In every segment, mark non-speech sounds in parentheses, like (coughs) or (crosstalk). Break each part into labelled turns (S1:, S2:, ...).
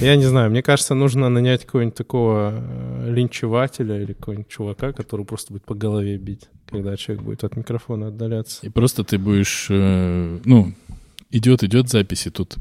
S1: Я не знаю, мне кажется, нужно нанять какого-нибудь такого э, линчевателя или какого-нибудь чувака, который просто будет по голове бить, когда человек будет от микрофона отдаляться.
S2: И просто ты будешь, э, ну, идет, идет запись, и тут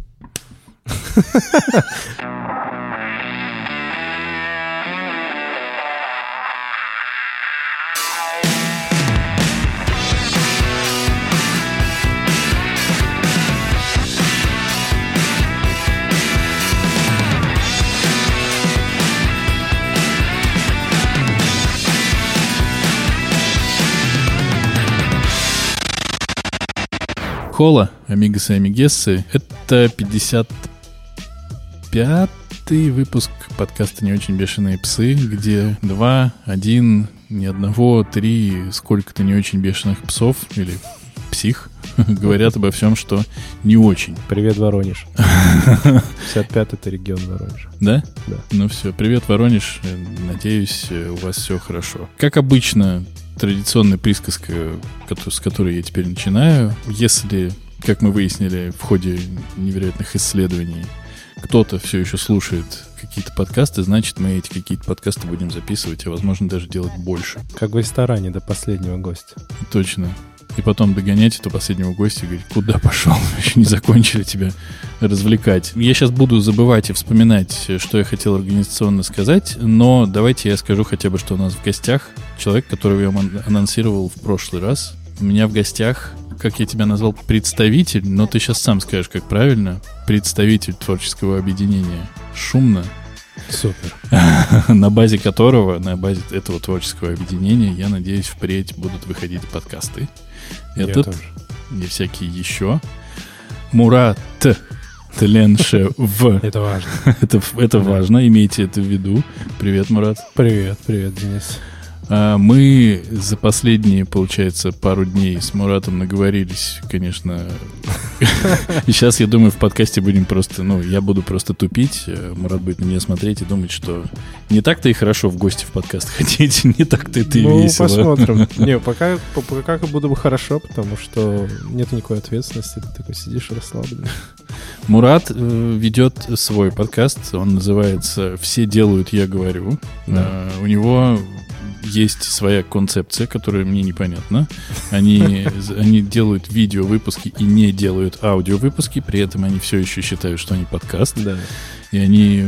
S2: Кола, Амигос и Амигессы. Это 55-й выпуск подкаста «Не очень бешеные псы», где два, один, ни одного, три, сколько-то не очень бешеных псов или псих (laughs) говорят обо всем, что не очень.
S1: Привет, (laughs) Воронеж. 55-й это регион Воронежа.
S2: Да?
S1: Да.
S2: Ну все, привет, Воронеж. Э, Надеюсь, э, у вас все хорошо. Как обычно, традиционная присказка, кото- с которой я теперь начинаю. Если, как мы выяснили в ходе невероятных исследований, кто-то все еще слушает какие-то подкасты, значит, мы эти какие-то подкасты будем записывать, а возможно, даже делать больше.
S1: Как в ресторане до последнего гостя.
S2: Точно. И потом догонять этого последнего гостя и говорить, куда пошел, (laughs) еще не закончили тебя развлекать. Я сейчас буду забывать и вспоминать, э, что я хотел организационно сказать, но давайте я скажу хотя бы, что у нас в гостях человек, которого я ман- анонсировал в прошлый раз. У меня в гостях, как я тебя назвал, представитель, но ты сейчас сам скажешь, как правильно, представитель творческого объединения «Шумно»,
S1: Супер.
S2: (laughs) на базе которого, на базе этого творческого объединения, я надеюсь, впредь будут выходить подкасты.
S1: Я
S2: Этот
S1: тоже.
S2: и всякие еще. Мурат Тленше в.
S1: Это важно.
S2: (laughs) Это, это важно, имейте это в виду. Привет, Мурат.
S1: Привет, привет, Денис.
S2: А, Мы за последние, получается, пару дней с Муратом наговорились, конечно. И сейчас, я думаю, в подкасте будем просто, ну, я буду просто тупить, э, Мурат будет на меня смотреть и думать, что не так-то и хорошо в гости в подкаст (laughs) ходить, не так-то это и
S1: ну,
S2: весело.
S1: посмотрим. (laughs) Не, пока, по- пока буду бы хорошо, потому что нет никакой ответственности. Ты такой сидишь расслаблен.
S2: Мурат э, ведет свой подкаст, он называется «Все делают, я говорю».
S1: Да.
S2: Э, у него есть своя концепция, которая мне непонятна. Они, они делают видео-выпуски и не делают аудио-выпуски, при этом они все еще считают, что они подкаст.
S1: Да.
S2: И они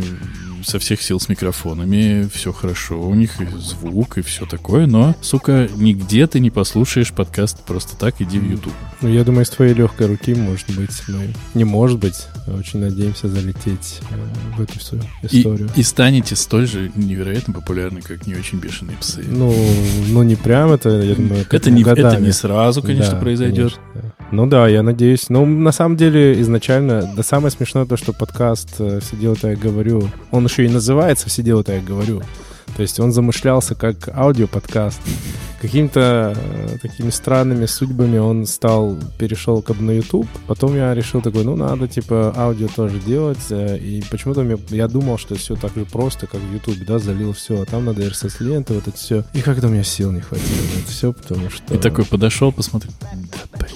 S2: со всех сил с микрофонами, все хорошо у них, и звук, и все такое. Но, сука, нигде ты не послушаешь подкаст просто так, иди в YouTube.
S1: Ну, я думаю, с твоей легкой руки, может быть, мы... Не может быть, а очень надеемся залететь э, в эту всю
S2: И,
S1: историю.
S2: и станете столь же невероятно популярны, как не очень бешеные псы.
S1: Ну, ну, не прям это, я думаю, как
S2: это, не, это
S1: годами.
S2: не сразу, конечно,
S1: Да,
S2: произойдет.
S1: конечно, да. Ну да, я надеюсь. Ну, на самом деле, изначально, да самое смешное то, что подкаст э, «Все делают, а я говорю», он еще и называется «Все делают, а я говорю». То есть он замышлялся как аудиоподкаст. Какими-то э, такими странными судьбами он стал, перешел как бы на YouTube. Потом я решил такой, ну надо типа аудио тоже делать. э, И почему-то мне- я думал, что все так же просто, как в YouTube, да, залил все, а там надо RSS-ленты, вот это все. И как-то у меня сил не хватило на это все, потому что...
S2: И такой подошел, посмотрел. Да, бля.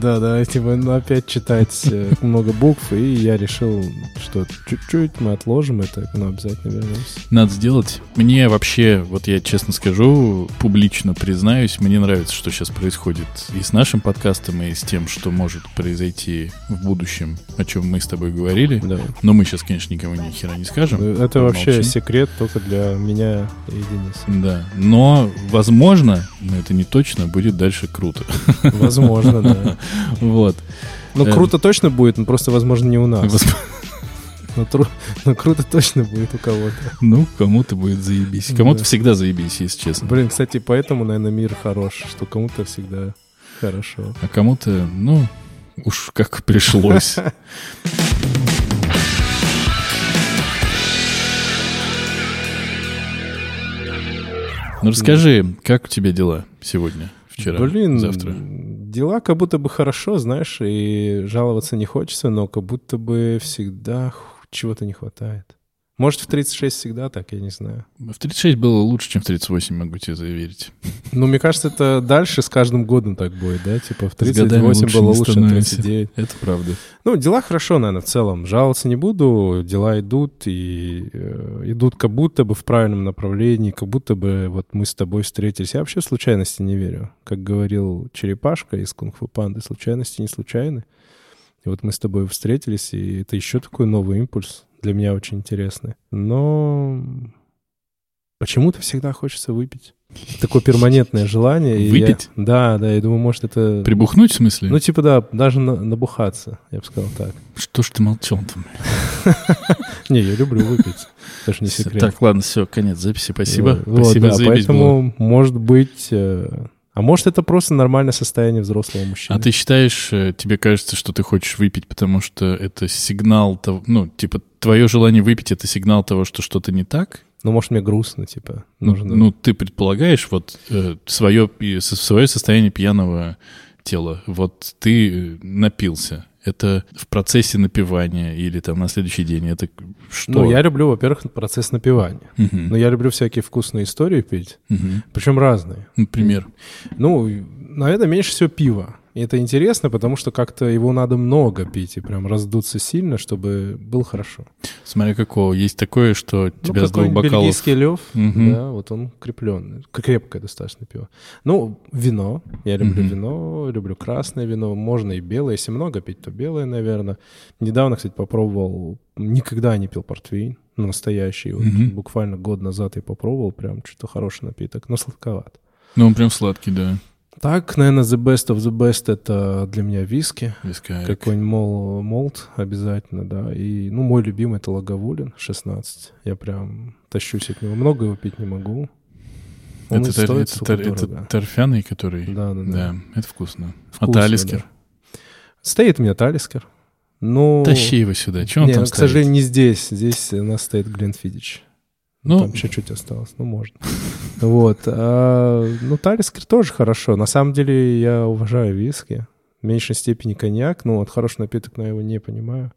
S1: Да, да, типа, ну, опять читать э, много букв, и я решил, что чуть-чуть мы отложим это, но обязательно вернемся.
S2: Надо сделать. Мне вообще, вот я честно скажу, публично признаюсь, мне нравится, что сейчас происходит и с нашим подкастом, и с тем, что может произойти в будущем, о чем мы с тобой говорили.
S1: Да.
S2: Но мы сейчас, конечно, никому ни хера не скажем.
S1: Ну, Это вообще
S2: Молчим.
S1: секрет только для меня и Дениса.
S2: (laughs) Да. Но, возможно, но это не точно, будет дальше круто. (laughs)
S1: Возможно, да.
S2: Вот.
S1: Ну,
S2: Эм.
S1: круто точно будет, но просто, возможно, не у нас.
S2: Возможно,
S1: Но, тру- но круто точно будет у кого-то.
S2: (laughs) Ну, кому-то будет заебись. Кому-то
S1: Ну Да.
S2: всегда заебись, если честно.
S1: Блин, кстати, поэтому, наверное, мир хорош, что кому-то всегда хорошо.
S2: А кому-то, ну, уж как
S1: (laughs)
S2: пришлось. Ну расскажи, как у тебя дела сегодня, вчера,
S1: Блин,
S2: завтра?
S1: дела как будто бы хорошо, знаешь, и жаловаться не хочется, но как будто бы всегда х- чего-то не хватает. Может, в 36 всегда так, я не знаю.
S2: В 36 было лучше, чем в 38, могу тебе заверить.
S1: Ну, мне кажется, это дальше с каждым годом так будет, да? Типа в 38
S2: годами лучше
S1: было
S2: не
S1: лучше, а чем в
S2: становится.
S1: 39.
S2: Это правда.
S1: Ну, дела хорошо, наверное, в целом. Жаловаться не буду. Дела идут, и э, идут как будто бы в правильном направлении, как будто бы вот мы с тобой встретились. Я вообще в случайности не верю. Как говорил Черепашка из «Кунг-фу панды», случайности не случайны. И вот мы с тобой встретились, и это еще такой новый импульс, для меня очень интересный. Но почему-то всегда хочется выпить. Такое перманентное желание. и я-
S2: Выпить?
S1: да, да, я думаю, может, это...
S2: Прибухнуть, в смысле?
S1: Ну, типа, да, даже на- набухаться, я бы сказал так.
S2: Что ж ты молчал там?
S1: Не, я люблю
S2: (laughs)
S1: выпить. Это же не секрет. Э,
S2: Так, ладно, все, конец записи. Спасибо.
S1: Вот, вот,
S2: Спасибо,
S1: да,
S2: заебись было.
S1: Поэтому, может быть... э, А может, это просто нормальное состояние взрослого мужчины.
S2: А ты считаешь, э, тебе кажется, что ты хочешь выпить, потому что это сигнал того, ну, типа, твое желание выпить — это сигнал того, что что-то не так?
S1: Ну, может, мне грустно, типа.
S2: Ну,
S1: Нужно...
S2: ну, ты предполагаешь вот э, свое, свое состояние пьяного тела. Вот ты э, напился. Это в процессе напивания или там на следующий день? Это к- что?
S1: Ну, я люблю, во-первых, процесс напивания.
S2: Мгм.
S1: Но я люблю всякие вкусные истории пить,
S2: Мгм.
S1: причем разные.
S2: Например.
S1: Ну, наверное, меньше всего пива. И это интересно, потому что как-то его надо много пить и прям раздуться сильно, чтобы было хорошо.
S2: Смотря какого. Есть такое, что
S1: Ну,
S2: тебя с двух
S1: какой-нибудь
S2: бокалов...
S1: бельгийский лев,
S2: Мгм.
S1: да, вот он крепленный, крепкое достаточно пиво. Ну, вино, я люблю
S2: Мгм.
S1: вино, люблю красное вино, можно и белое, если много пить, то белое, наверное. Недавно, кстати, попробовал, никогда не пил портвейн, ну, настоящий, вот
S2: Мгм.
S1: буквально год назад я попробовал, прям что-то хороший напиток, но сладковат.
S2: Ну, он прям сладкий, да.
S1: Так, наверное, the best of the best это для меня виски,
S2: Вискарик.
S1: какой-нибудь мол, молт обязательно, да. И, ну, мой любимый это Лаговулин, 16. Я прям тащусь от него. Много его пить не могу. Он
S2: Это,
S1: и
S2: тор-
S1: стоит,
S2: это
S1: сука,
S2: тор- это
S1: дорого.
S2: торфяный, который...
S1: Да, да, да.
S2: Да, это вкусно.
S1: Вкусно,
S2: а Талискер?
S1: да. Стоит у меня Талискер. Ну,
S2: Тащи его сюда. Че он
S1: не, ну,
S2: там
S1: к
S2: стоит?
S1: сожалению, не здесь. Здесь у нас стоит Глинфидич. Ну,
S2: Ну,
S1: там чуть-чуть осталось, ну, можно. (laughs) Вот. а, ну, Талискер тоже хорошо. На самом деле, я уважаю виски. В меньшей степени коньяк. Ну, вот хороший напиток, но я его не понимаю.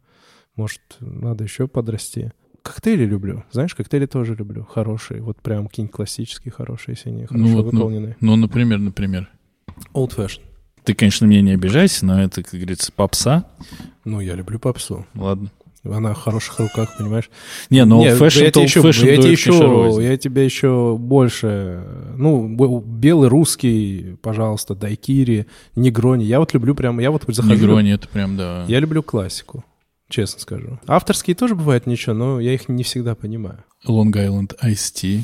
S1: Может, надо еще подрасти. Коктейли люблю. Знаешь, коктейли тоже люблю. Хорошие. Вот прям какие-нибудь классические хорошие, если они хорошо
S2: вот,
S1: выполнены.
S2: ну, например, например.
S1: Old fashion.
S2: Ты, конечно, меня не обижайся, но это, как говорится, попса.
S1: Ну, я люблю попсу.
S2: Ладно.
S1: Она в хороших руках, понимаешь?
S2: Не, ну,
S1: Не,
S2: фэшн,
S1: я, тебе еще, я, тебе еще,
S2: еще...
S1: я тебя еще больше... Ну, б- белый, русский, пожалуйста, дайкири, негрони. Я вот люблю прям... Я вот захожу...
S2: Негрони, это прям, да.
S1: Я люблю классику, честно скажу. Авторские тоже бывают ничего, но я их не всегда понимаю.
S2: Long Island Ice Tea.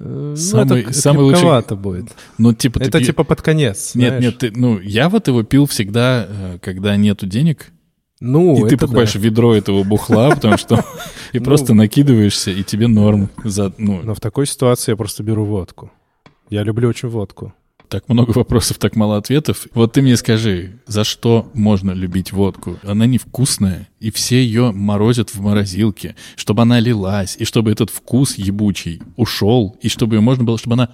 S1: Э, ну,
S2: Самый-
S1: это к-
S2: самый лучший-
S1: крепковато будет.
S2: Ну, типа... ты
S1: это
S2: пи-
S1: типа под конец,
S2: Нет,
S1: знаешь.
S2: нет, ты, ну, я вот его пил всегда, э, когда нету денег,
S1: Ну,
S2: и ты
S1: это да.
S2: покупаешь ведро этого бухла, потому
S1: (laughs)
S2: что... И
S1: Ну.
S2: просто накидываешься, и тебе норм. За, ну,
S1: Но в такой ситуации я просто беру водку. Я люблю очень водку.
S2: так много вопросов, так мало ответов. Вот ты мне скажи, за что можно любить водку? Она невкусная, и все ее морозят в морозилке, чтобы она лилась, и чтобы этот вкус ебучий ушел, и чтобы ее можно было, чтобы она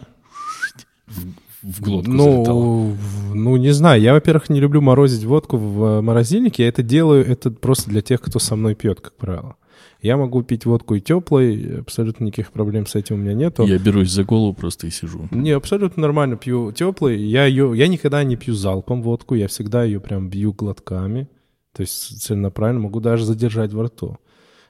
S2: в, в глотку залетала.
S1: Ну, в- ну, не знаю. Я, во-первых, не люблю морозить водку в э, морозильнике. Я это делаю, это просто для тех, кто со мной пьет, как правило. Я могу пить водку и теплой, абсолютно никаких проблем с этим у меня нету.
S2: Я берусь за голову просто и сижу.
S1: Не, абсолютно нормально пью теплый. Я ее, я никогда не пью залпом водку, я всегда ее прям бью глотками. То есть целенаправленно могу даже задержать во рту.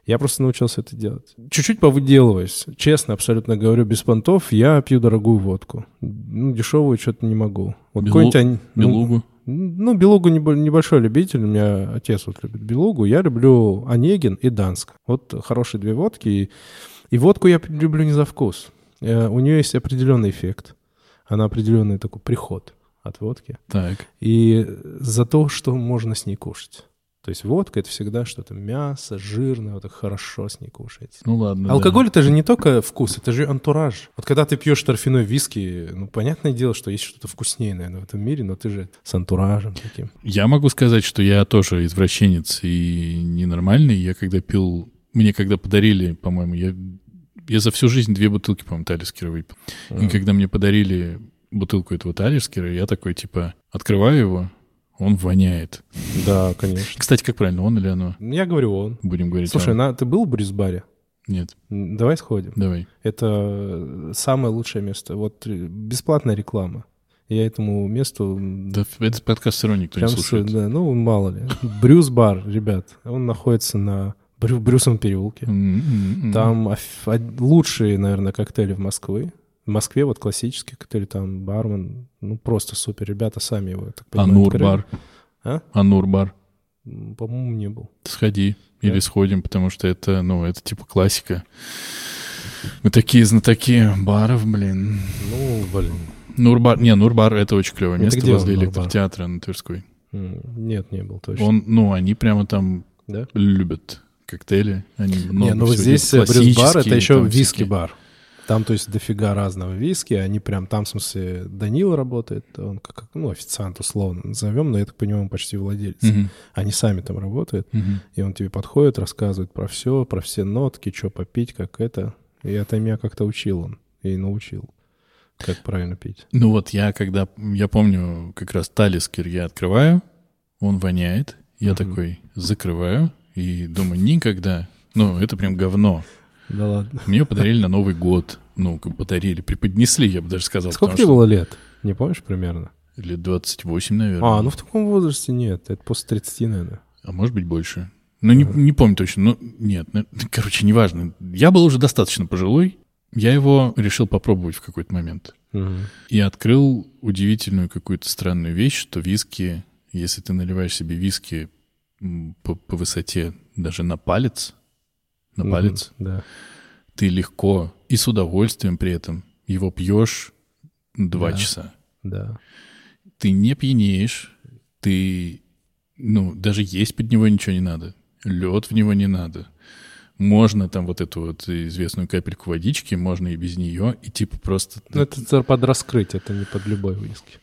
S1: Я просто научился это делать. Чуть-чуть повыделываюсь. Честно, абсолютно говорю, без понтов я пью дорогую водку. Ну, дешевую что-то не могу. Вот
S2: Белу-
S1: какой-нибудь ань- ну,
S2: Белугу.
S1: ну, белугу небо- небольшой любитель, у меня отец вот любит белугу. Я люблю Онегин и Данск. Вот хорошие две водки. И, и водку я люблю не за вкус. Э, У нее есть определенный эффект. Она определенный такой приход от водки.
S2: Так.
S1: И за то, что можно с ней кушать. То есть водка — это всегда что-то мясо, жирное, вот так хорошо с ней кушается.
S2: Ну ладно. да.
S1: Алкоголь это же не только вкус, это же антураж. Вот когда ты пьешь торфяной виски, ну, понятное дело, что есть что-то вкуснее, наверное, в этом мире, но ты же с антуражем таким.
S2: Я могу сказать, что я тоже извращенец и ненормальный. Я когда пил... Мне когда подарили, по-моему, я, я за всю жизнь две бутылки, по-моему, Талискера выпил. И когда мне подарили бутылку этого Талискера, я такой, типа, открываю его, он воняет.
S1: Да, конечно.
S2: Кстати, как правильно, он или оно?
S1: Ну, Я говорю он.
S2: Будем говорить
S1: Слушай, ну
S2: он.
S1: на, ты был в Брисбаре?
S2: Нет,
S1: М, Давай сходим.
S2: давай.
S1: Это самое лучшее место. Вот э, бесплатная реклама. Я этому месту... м,
S2: Да, этот подкаст все равно никто не
S1: прям с-
S2: слушает.
S1: да, ну, мало ли. Брюс Бар, ребят. Он находится на Брю- Брюсовом переулке.
S2: М-м-м.
S1: Там оф- од- лучшие, наверное, коктейли в Москве. В Москве вот классические коктейли, там бармен, ну просто супер. Ребята сами его, я так понимаю, открыли.
S2: Анур-бар.
S1: А?
S2: Анур-бар.
S1: М, По-моему, не был.
S2: Сходи.
S1: Да.
S2: Или сходим, потому что это, ну, это типа классика. Мы такие знатоки баров, блин.
S1: Ну, блин.
S2: Нурбар, не, Нурбар это очень клевое
S1: Это
S2: место
S1: где он,
S2: возле
S1: Нурбар?
S2: электротеатра на Тверской.
S1: М, Нет, не был точно.
S2: Он, ну, они прямо там
S1: Да?
S2: любят коктейли. Они много
S1: не, ну вот
S2: всего
S1: здесь
S2: делают.
S1: Брюс-бар, это
S2: Классические,
S1: еще
S2: там всякие.
S1: виски-бар. Там, то есть, дофига разного виски. Они прям там, в смысле, Данила работает, он как, ну, официант условно назовем, но я так понимаю, он почти владелец.
S2: Мгм,
S1: Они сами там работают.
S2: мгм.
S1: И он тебе подходит, рассказывает про все, про все нотки, что попить, как это. И это меня как-то учил он. И научил, как правильно пить.
S2: Ну вот я когда, я помню, как раз Талискер я открываю, он воняет, я
S1: Мгм.
S2: такой закрываю и думаю, никогда, ну это прям говно.
S1: Да ладно.
S2: Мне подарили на Новый год, ну как подарили, преподнесли, я бы даже сказал.
S1: Сколько
S2: потому
S1: тебе
S2: что
S1: было лет? Не помнишь примерно?
S2: Лет 28, наверное.
S1: А, ну в таком возрасте нет. Это после 30, наверное.
S2: А может быть больше. Ну, не, не помню точно. Ну, (laughs) нет, на- короче, неважно. Я был уже достаточно пожилой. Я его решил попробовать в какой-то момент.
S1: Мгм.
S2: И открыл удивительную какую-то странную вещь, что виски, если ты наливаешь себе виски м, по, по высоте даже на палец, на
S1: Мгм,
S2: палец,
S1: Да.
S2: ты легко и с удовольствием при этом его пьешь два
S1: Да.
S2: часа.
S1: Да.
S2: Ты не пьянеешь, ты, ну, даже есть под него ничего не надо, лед в него не надо. Можно там вот эту вот известную капельку водички, можно и без нее, и типа просто...
S1: Ну, это за- под раскрыть, это не под любой виски.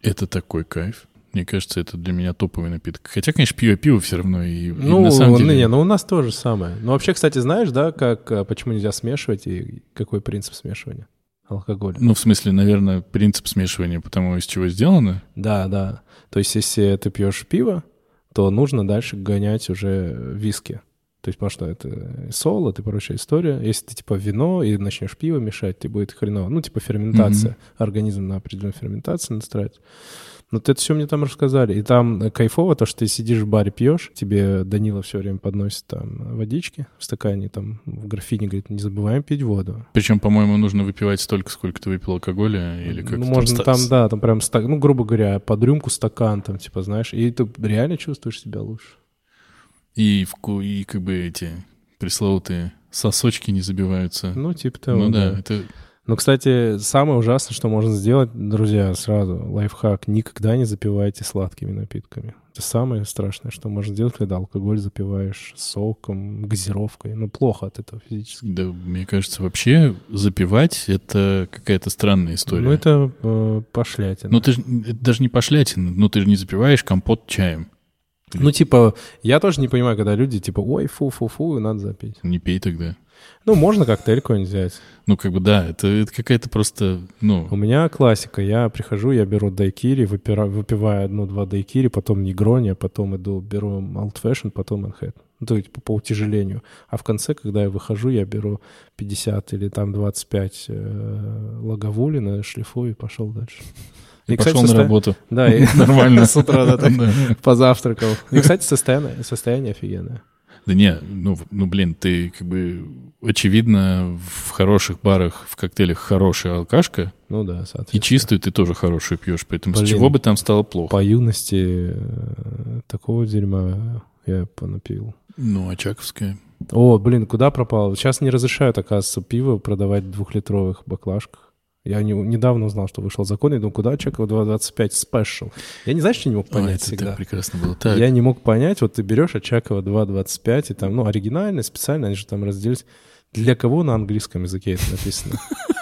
S2: Это такой кайф. Мне кажется, это для меня топовый напиток. Хотя, конечно, пью я пиво все равно. И, и
S1: Ну,
S2: на самом
S1: ну,
S2: деле...
S1: не, ну у нас то же самое. Ну, вообще, кстати, знаешь, да, как, э, почему нельзя смешивать и какой принцип смешивания алкоголя?
S2: Ну, в смысле, наверное, принцип смешивания, потому из чего сделано.
S1: Да, да. То есть, если ты пьешь пиво, то нужно дальше гонять уже виски. То есть, потому что это соло, это прочая история. Если ты, типа, вино и начнешь пиво мешать, тебе будет хреново. Ну, типа, ферментация. Организм на определенную ферментацию настраивается. Но вот это все мне там рассказали. И там э, кайфово то, что ты сидишь в баре, пьешь, тебе Данила все время подносит там водички в стакане, там в графине, говорит, не забываем пить воду.
S2: Причем, по-моему, нужно выпивать столько, сколько ты выпил алкоголя, или как
S1: ну, можно
S2: ста-
S1: там, да, там прям, ста- ну, грубо говоря, под рюмку стакан там, типа, знаешь, и ты реально чувствуешь себя лучше.
S2: И, вку... и как бы эти пресловутые сосочки не забиваются.
S1: Ну, типа того.
S2: Ну да, это
S1: Ну, кстати, самое ужасное, что можно сделать, друзья, сразу, лайфхак, никогда не запивайте сладкими напитками. Это самое страшное, что можно сделать, когда алкоголь запиваешь соком, газировкой. Ну, плохо от этого физически.
S2: да, мне кажется, вообще запивать это какая-то странная история.
S1: Ну, это э, пошлятина.
S2: Ну, ты же это даже не пошлятина, ну ты же не запиваешь компот чаем.
S1: ну, типа, я тоже не понимаю, когда люди, типа, ой, фу-фу-фу, надо запить.
S2: Не пей тогда.
S1: Ну, можно коктейль какой-нибудь взять.
S2: Ну, как бы да, это, это какая-то просто, ну,
S1: У меня классика. Я прихожу, я беру дайкири, выпира- выпиваю одну-два дайкири, потом негрони, а потом иду, беру old fashion, потом манхэт. Ну, то есть по, по утяжелению. А в конце, когда я выхожу, я беру 50 или там 25 э, лаговулина, шлифую и пошел дальше.
S2: и
S1: И,
S2: пошел
S1: кстати,
S2: на
S1: состо- (laughs)
S2: работу. (laughs)
S1: Да, и (laughs)
S2: Нормально.
S1: с утра да,
S2: (laughs)
S1: так
S2: Да.
S1: позавтракал. И, кстати, состояние, состояние офигенное.
S2: Да не, ну, в- ну, блин, ты как бы, очевидно, в хороших барах, в коктейлях хорошая алкашка,
S1: Ну да,
S2: и
S1: соответственно.
S2: чистую ты тоже хорошую пьешь, поэтому
S1: Блин.
S2: с чего бы там стало плохо?
S1: По юности э, такого дерьма я понапил.
S2: Ну, очаковская.
S1: О, блин, куда пропало? Сейчас не разрешают, оказывается, пиво продавать в двухлитровых баклажках. Я не- недавно узнал, что вышел закон, и думаю, куда Очакова 225 спешл? Я не знаешь, что не мог
S2: А,
S1: понять
S2: это
S1: всегда.
S2: так прекрасно было. Так,
S1: Я не мог понять, вот ты берешь а Очакова
S2: (laughs)
S1: 225, и там, ну, оригинально, специально, они же там разделились. Для кого на английском языке это написано?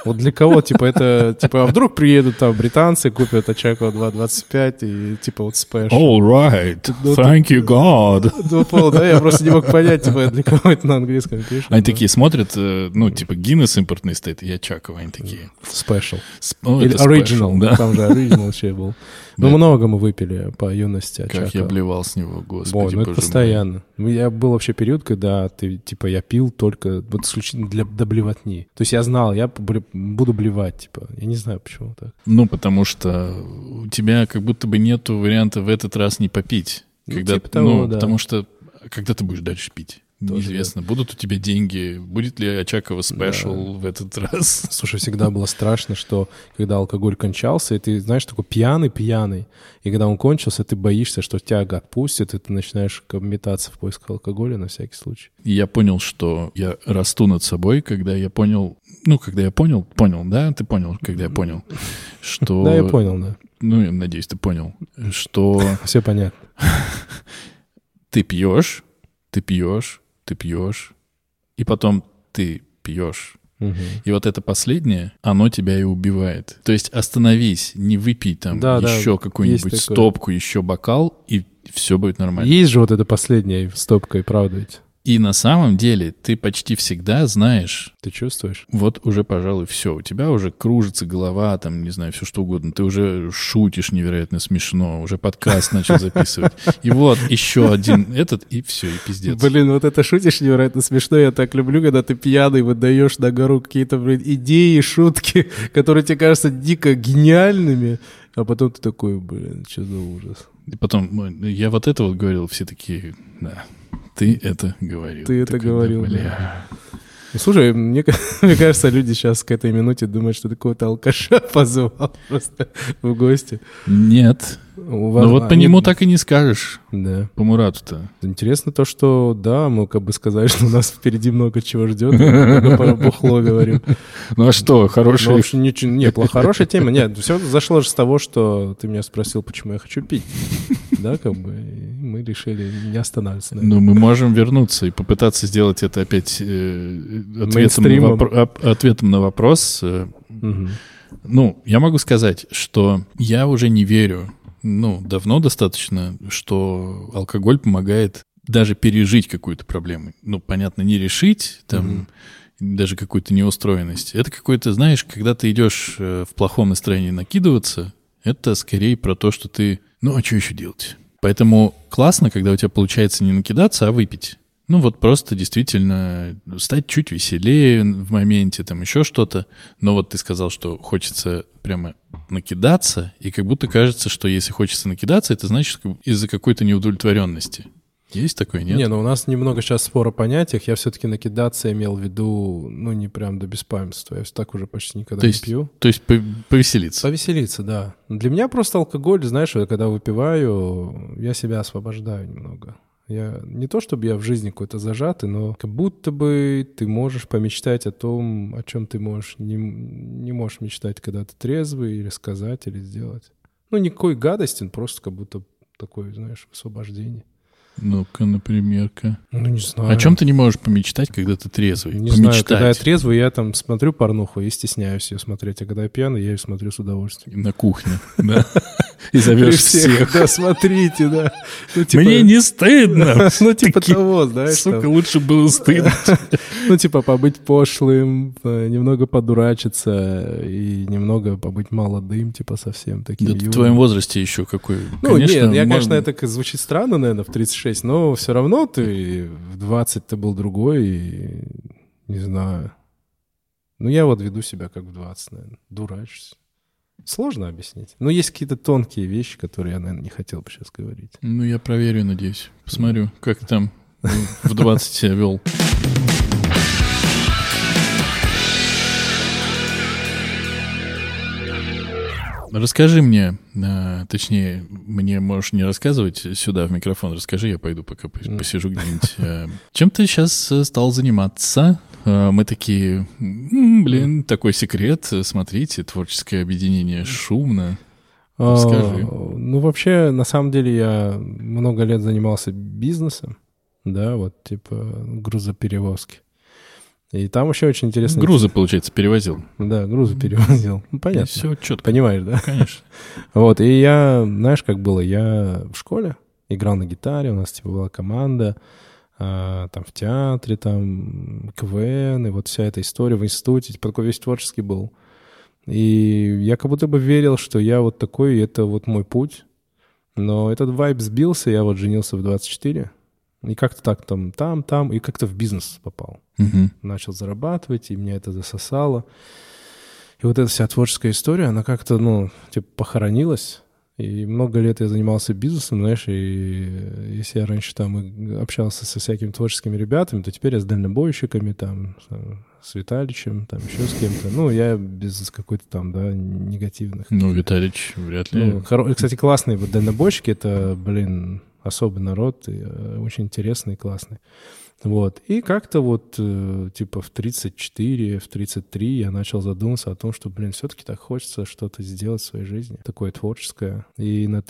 S1: Вот для кого, типа, это, типа, а вдруг приедут там британцы, купят Очакова 2.25 и, типа, вот спэш.
S2: All right, thank you God.
S1: Дупл, да, я просто не мог понять, типа, для кого это на английском пишут.
S2: (laughs) Они такие смотрят, э, ну, типа, Гиннес импортный стоит, и Очакова, они такие...
S1: Спешл.
S2: «Сп- о,
S1: Или
S2: Ну, это special,
S1: оригинал,
S2: да.
S1: там же оригинал вообще
S2: (laughs)
S1: был. Ну,
S2: Да.
S1: много мы выпили по юности Очакова.
S2: Как я блевал с него,
S1: Ой,
S2: господи,
S1: ну
S2: боже
S1: это
S2: мой.
S1: постоянно. Ну, Я был вообще период, когда ты, типа, я пил только вот исключительно для до блевотни. То есть я знал, я бле- буду блевать, типа. Я не знаю, почему так.
S2: Ну, потому что у тебя как будто бы нету варианта в этот раз не попить.
S1: Ну,
S2: Когда,
S1: типа того,
S2: ну,
S1: да.
S2: потому что когда ты будешь дальше пить?
S1: Тоже
S2: Неизвестно. Будут у тебя деньги? Будет ли Очакова спешл в этот раз?
S1: Слушай, всегда было страшно, что когда алкоголь кончался, и ты, знаешь, такой пьяный-пьяный, и когда он кончился, ты боишься, что тебя отпустят, и ты начинаешь как бы метаться в поисках алкоголя на всякий случай.
S2: И я понял, что я расту над собой, когда я понял... Ну, когда я понял, понял, да? Ты понял, когда я понял, что...
S1: Да, я понял, да.
S2: Ну, я надеюсь, ты понял, что
S1: Все понятно.
S2: ты пьешь, ты пьешь, ты пьешь, и потом ты пьешь,
S1: Мгм.
S2: И вот это последнее, оно тебя и убивает. То есть остановись, не выпей там
S1: Да, да,
S2: еще какую-нибудь
S1: есть такое.
S2: стопку, еще бокал, и все будет нормально.
S1: Есть же вот эта последняя стопка, и правда ведь.
S2: И на самом деле ты почти всегда знаешь,
S1: Ты чувствуешь?
S2: вот уже, пожалуй, все. У тебя уже кружится голова, там, не знаю, все что угодно. Ты уже шутишь невероятно смешно, уже подкаст начал записывать. И вот еще один этот, и все, и пиздец.
S1: Блин, вот это шутишь невероятно смешно. Я так люблю, когда ты пьяный выдаешь на гору какие-то, блин, идеи, шутки, (laughs) которые тебе кажутся дико гениальными. А потом ты такой, блин, что за ужас.
S2: И потом, ну, я вот это вот говорил, все такие, да, ты это говорил.
S1: Ты это
S2: Такой, да,
S1: говорил, да.
S2: бля.
S1: Ну, слушай, мне, ка- (laughs) мне кажется, люди сейчас к этой минуте думают, что ты какого-то алкаша (laughs) позвал просто в гости.
S2: Нет.
S1: У вас-
S2: Ну вот
S1: а,
S2: по
S1: нет,
S2: нему так и не скажешь.
S1: Да.
S2: По Мурату-то.
S1: Интересно то, что, да, мы как бы сказали, что нас впереди много чего ждет. Мы только про бухло говорим.
S2: Ну а что,
S1: Ну,
S2: хороший...
S1: вообще ничего- не, пла-
S2: (laughs)
S1: хорошая тема. Нет, все зашло же с того, что ты меня спросил, почему я хочу
S2: (laughs)
S1: пить. Да, как бы, и мы решили не останавливаться. на этом.
S2: Ну, мы можем вернуться и попытаться сделать это опять э, ответом, на
S1: Мейнстримом.
S2: вопро- оп- ответом на вопрос. э,
S1: Мгм.
S2: Ну, я могу сказать, что я уже не верю, ну, давно достаточно, что алкоголь помогает даже пережить какую-то проблему. Ну, понятно, не решить, там, даже какую-то неустроенность. Это какой-то, знаешь, когда ты идешь э, в плохом настроении накидываться, это скорее про то, что ты, ну, а что еще делать? Поэтому классно, когда у тебя получается не накидаться, а выпить. Ну вот просто действительно стать чуть веселее в моменте, там еще что-то. Но вот ты сказал, что хочется прямо накидаться, и как будто кажется, что если хочется накидаться, это значит как- из-за какой-то неудовлетворенности. Есть такое, нет?
S1: Не, ну у нас немного сейчас спора о понятиях. Я все-таки накидаться имел в виду, ну, не прям до беспамятства. Я всё так уже почти никогда
S2: то,
S1: не
S2: есть,
S1: пью.
S2: то есть по- повеселиться.
S1: Повеселиться, да. Для меня просто алкоголь, знаешь, вот когда выпиваю, я себя освобождаю немного. Я не то чтобы я в жизни какой-то зажатый, но как будто бы ты можешь помечтать о том, о чем ты можешь не, не можешь мечтать, когда ты трезвый, или сказать, или сделать. Ну, никакой гадости, ну, просто как будто такое, знаешь, освобождение.
S2: Ну-ка, например-ка.
S1: Ну, не знаю.
S2: О чем ты не можешь помечтать, когда ты трезвый?
S1: Не
S2: помечтать.
S1: знаю, когда я трезвый, я там смотрю порнуху и стесняюсь ее смотреть, а когда я пьяный, я ее смотрю с удовольствием.
S2: На кухне, (laughs) да. И зовешь всех.
S1: Да, смотрите, да. Ну, типа- (laughs)
S2: Мне не стыдно.
S1: Ну, типа
S2: Такие,
S1: того, знаешь,
S2: (laughs) Сука,
S1: там.
S2: лучше было стыдно.
S1: ну, типа побыть пошлым, э, немного подурачиться и немного побыть молодым, типа совсем таким
S2: Да
S1: юным.
S2: в твоем возрасте еще какой.
S1: Ну, нет, я,
S2: можно-
S1: конечно, это к- звучит странно, наверное, в 36, но все равно ты в 20 ты был другой, и не знаю. Ну, я вот веду себя как в 20, наверное, дурачусь. Сложно объяснить. Но есть какие-то тонкие вещи, которые я, наверное, не хотел бы сейчас говорить.
S2: Ну, я проверю, надеюсь. Посмотрю, как там в 20 себя вел. Расскажи мне, э, точнее, мне можешь не рассказывать сюда в микрофон, расскажи, я пойду пока пос- посижу где-нибудь. Э, Чем ты сейчас стал заниматься? Э, Мы такие, «М, блин, такой секрет, э, смотрите, творческое объединение шумно. Расскажи.
S1: А, Ну, вообще, на самом деле, я много лет занимался бизнесом, да, вот типа грузоперевозки. И там еще очень интересно.
S2: Грузы, получается, перевозил.
S1: Да, грузы перевозил. Ну, понятно.
S2: Все четко,
S1: Понимаешь, да?
S2: конечно.
S1: Вот, и я, знаешь, как было, я в школе играл на гитаре, у нас типа была команда, а, там в театре, там КВН, и вот вся эта история в институте, типа такой весь творческий был. И я как будто бы верил, что я вот такой, и это вот мой путь. Но этот вайб сбился, я вот женился в 24, и как-то так там, там, там, и как-то в бизнес попал
S2: Мгм.
S1: начал зарабатывать, и меня это засосало. И вот эта вся творческая история, она как-то, ну, типа, похоронилась. И много лет я занимался бизнесом, знаешь, и если я раньше там и общался со всякими творческими ребятами, то теперь я с дальнобойщиками, там, с Виталичем, там, еще с кем-то. Ну, я без какой-то там, да, негативных.
S2: Ну, Виталич вряд ли.
S1: Ну, хоро- Кстати, классные вот дальнобойщики, это, блин, особый народ, и, э, очень интересный и классный. Вот. И как-то вот, э, типа, в 34, в 33 я начал задумываться о том, что, блин, все-таки так хочется что-то сделать в своей жизни, такое творческое. И на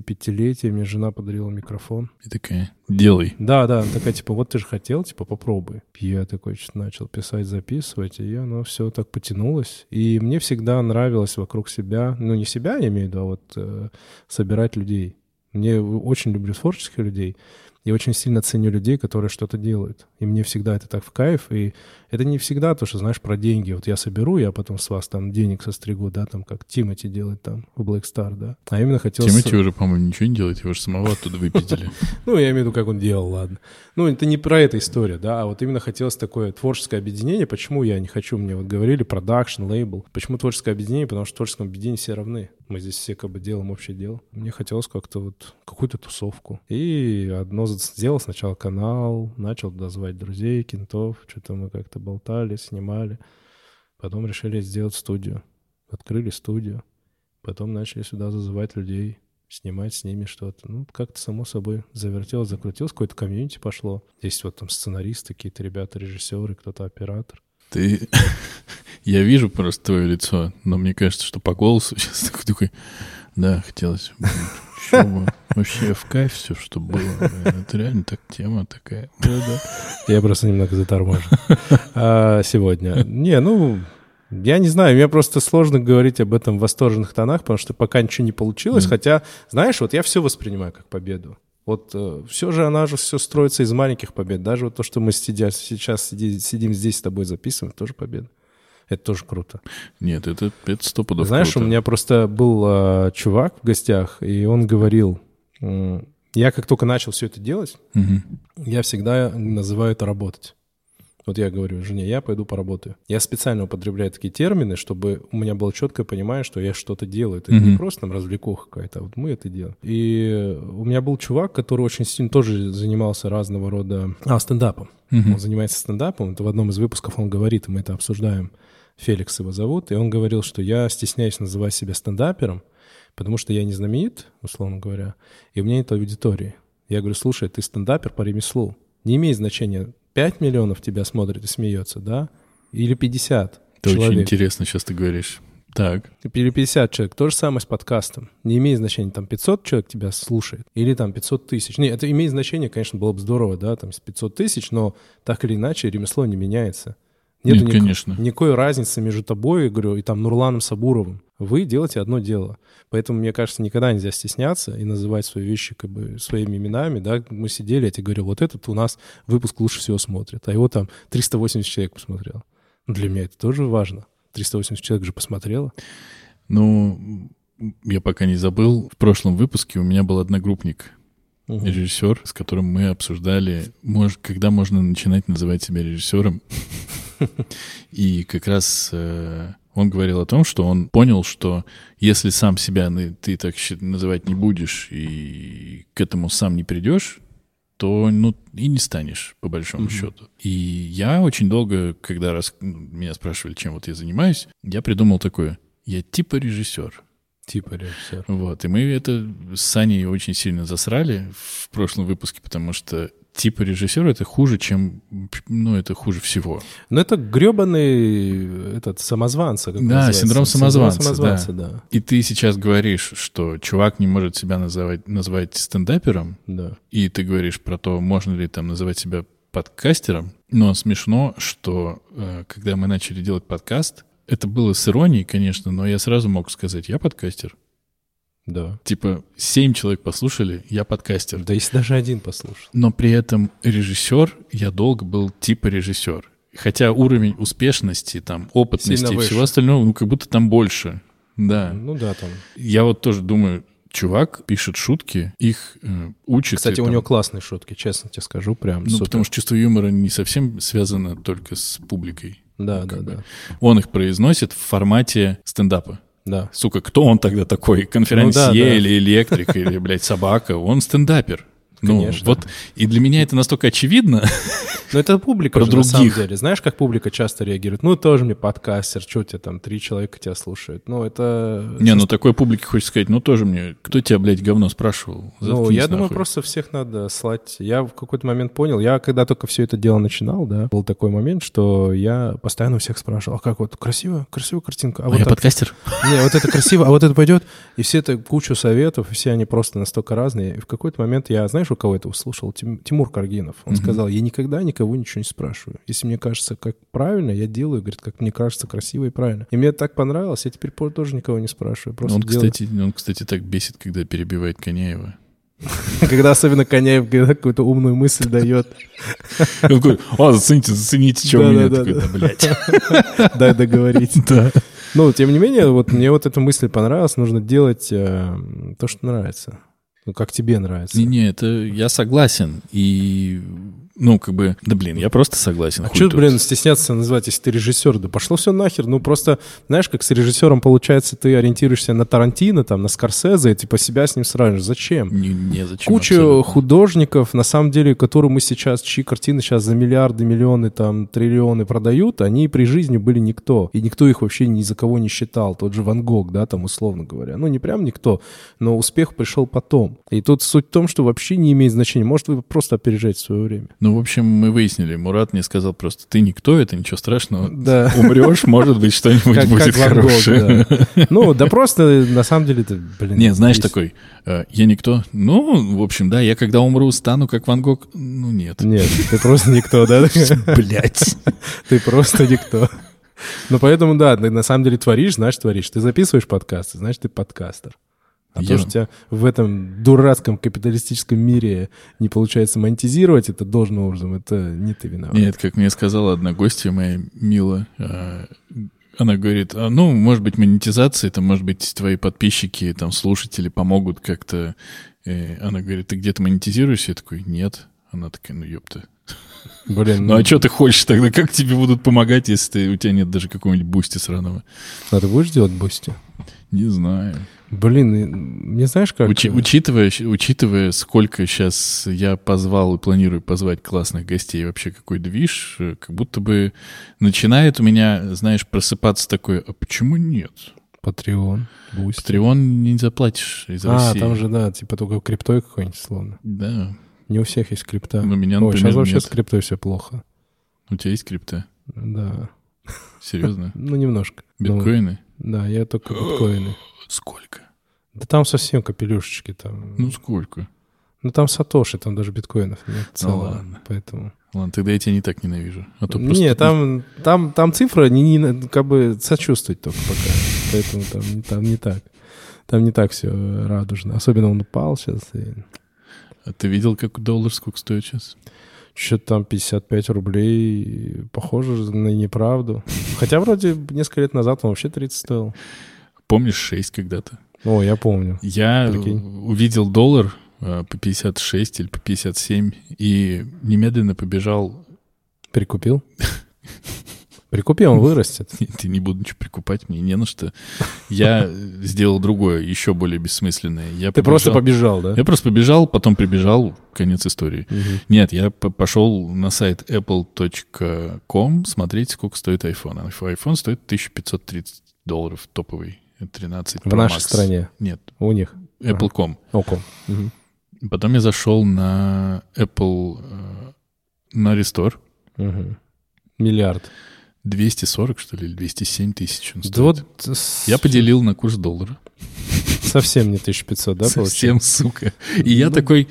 S1: 35-летие мне жена подарила микрофон.
S2: И такая, делай.
S1: Да, да, она такая, типа, вот ты же хотел, типа, попробуй. Я такой что-то начал писать, записывать, и оно все так потянулось. И мне всегда нравилось вокруг себя, ну, не себя я имею в виду, а вот э, собирать людей. Мне очень люблю творческих людей, и очень сильно ценю людей, которые что-то делают. И мне всегда это так в кайф, и это не всегда то, что, знаешь, про деньги. Вот я соберу, я потом с вас там денег состригу, да, там, как Тимати делает там в Black Star, да. А именно хотел... с-
S2: Тимати уже, по-моему, ничего не делает, его же самого оттуда выпиздили. (laughs)
S1: ну, я имею в виду, как он делал, ладно. Ну, это не про эту историю, да, а вот именно хотелось такое творческое объединение. Почему я не хочу, мне вот говорили, продакшн, лейбл. Почему творческое объединение? Потому что в творческом объединении все равны. Мы здесь все как бы делаем общее дело. Мне хотелось как-то вот какую-то тусовку. И одно з- сделал сначала канал, начал туда звать друзей, кентов, что-то мы как-то болтали, снимали. Потом решили сделать студию. Открыли студию. Потом начали сюда зазывать людей снимать с ними что-то. Ну, как-то само собой завертелось, закрутилось, какое-то комьюнити пошло. Есть вот там сценаристы, какие-то ребята, режиссеры, кто-то оператор.
S2: Ты... (laughs) Я вижу просто твое лицо, но мне кажется, что по голосу (laughs) сейчас такой, такой да, хотелось. блин, чё бы. Вообще в кайф все, что было. блин. Это реально так тема такая.
S1: Я просто немного заторможен А, сегодня. Не, ну, я не знаю, мне просто сложно говорить об этом в восторженных тонах, потому что пока ничего не получилось,
S2: Мгм.
S1: хотя, знаешь, вот я все воспринимаю как победу. Вот все же она же все строится из маленьких побед. Даже вот то, что мы сидя, сейчас сиди- сидим здесь с тобой записываем, тоже победа. Это тоже круто.
S2: Нет, это, это сто пудов
S1: Знаешь,
S2: круто.
S1: у меня просто был а, чувак в гостях, и он говорил, м, я как только начал все это делать,
S2: Мгм.
S1: я всегда называю это работать. Вот я говорю жене, я пойду поработаю. Я специально употребляю такие термины, чтобы у меня было четкое понимание, что я что-то делаю. Это не
S2: Мгм.
S1: просто там развлекуха какая-то, а вот мы это делаем. И у меня был чувак, который очень сильно тоже занимался разного рода... А, стендапом.
S2: Мгм.
S1: Он занимается стендапом. Это в одном из выпусков он говорит, и мы это обсуждаем. Феликс его зовут. И он говорил, что я стесняюсь называть себя стендапером, потому что я не знаменит, условно говоря, и у меня нет аудитории. Я говорю, слушай, ты стендапер по ремеслу. Не имеет значения, 5 миллионов тебя смотрит и смеется, да? Или 50
S2: Это очень
S1: человек.
S2: интересно, сейчас ты говоришь. Так,
S1: Или 50 человек. То же самое с подкастом. Не имеет значения, там 500 человек тебя слушает или там 500 тысяч. Нет, это имеет значение, конечно, было бы здорово, да, там с 500 тысяч, но так или иначе ремесло не меняется. Нету
S2: Нет,
S1: ни-
S2: Ну, конечно.
S1: никакой разницы между тобой, я говорю, и там Нурланом Сабуровым. Вы делаете одно дело. Поэтому, мне кажется, никогда нельзя стесняться и называть свои вещи как бы своими именами. Да? Мы сидели, я тебе говорю, вот этот у нас выпуск лучше всего смотрит, а его там 380 человек посмотрело. Ну, Для меня это тоже важно. 380 человек же посмотрело.
S2: ну, я пока не забыл. В прошлом выпуске у меня был одногруппник,
S1: Мгм.
S2: режиссер, с которым мы обсуждали, мож- когда можно начинать называть себя режиссером. И как раз э, он говорил о том, что он понял, что если сам себя на- ты так щи- называть не будешь и к этому сам не придешь, то ну и не станешь, по большому
S1: Мгм.
S2: счету. И я очень долго, когда раз ну, меня спрашивали, чем вот я занимаюсь, я придумал такое. Я типа режиссер.
S1: Типа режиссер.
S2: Вот, и мы это с Саней очень сильно засрали в прошлом выпуске, потому что типа режиссер это хуже, чем, ну, это хуже всего.
S1: Ну, это гребаный этот самозванца. как
S2: Да,
S1: называется.
S2: синдром самозванца,
S1: самозванца, да.
S2: И ты сейчас говоришь, что чувак не может себя называть, назвать стендапером,
S1: да.
S2: и ты говоришь про то, можно ли там называть себя подкастером, но смешно, что э, когда мы начали делать подкаст, это было с иронией, конечно, но я сразу мог сказать, я подкастер.
S1: Да.
S2: Типа, семь человек послушали, я подкастер.
S1: Да если даже один послушал.
S2: Но при этом режиссер, я долго был типа режиссер. Хотя уровень успешности, там, опытности
S1: Сильно
S2: и
S1: выше.
S2: всего остального, ну, как будто там больше. Да.
S1: Ну да, там.
S2: Я вот тоже думаю, чувак пишет шутки, их э, учит. и
S1: Кстати, у
S2: там-
S1: него классные шутки, честно тебе скажу, прям
S2: Ну,
S1: супер.
S2: потому что чувство юмора не совсем связано только с публикой.
S1: Да, да,
S2: как бы.
S1: да.
S2: Он их произносит в формате стендапа.
S1: Да.
S2: Сука, кто он тогда такой? Конференсье
S1: Ну да, да.
S2: или электрик, или, блядь, собака?
S1: (laughs)
S2: Он стендапер.
S1: Конечно.
S2: Ну, вот, и для меня это настолько очевидно.
S1: Но это публика
S2: Про
S1: же, на самом
S2: других.
S1: деле. Знаешь, как публика часто реагирует? Ну, тоже мне подкастер, что тебе там, три человека тебя слушают. Ну, это...
S2: Не, ну такой публике хочется сказать, ну тоже мне, кто тебя, блядь, говно спрашивал?
S1: Ну,
S2: Заткнись
S1: я думаю,
S2: нахуй.
S1: просто всех надо слать. Я в какой-то момент понял, я когда только все это дело начинал, да, был такой момент, что я постоянно у всех спрашивал, а как вот, красиво, красивая картинка, а,
S2: А
S1: вот
S2: я
S1: так,
S2: подкастер?
S1: не, вот это красиво, а вот это пойдет, и все это кучу советов, и все они просто настолько разные. И в какой-то момент я, знаешь, у кого это услышал? Тим- Тимур Каргинов. Он сказал, я никогда никого ничего не спрашиваю. Если мне кажется, как правильно, я делаю, говорит, как мне кажется красиво и правильно. И мне так понравилось, я теперь по- тоже никого не спрашиваю. (laughs) Просто
S2: Он,
S1: делаю.
S2: Ну кстати, он, кстати, так бесит, когда перебивает Коняева.
S1: (laughs)
S2: (laughs)
S1: Когда особенно Коняев когда какую-то умную мысль дает,
S2: Он такой, а, зацените, зацените, что у меня
S1: Да-да-да.
S2: такой, да,
S1: (laughs)
S2: блядь.
S1: дай договорить.
S2: Да.
S1: (laughs) Ну, тем не менее, вот мне вот эта мысль понравилась. Нужно делать э, то, что нравится. Ну, как тебе нравится.
S2: Не-не, это я согласен. И, ну, как бы, да блин, я просто согласен.
S1: А
S2: хуй
S1: что,
S2: тут.
S1: блин, стесняться назвать, если ты режиссер? Да пошло все нахер. Ну, просто, знаешь, как с режиссером получается, ты ориентируешься на Тарантино, там, на Скорсезе, и типа себя с ним сравнишь. Зачем?
S2: Не, не зачем.
S1: Куча
S2: абсолютно.
S1: художников, на самом деле, которые мы сейчас, чьи картины сейчас за миллиарды, миллионы, там, триллионы продают, они при жизни были никто. И никто их вообще ни за кого не считал. Тот же Ван Гог, да, там, условно говоря. Ну, не прям никто, но успех пришел потом. И тут суть в том, что вообще не имеет значения. Может, вы просто опережаете свое время.
S2: Ну, в общем, мы выяснили. Мурат мне сказал просто, ты никто, это ничего
S1: (laughs)
S2: страшного. (laughs)
S1: Да.
S2: Умрешь, может быть, что-нибудь
S1: Как-
S2: будет
S1: как Ван Гог,
S2: хорошее.
S1: да. Ну, да просто, на самом деле, это, блин...
S2: Не, знаешь,
S1: есть-
S2: такой, э, я никто. Ну, в общем, да, я когда умру, стану как Ван Гог. Ну, нет.
S1: Нет, ты просто никто,
S2: (laughs)
S1: да?
S2: Блять.
S1: Ты просто (laughs) никто. Ну, поэтому, да, ты на самом деле творишь, значит, творишь. Ты записываешь подкасты, значит, ты подкастер. А
S2: Я-
S1: то, что тебя в этом дурацком капиталистическом мире не получается монетизировать это должным образом, это не ты виноват.
S2: Нет, как мне сказала одна гостья моя, Мила, э, она говорит, «А, ну, может быть, монетизация, это, может быть, твои подписчики, там, слушатели помогут как-то. Э, Она говорит, ты где-то монетизируешься? Я такой, нет. Она такая, ну, ёпта.
S1: Блин,
S2: Ну, а что ты хочешь тогда? Как тебе будут помогать, если ты- у тебя нет даже какого-нибудь бусти сраного?
S1: а ты будешь делать бусти?
S2: Не знаю.
S1: Блин, и- не знаешь, как...
S2: Учи- учитывая, щ- учитывая, сколько сейчас я позвал и планирую позвать классных гостей, вообще какой движ, э, как будто бы начинает у меня, знаешь, просыпаться такое, а почему нет?
S1: Патреон, бусти.
S2: Патреон не заплатишь из
S1: А,
S2: России.
S1: там же, да, типа только криптой какой-нибудь, словно.
S2: Да,
S1: Не у всех есть крипта.
S2: у
S1: Ой, сейчас
S2: меня, Ну, например,
S1: вообще
S2: нет.
S1: с криптой все плохо.
S2: У тебя есть крипта?
S1: Да. (laughs)
S2: Серьезно?
S1: Ну, немножко. Ну,
S2: Биткоины?
S1: да, я только биткоины.
S2: Сколько?
S1: Да там совсем капелюшечки там.
S2: Ну,
S1: Ну,
S2: сколько?
S1: там Сатоши, там даже биткоинов нет в целом.
S2: Ну, ладно.
S1: Поэтому.
S2: Ладно, тогда я тебя не так ненавижу. А то просто...
S1: Не, там, там, там цифра не, не- как бы сочувствовать только пока. Поэтому там, не- там не так. Там не так все радужно. Особенно он упал сейчас. И...
S2: А ты видел, как доллар сколько стоит сейчас?
S1: Что-то там 55 рублей. Похоже на неправду. Хотя вроде несколько лет назад он вообще 30 стоил.
S2: Помнишь, 6 когда-то?
S1: О, я помню.
S2: Я
S1: Прикинь.
S2: увидел доллар э, по 56 или по 57 и немедленно побежал. (laughs)
S1: Прикупил? Прикупи, он вырастет.
S2: Нет, я не буду ничего прикупать, мне не на что. Я э, сделал другое, еще более бессмысленное. Я
S1: Ты просто
S2: побежал-
S1: побежал, да?
S2: Я просто побежал, потом прибежал, конец истории.
S1: Мгм.
S2: Нет, я п- пошел на сайт apple.com смотреть, сколько стоит iPhone. А iPhone стоит 1530 долларов топовый, 13
S1: В
S2: Pro
S1: нашей
S2: Max.
S1: стране.
S2: Нет,
S1: У них.
S2: apple.com.
S1: Оком.
S2: Потом я зашел на Apple, э, на Restore.
S1: Мгм. Миллиард.
S2: 240, что ли, или 207 тысяч он
S1: Да
S2: стоит.
S1: вот с-
S2: Я поделил на курс доллара.
S1: совсем не 1500, да, получилось?
S2: Совсем, сука. И я
S1: Ну.
S2: такой,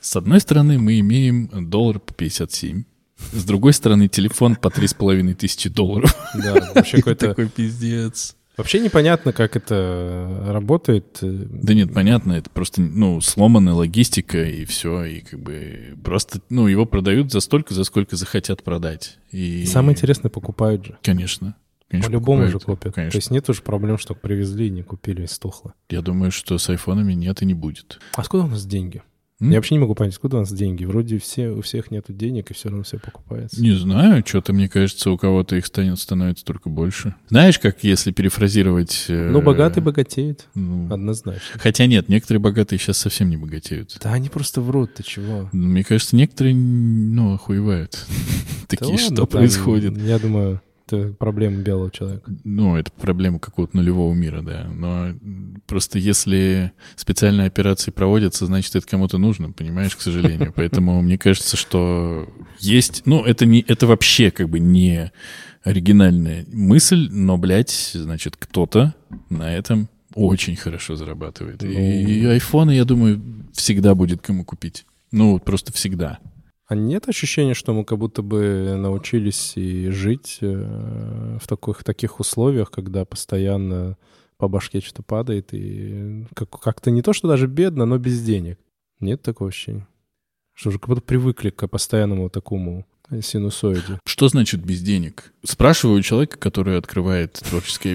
S2: с одной стороны, мы имеем доллар по 57, С другой стороны, телефон по три с половиной тысячи долларов.
S1: (laughs) Да, вообще какой-то...
S2: Такой пиздец.
S1: Вообще непонятно, как это работает.
S2: Да нет, понятно, это просто, ну, сломанная логистика и все, и как бы просто, ну, его продают за столько, за сколько захотят продать. И...
S1: Самое интересное, покупают же.
S2: Конечно. конечно
S1: По-любому же
S2: покупают,
S1: купят. То
S2: Конечно.
S1: есть нет уже проблем, что привезли и не купили, и стухло.
S2: Я думаю, что с айфонами нет и не будет.
S1: А откуда у нас деньги?
S2: М?
S1: Я вообще не могу понять, откуда у нас деньги. Вроде все, у всех нет денег, и все равно все покупается.
S2: Не знаю, что-то, мне кажется, у кого-то их станет, становится только больше. Знаешь, как если перефразировать... э,
S1: Ну, богатый А богатеет,
S2: ну,
S1: однозначно.
S2: Хотя нет, некоторые богатые сейчас совсем не богатеют.
S1: Да они просто врут, ты чего?
S2: Мне кажется, некоторые, ну, охуевают. (laughs) Такие,
S1: Да ладно,
S2: что
S1: там,
S2: происходит?
S1: Я думаю, это проблема белого человека.
S2: Ну, это проблема какого-то нулевого мира, да. Но м, просто если специальные операции проводятся, значит, это кому-то нужно, понимаешь,
S1: (laughs)
S2: к сожалению. Поэтому мне кажется, что есть... Ну, это, не, это вообще как бы не оригинальная мысль, но, блядь, значит, кто-то на этом очень хорошо зарабатывает. И
S1: Ну.
S2: айфоны, я думаю, всегда будет кому купить. Ну, вот просто всегда.
S1: А нет ощущения, что мы как будто бы научились и жить э, в таких, таких условиях, когда постоянно по башке что-то падает, и э, как- как-то не то, что даже бедно, но без денег. Нет такого ощущения? Что же, как будто привыкли к постоянному такому синусоиде.
S2: Что значит без денег? Спрашиваю у человека, который открывает творческое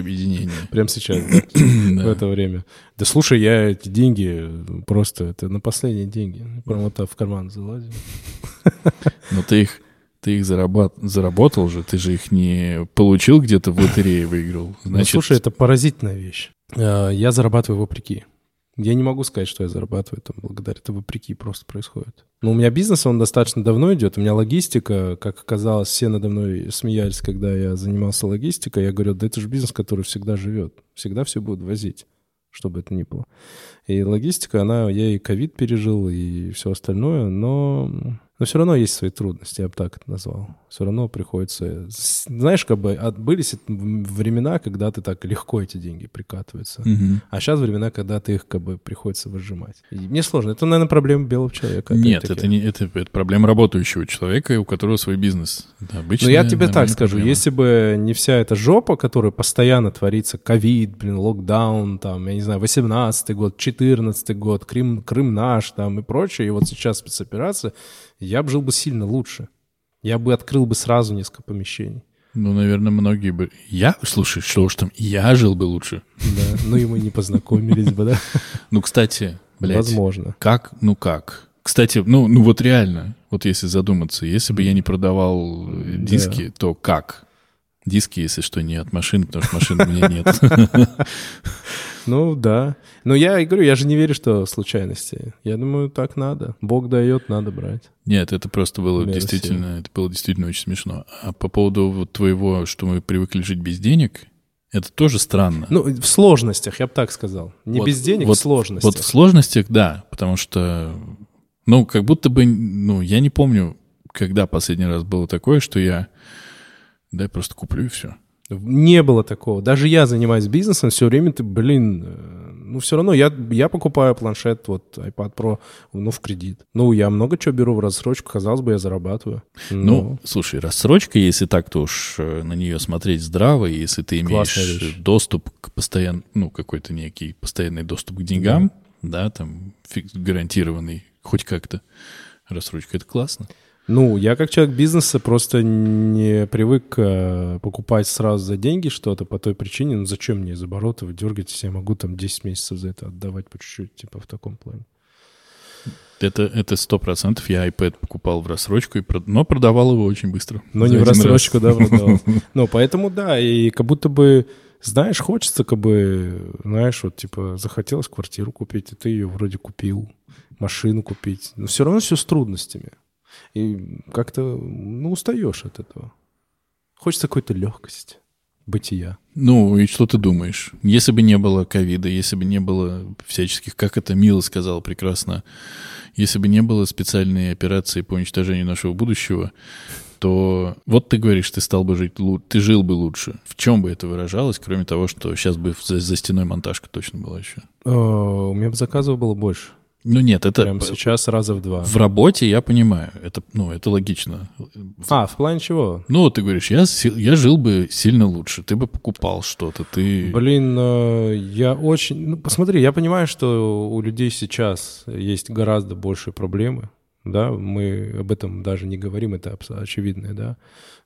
S1: (laughs)
S2: объединение.
S1: Прямо сейчас, да, в
S2: (coughs) Да.
S1: это время. Да слушай, я эти деньги просто, это на последние деньги. Прямо вот так в карман залазил.
S2: Но ты их, ты их зарабат, заработал же, ты же их не получил где-то в лотерее выиграл.
S1: Ну, слушай, это поразительная вещь. Э, Я зарабатываю вопреки. Я не могу сказать, что я зарабатываю там благодаря это вопреки просто происходит. Но у меня бизнес, он достаточно давно идет. У меня логистика, как оказалось, все надо мной смеялись, когда я занимался логистикой. Я говорю, да это же бизнес, который всегда живет. Всегда все будут возить, чтобы это ни было. И логистика, она, я и ковид пережил, и все остальное, но, но все равно есть свои трудности, я бы так это назвал. Все равно приходится... с- Знаешь, как бы от- были се- м, времена, когда ты так легко эти деньги прикатываются.
S2: Мгм.
S1: А сейчас времена, когда ты их как бы приходится выжимать. И мне сложно. Это, наверное, проблема белого человека.
S2: Нет,
S1: опять-таки.
S2: это, не, это, это проблема работающего человека, у которого свой бизнес. Это обычная,
S1: Ну, я тебе так
S2: нормальная
S1: скажу,
S2: проблема.
S1: если бы не вся эта жопа, которая постоянно творится, ковид, блин, локдаун, там, я не знаю, 18-й год, 14-й год, Крым, Крым наш, там, и прочее, и вот сейчас спецоперация, я бы жил бы сильно лучше. Я бы открыл бы сразу несколько помещений.
S2: Ну, наверное, многие бы... Я? Слушай, что уж там, я жил бы лучше.
S1: Да. (laughs) Ну, и мы не познакомились бы, да?
S2: Ну, кстати, (laughs) блядь.
S1: Возможно.
S2: Как? Ну, как? Кстати, ну, ну вот реально, вот если задуматься, если бы я не продавал э, диски, то как? Диски, если что, не от машин, потому что машин у меня нет. (laughs)
S1: Ну, да. Но я и говорю, я же не верю, что случайности. Я думаю, так надо. Бог дает, надо брать.
S2: Нет, это просто было
S1: Мерси.
S2: действительно, это было действительно очень смешно. А по поводу вот твоего, что мы привыкли жить без денег, это тоже странно.
S1: Ну, в сложностях, я бы так сказал. Не
S2: Вот-
S1: без денег,
S2: вот-
S1: в сложностях.
S2: Вот в сложностях, да, потому что, ну, как будто бы, ну, я не помню, когда последний раз было такое, что я, да, я просто куплю и все.
S1: Не было такого. Даже я занимаюсь бизнесом, все время ты, блин, э, ну все равно я, я покупаю планшет, вот iPad Pro, ну в кредит. Ну я много чего беру в рассрочку, казалось бы, я зарабатываю.
S2: Ну,
S1: Но
S2: слушай, рассрочка, если так, то уж э, на нее смотреть здраво, и если ты имеешь
S1: Классная вещь.
S2: э, доступ к постоян... ну, какой-то некий постоянный доступ к деньгам, да, там фикс- гарантированный, хоть как-то. Рассрочка это классно.
S1: Ну, я как человек бизнеса просто не привык э, покупать сразу за деньги что-то по той причине, ну зачем мне из оборота выдергивать, я могу там 10 месяцев за это отдавать по чуть-чуть, типа в таком плане.
S2: Это это сто процентов. Я iPad покупал в рассрочку, и прод- но продавал его очень быстро.
S1: Но
S2: За
S1: не в
S2: один раз.
S1: рассрочку, да, продавал. Ну, поэтому да, и как будто бы, знаешь, хочется, как бы, знаешь, вот типа захотелось квартиру купить, и ты ее вроде купил, машину купить, но все равно все с трудностями. И как-то, ну, устаешь от этого. Хочется какой-то легкости бытия.
S2: Ну, и что ты думаешь? Если бы не было ковида, если бы не было всяческих, как это Мила сказал прекрасно, если бы не было специальной операции по уничтожению нашего будущего, то вот ты говоришь, ты стал бы жить лучше, ты жил бы лучше. В чем бы это выражалось, кроме того, что сейчас бы за, за стеной монтажка точно была еще?
S1: Э, У меня бы заказов было больше.
S2: Ну нет, это
S1: Прямо сейчас раза в два.
S2: в работе я понимаю. Это, ну, это логично.
S1: А, в плане чего?
S2: Ну, вот ты говоришь, я, си- я жил бы сильно лучше, ты бы покупал что-то, ты...
S1: Блин, э, я очень... Ну, посмотри, я понимаю, что у людей сейчас есть гораздо больше проблемы, да, мы об этом даже не говорим, это абс- очевидно, да.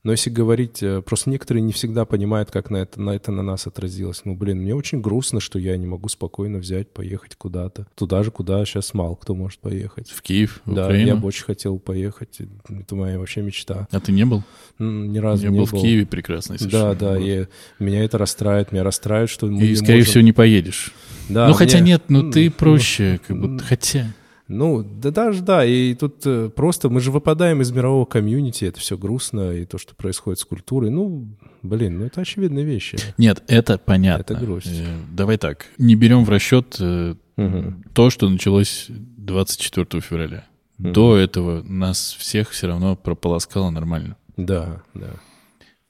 S1: Но если говорить, э, просто некоторые не всегда понимают, как на это, на это на нас отразилось. Ну, блин, мне очень грустно, что я не могу спокойно взять, поехать куда-то. Туда же, куда сейчас мало кто может поехать.
S2: В Киев, в
S1: да,
S2: Украину.
S1: я бы очень хотел поехать. Это моя вообще мечта.
S2: А ты не был?
S1: М, Ни разу
S2: я
S1: не
S2: был, в Киеве прекрасный
S1: Да,
S2: совершенно
S1: да,
S2: город.
S1: и меня это расстраивает, меня расстраивает, что мы
S2: И,
S1: не
S2: скорее
S1: можем-
S2: всего, не поедешь.
S1: Да,
S2: ну, хотя
S1: мне-
S2: нет, ну, ты
S1: М,
S2: проще, как
S1: м.
S2: бы, хотя...
S1: Ну, да даже, да, и тут э, просто мы же выпадаем из мирового комьюнити, это все грустно, и то, что происходит с культурой, ну, блин, ну это очевидные вещи.
S2: Нет, это понятно.
S1: Это грусть.
S2: Э, Давай так, не берем в расчет э, то, что началось 24 февраля.
S1: Мгм.
S2: До этого нас всех все равно прополоскало нормально.
S1: Да, да.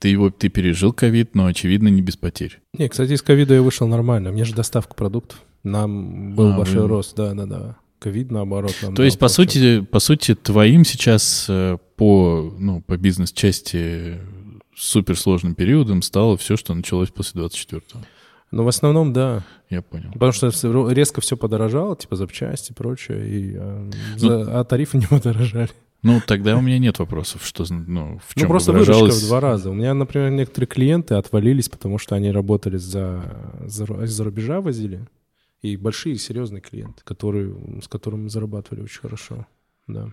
S2: Ты его, ты пережил ковид, но, очевидно, не без потерь.
S1: Не, кстати, из ковида я вышел нормально, мне же доставка продуктов, нам был
S2: А,
S1: большой
S2: вы-
S1: рост, да-да-да. Ковид, наоборот, нам
S2: То есть,
S1: дал
S2: по
S1: толчок.
S2: сути, по сути, твоим сейчас э, по, ну, по бизнес-части суперсложным периодом стало все, что началось после 24-го.
S1: Ну, в основном, да.
S2: Я понял.
S1: Потому что всё ро- резко все подорожало, типа запчасти и прочее, и, э, за- а тарифы (laughs) не подорожали.
S2: Ну, тогда у меня нет вопросов, что, зн- ну, в чем
S1: ну, просто выручка
S2: выражалось-
S1: в два раза. У меня, например, некоторые клиенты отвалились, потому что они работали за, за, ру- из-за рубежа, возили. И большие, серьезные клиенты, которые, с которыми мы зарабатывали очень хорошо. Да.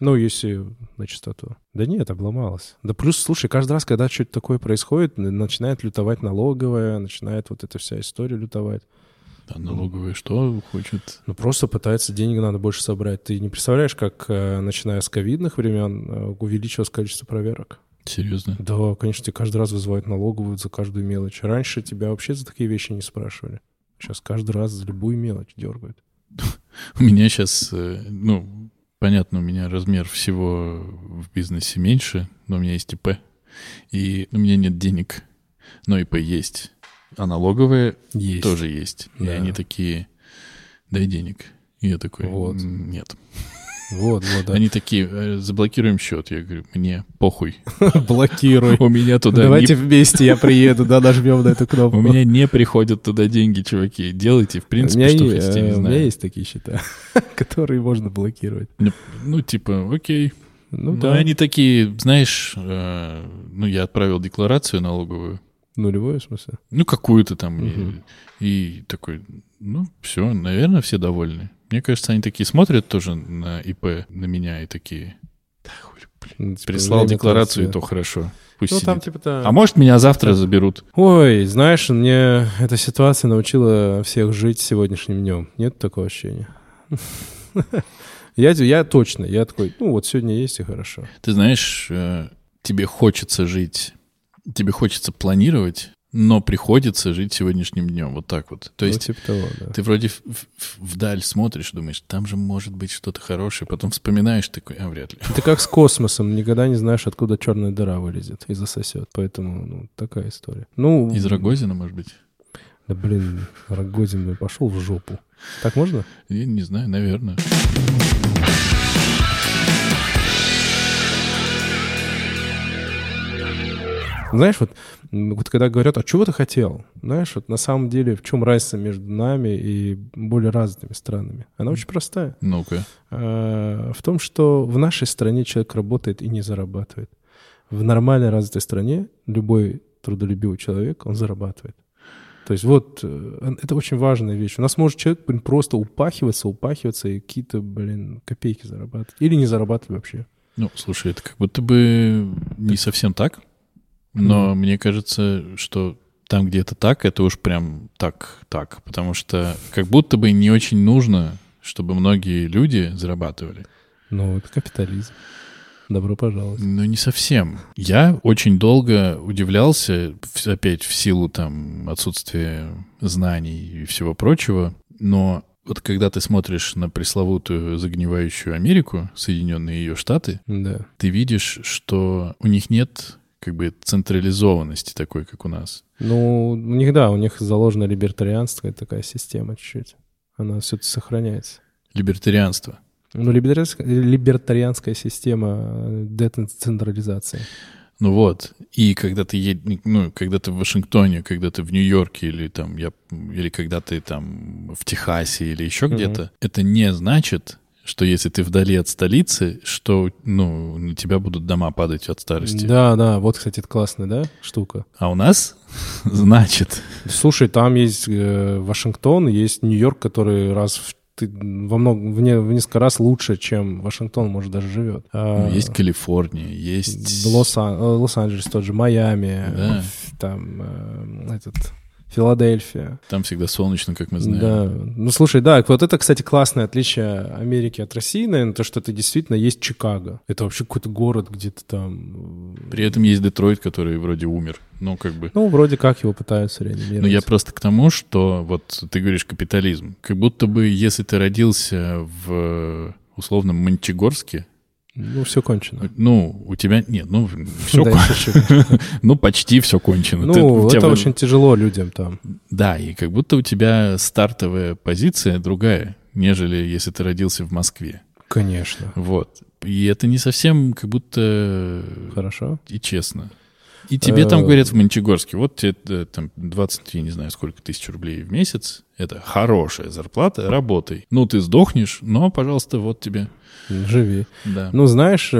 S1: Ну, если на чистоту. Да нет, обломалось. Да плюс, слушай, каждый раз, когда что-то такое происходит, н- начинает лютовать налоговая, начинает вот эта вся история лютовать.
S2: Да, налоговые что хочет?
S1: Ну, просто пытается, денег надо больше собрать. Ты не представляешь, как, э, начиная с ковидных времен, э, увеличилось количество проверок.
S2: Серьезно?
S1: Да, конечно, тебе каждый раз вызывают налоговую за каждую мелочь. Раньше тебя вообще за такие вещи не спрашивали. Сейчас каждый раз за любую мелочь дергают.
S2: У меня сейчас, ну, понятно, у меня размер всего в бизнесе меньше, но у меня есть ИП, и у меня нет денег, но ИП есть. А налоговые
S1: Есть.
S2: тоже есть. И
S1: Да.
S2: они такие, дай денег. И я такой,
S1: Вот.
S2: «М, нет.
S1: Вот, вот, да. (laughs)
S2: Они такие, «Э, заблокируем счет. Я говорю, мне похуй.
S1: Блокируй.
S2: У меня туда не,
S1: Ну, вместе, я приеду, да, нажмем на эту кнопку.
S2: у меня не приходят туда деньги, чуваки. Делайте, в принципе, что
S1: е-
S2: хотите, не
S1: э, у меня
S2: знаю.
S1: есть такие счета, (laughs) которые можно блокировать.
S2: Ну, Ну, типа, окей,
S1: Ну,
S2: Ну,
S1: да,
S2: они такие, знаешь, э, ну, я отправил декларацию налоговую,
S1: нулевое, в смысле?
S2: ну, какую-то там, и-
S1: Мгм.
S2: и, такой, ну, все, наверное, все довольны. Мне кажется, они такие смотрят тоже на ИП, на меня, и такие, «Да хуй, блин,
S1: Ну, типа,
S2: прислал
S1: время
S2: декларацию, и
S1: тратится.
S2: то хорошо, пусть
S1: Ну, там
S2: сидит».
S1: типа-то...
S2: А может, меня завтра заберут?
S1: Ой, знаешь, мне эта ситуация научила всех жить сегодняшним днем. Нет такого ощущения? (laughs) Я, я точно, я такой, ну вот сегодня есть и хорошо.
S2: Ты знаешь, э, тебе хочется жить, тебе хочется планировать, но приходится жить сегодняшним днем, вот так вот.
S1: Ну,
S2: То есть
S1: типа того, да.
S2: Ты вроде в- в- вдаль смотришь, думаешь, там же может быть что-то хорошее, потом вспоминаешь, такой, а вряд ли.
S1: Это как с космосом, никогда не знаешь, откуда черная дыра вылезет и засосет. Поэтому, ну, такая история. Ну,
S2: Из Рогозина, может быть?
S1: да блин, Рогозин, блин, пошел в жопу. Так можно?
S2: Я не знаю, наверное.
S1: Знаешь, вот, м, вот когда говорят, а чего ты хотел? Знаешь, вот на самом деле, в чем разница между нами и более развитыми странами? Она очень простая.
S2: Ну-ка.
S1: э, в том, что в нашей стране человек работает и не зарабатывает. В нормальной развитой стране любой трудолюбивый человек, он зарабатывает. То есть вот э, это очень важная вещь. У нас может человек блин, просто упахиваться, упахиваться и какие-то, блин, копейки зарабатывать. Или не зарабатывать вообще.
S2: Ну, слушай, это как будто бы не совсем так, но мне кажется, что там, где это так, это уж прям так, так, потому что как будто бы не очень нужно, чтобы многие люди зарабатывали.
S1: Ну, это капитализм. Добро пожаловать.
S2: Ну, не совсем. Я очень долго удивлялся, в- опять в силу там отсутствия знаний и всего прочего, но вот когда ты смотришь на пресловутую загнивающую Америку, Соединенные ее Штаты,
S1: Да.
S2: ты видишь, что у них нет как бы централизованности такой, как у нас.
S1: Ну, у них, да, у них заложено либертарианство, это такая система чуть-чуть. Она все-таки сохраняется.
S2: либертарианство.
S1: Ну, либертарианская, либертарианская система э, децентрализации.
S2: Ну вот, и когда ты ед... ну, когда ты в Вашингтоне, когда ты в Нью-Йорке, или там я, или когда ты там в Техасе, или еще
S1: Мгм.
S2: где-то, это не значит, что если ты вдали от столицы, что ну на тебя будут дома падать от старости.
S1: Да, да, вот, кстати, это классная, да, штука.
S2: А у нас (laughs) значит.
S1: Слушай, там есть э, Вашингтон, есть Нью-Йорк, который раз в ты- во много, в, не- в несколько раз лучше, чем Вашингтон, может, даже живет. А,
S2: ну, есть Калифорния, есть
S1: Лос-Ан- э, Лос-Анджелес тот же, Майами,
S2: Да.
S1: ф- там э, этот, Филадельфия.
S2: там всегда солнечно, как мы знаем.
S1: Да. Ну, слушай, да, вот это, кстати, классное отличие Америки от России, наверное, то, что ты действительно есть Чикаго. Это вообще какой-то город, где то там... э,
S2: При этом есть Детройт, который вроде умер. Ну как бы.
S1: Ну, вроде как его пытаются реанимировать.
S2: Ну, я просто к тому, что вот ты говоришь капитализм. Как будто бы, если ты родился в э, условном Мончегорске,
S1: Ну, все кончено.
S2: ну, у тебя... Нет, ну,
S1: (laughs)
S2: все...
S1: Да,
S2: кон-
S1: я
S2: (laughs)
S1: шучу.
S2: Ну, почти все кончено. Ты- у
S1: Ну,
S2: тебя
S1: это
S2: вы-
S1: очень тяжело людям там.
S2: Да, и как будто у тебя стартовая позиция другая, нежели если ты родился в Москве.
S1: Конечно.
S2: Вот. И это не совсем как будто
S1: Хорошо.
S2: и честно. И тебе
S1: Э,
S2: там говорят в Мончегорске, вот тебе э, там 20, я не знаю, сколько тысяч рублей в месяц, это хорошая зарплата, работай. Ну, ты сдохнешь, но, пожалуйста, вот тебе.
S1: Живи.
S2: Да.
S1: Ну, знаешь,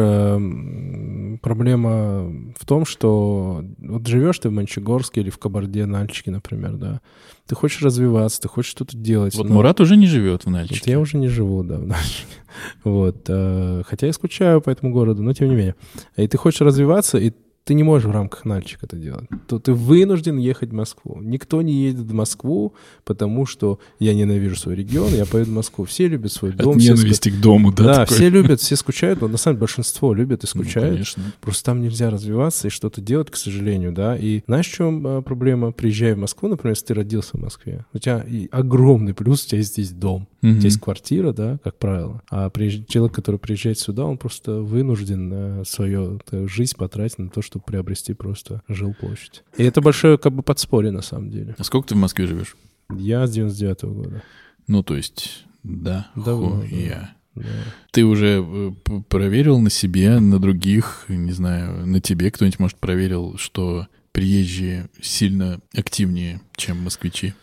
S1: эм, проблема в том, что вот живешь ты в Мончегорске или в Кабарде, Нальчике, например, да, ты хочешь развиваться, ты хочешь что-то делать.
S2: вот
S1: но-
S2: Мурат уже не живет в
S1: Ну, Вот
S2: Нальчике.
S1: я уже не живу, да, в Нальчике. (laughs) Вот. э, Хотя я скучаю по этому городу, но тем не менее. И ты хочешь развиваться, и ты не можешь в рамках Нальчика это делать. То ты вынужден ехать в Москву. Никто не едет в Москву, потому что я ненавижу свой регион, я поеду в Москву. Все любят свой дом.
S2: От
S1: все
S2: ненависти к дому,
S1: скучают.
S2: да?
S1: Да,
S2: такой?
S1: все любят, все скучают, но на самом деле большинство любят и
S2: Ну,
S1: скучают.
S2: конечно.
S1: Просто там нельзя развиваться и что-то делать, к сожалению, да. И знаешь, в чем э, проблема? Приезжая в Москву, например, если ты родился в Москве, у тебя и огромный плюс, у тебя есть здесь дом, у
S2: Мгм.
S1: тебя есть квартира, да, как правило. А приезж- человек, который приезжает сюда, он просто вынужден э, свою э, жизнь потратить на то, чтобы приобрести просто жилплощадь. И это большое как бы подспорье на самом деле.
S2: А сколько ты в Москве живешь?
S1: Я с 99 года.
S2: Ну, то есть, да,
S1: Давно, да.
S2: хуя.
S1: Да.
S2: Ты уже э, п- проверил на себе, на других, не знаю, на тебе кто-нибудь, может, проверил, что приезжие сильно активнее, чем москвичи?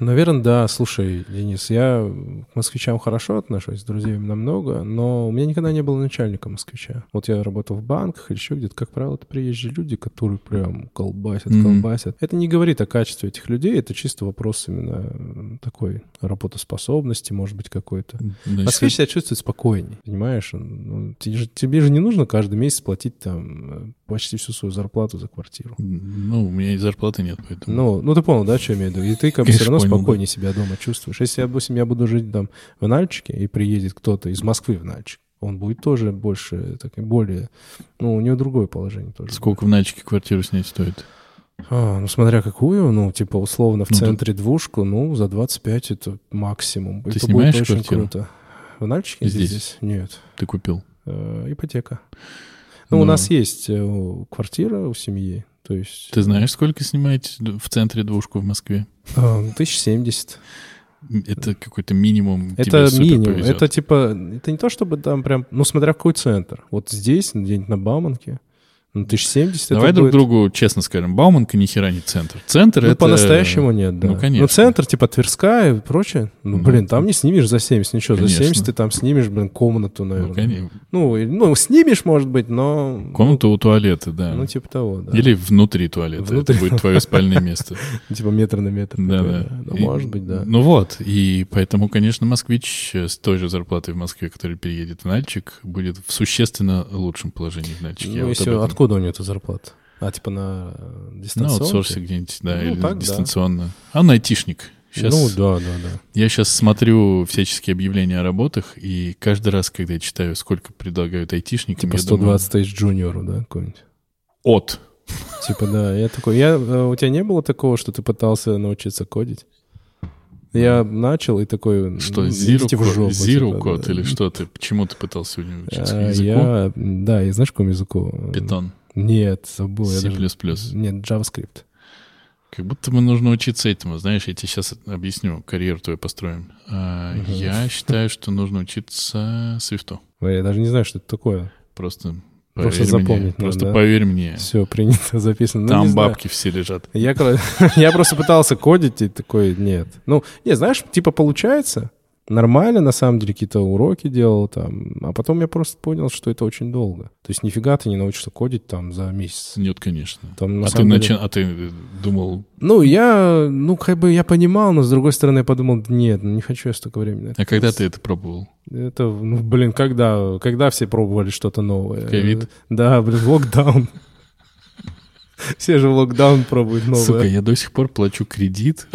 S1: Наверное, Э, да. Слушай, Денис, я к москвичам хорошо отношусь, с друзьями намного, но у меня никогда не было начальника москвича. Вот я работал в банках или еще где-то. Как правило, это приезжие люди, которые прям колбасят,
S2: Мгм.
S1: колбасят. Это не говорит о качестве этих людей, это чисто вопрос именно э, такой работоспособности, может быть, какой-то. А
S2: Значит,
S1: Москвич себя чувствует спокойней, понимаешь? Он- он- тебе, же, тебе же не нужно каждый месяц платить там э, почти всю свою зарплату за квартиру.
S2: Ну, у меня и зарплаты нет, поэтому...
S1: Ну, ну ты понял, да, что я имею в виду? И ты как бы все
S2: Конечно,
S1: равно
S2: понял, да.
S1: спокойнее себя дома чувствуешь. Если, допустим, я буду жить там в Нальчике, и приедет кто-то из Москвы в Нальчик, он будет тоже больше, так, и более... Ну, у него другое положение тоже.
S2: Сколько в Нальчике квартиру снять стоит?
S1: А, ну, смотря какую, ну, типа, условно, в
S2: Ну, да.
S1: центре двушку, ну, за 25 это максимум.
S2: Ты
S1: это
S2: снимаешь
S1: будет очень
S2: квартиру?
S1: круто. В Нальчике или
S2: Здесь?
S1: здесь? Нет.
S2: Ты купил?
S1: Э, ипотека. Ну, у
S2: Ну.
S1: нас есть э, у- квартира у семьи, то есть...
S2: Ты знаешь, сколько снимаете в центре двушку в Москве?
S1: э, 1070.
S2: Это какой-то минимум. тебе
S1: Это
S2: супер
S1: минимум.
S2: повезет.
S1: Это типа, это не то, чтобы там прям, ну, смотря какой центр. Вот здесь, где-нибудь на Бауманке, ну, 1070
S2: Давай
S1: это
S2: друг
S1: будет-
S2: другу честно скажем, Бауманка ни хера не центр. Центр
S1: Ну,
S2: это...
S1: по-настоящему нет, да.
S2: ну, конечно.
S1: Ну, центр, типа, Тверская и прочее. Ну,
S2: Ну.
S1: блин, там не снимешь за 70 ничего.
S2: Конечно.
S1: За 70 ты там снимешь, блин, комнату,
S2: Ну,
S1: наверное.
S2: конечно.
S1: Ну, и- ну, снимешь, может быть, но...
S2: Комната у туалета, да.
S1: Ну, ну, типа того, да.
S2: Или внутри туалета.
S1: Внутри.
S2: Это будет твое спальное
S1: (laughs)
S2: место.
S1: Типа метр на метр.
S2: Да,
S1: такой,
S2: да.
S1: Ну,
S2: И-
S1: может быть, да.
S2: Ну вот, и поэтому, конечно, москвич э, с той же зарплатой в Москве, который переедет в Нальчик, будет в существенно лучшем положении в Нальчике. Я
S1: Ну,
S2: вот
S1: если...
S2: об этом.
S1: Откуда у него эта зарплата? А, типа, на э,
S2: На
S1: дистанционке?
S2: аутсорсе где-нибудь, да,
S1: Ну,
S2: или
S1: так, да.
S2: дистанционно. А он айтишник. Сейчас,
S1: Ну, да, да, да.
S2: Я сейчас смотрю всяческие объявления о работах, и каждый раз, когда я читаю, сколько предлагают айтишникам,
S1: Типа
S2: я думаю,
S1: 120 тысяч джуниору, да, какой-нибудь?
S2: от.
S1: Типа, да, я такой, я, э, у тебя не было такого, что ты пытался научиться кодить? Я начал и такой...
S2: Что,
S1: зиру
S2: Zero, Code- Zero
S1: код
S2: Code или что ты? Почему ты пытался сегодня учиться языку?
S1: А, Я, да, я знаешь, какому языку?
S2: Питон,
S1: Нет, забыл. я
S2: C++.
S1: даже- Нет, JavaScript.
S2: Как будто мы нужно учиться этому, знаешь, я тебе сейчас объясню, карьеру твою построим. А,
S1: Мгм.
S2: Я считаю, что нужно учиться свифту.
S1: Ой, Я даже не знаю, что это такое.
S2: Просто
S1: Просто
S2: поверь
S1: запомнить
S2: мне.
S1: надо,
S2: Просто
S1: да?
S2: поверь мне.
S1: Все, принято, записано. Ну, не
S2: Э. Там
S1: знаю.
S2: бабки все лежат.
S1: Я, когда- (laughs) я просто пытался кодить, и такой, нет. Ну, не, знаешь, типа получается. Нормально, на самом деле, какие-то уроки делал там. А потом я просто понял, что это очень долго. То есть нифига ты не научишься кодить там за месяц.
S2: Нет, конечно.
S1: Там, на
S2: а, ты
S1: самом деле-
S2: начи- а ты думал,
S1: Ну, я, ну, как бы я понимал, но с другой стороны я подумал, нет, ну, не хочу я столько времени. на это
S2: а когда ты
S1: тратить».
S2: это пробовал?
S1: Это, ну, блин, когда, когда все пробовали что-то новое?
S2: Ковид?
S1: Да, блин, локдаун. (laughs) Все же в локдаун пробуют новое.
S2: Сука, я до сих пор плачу кредит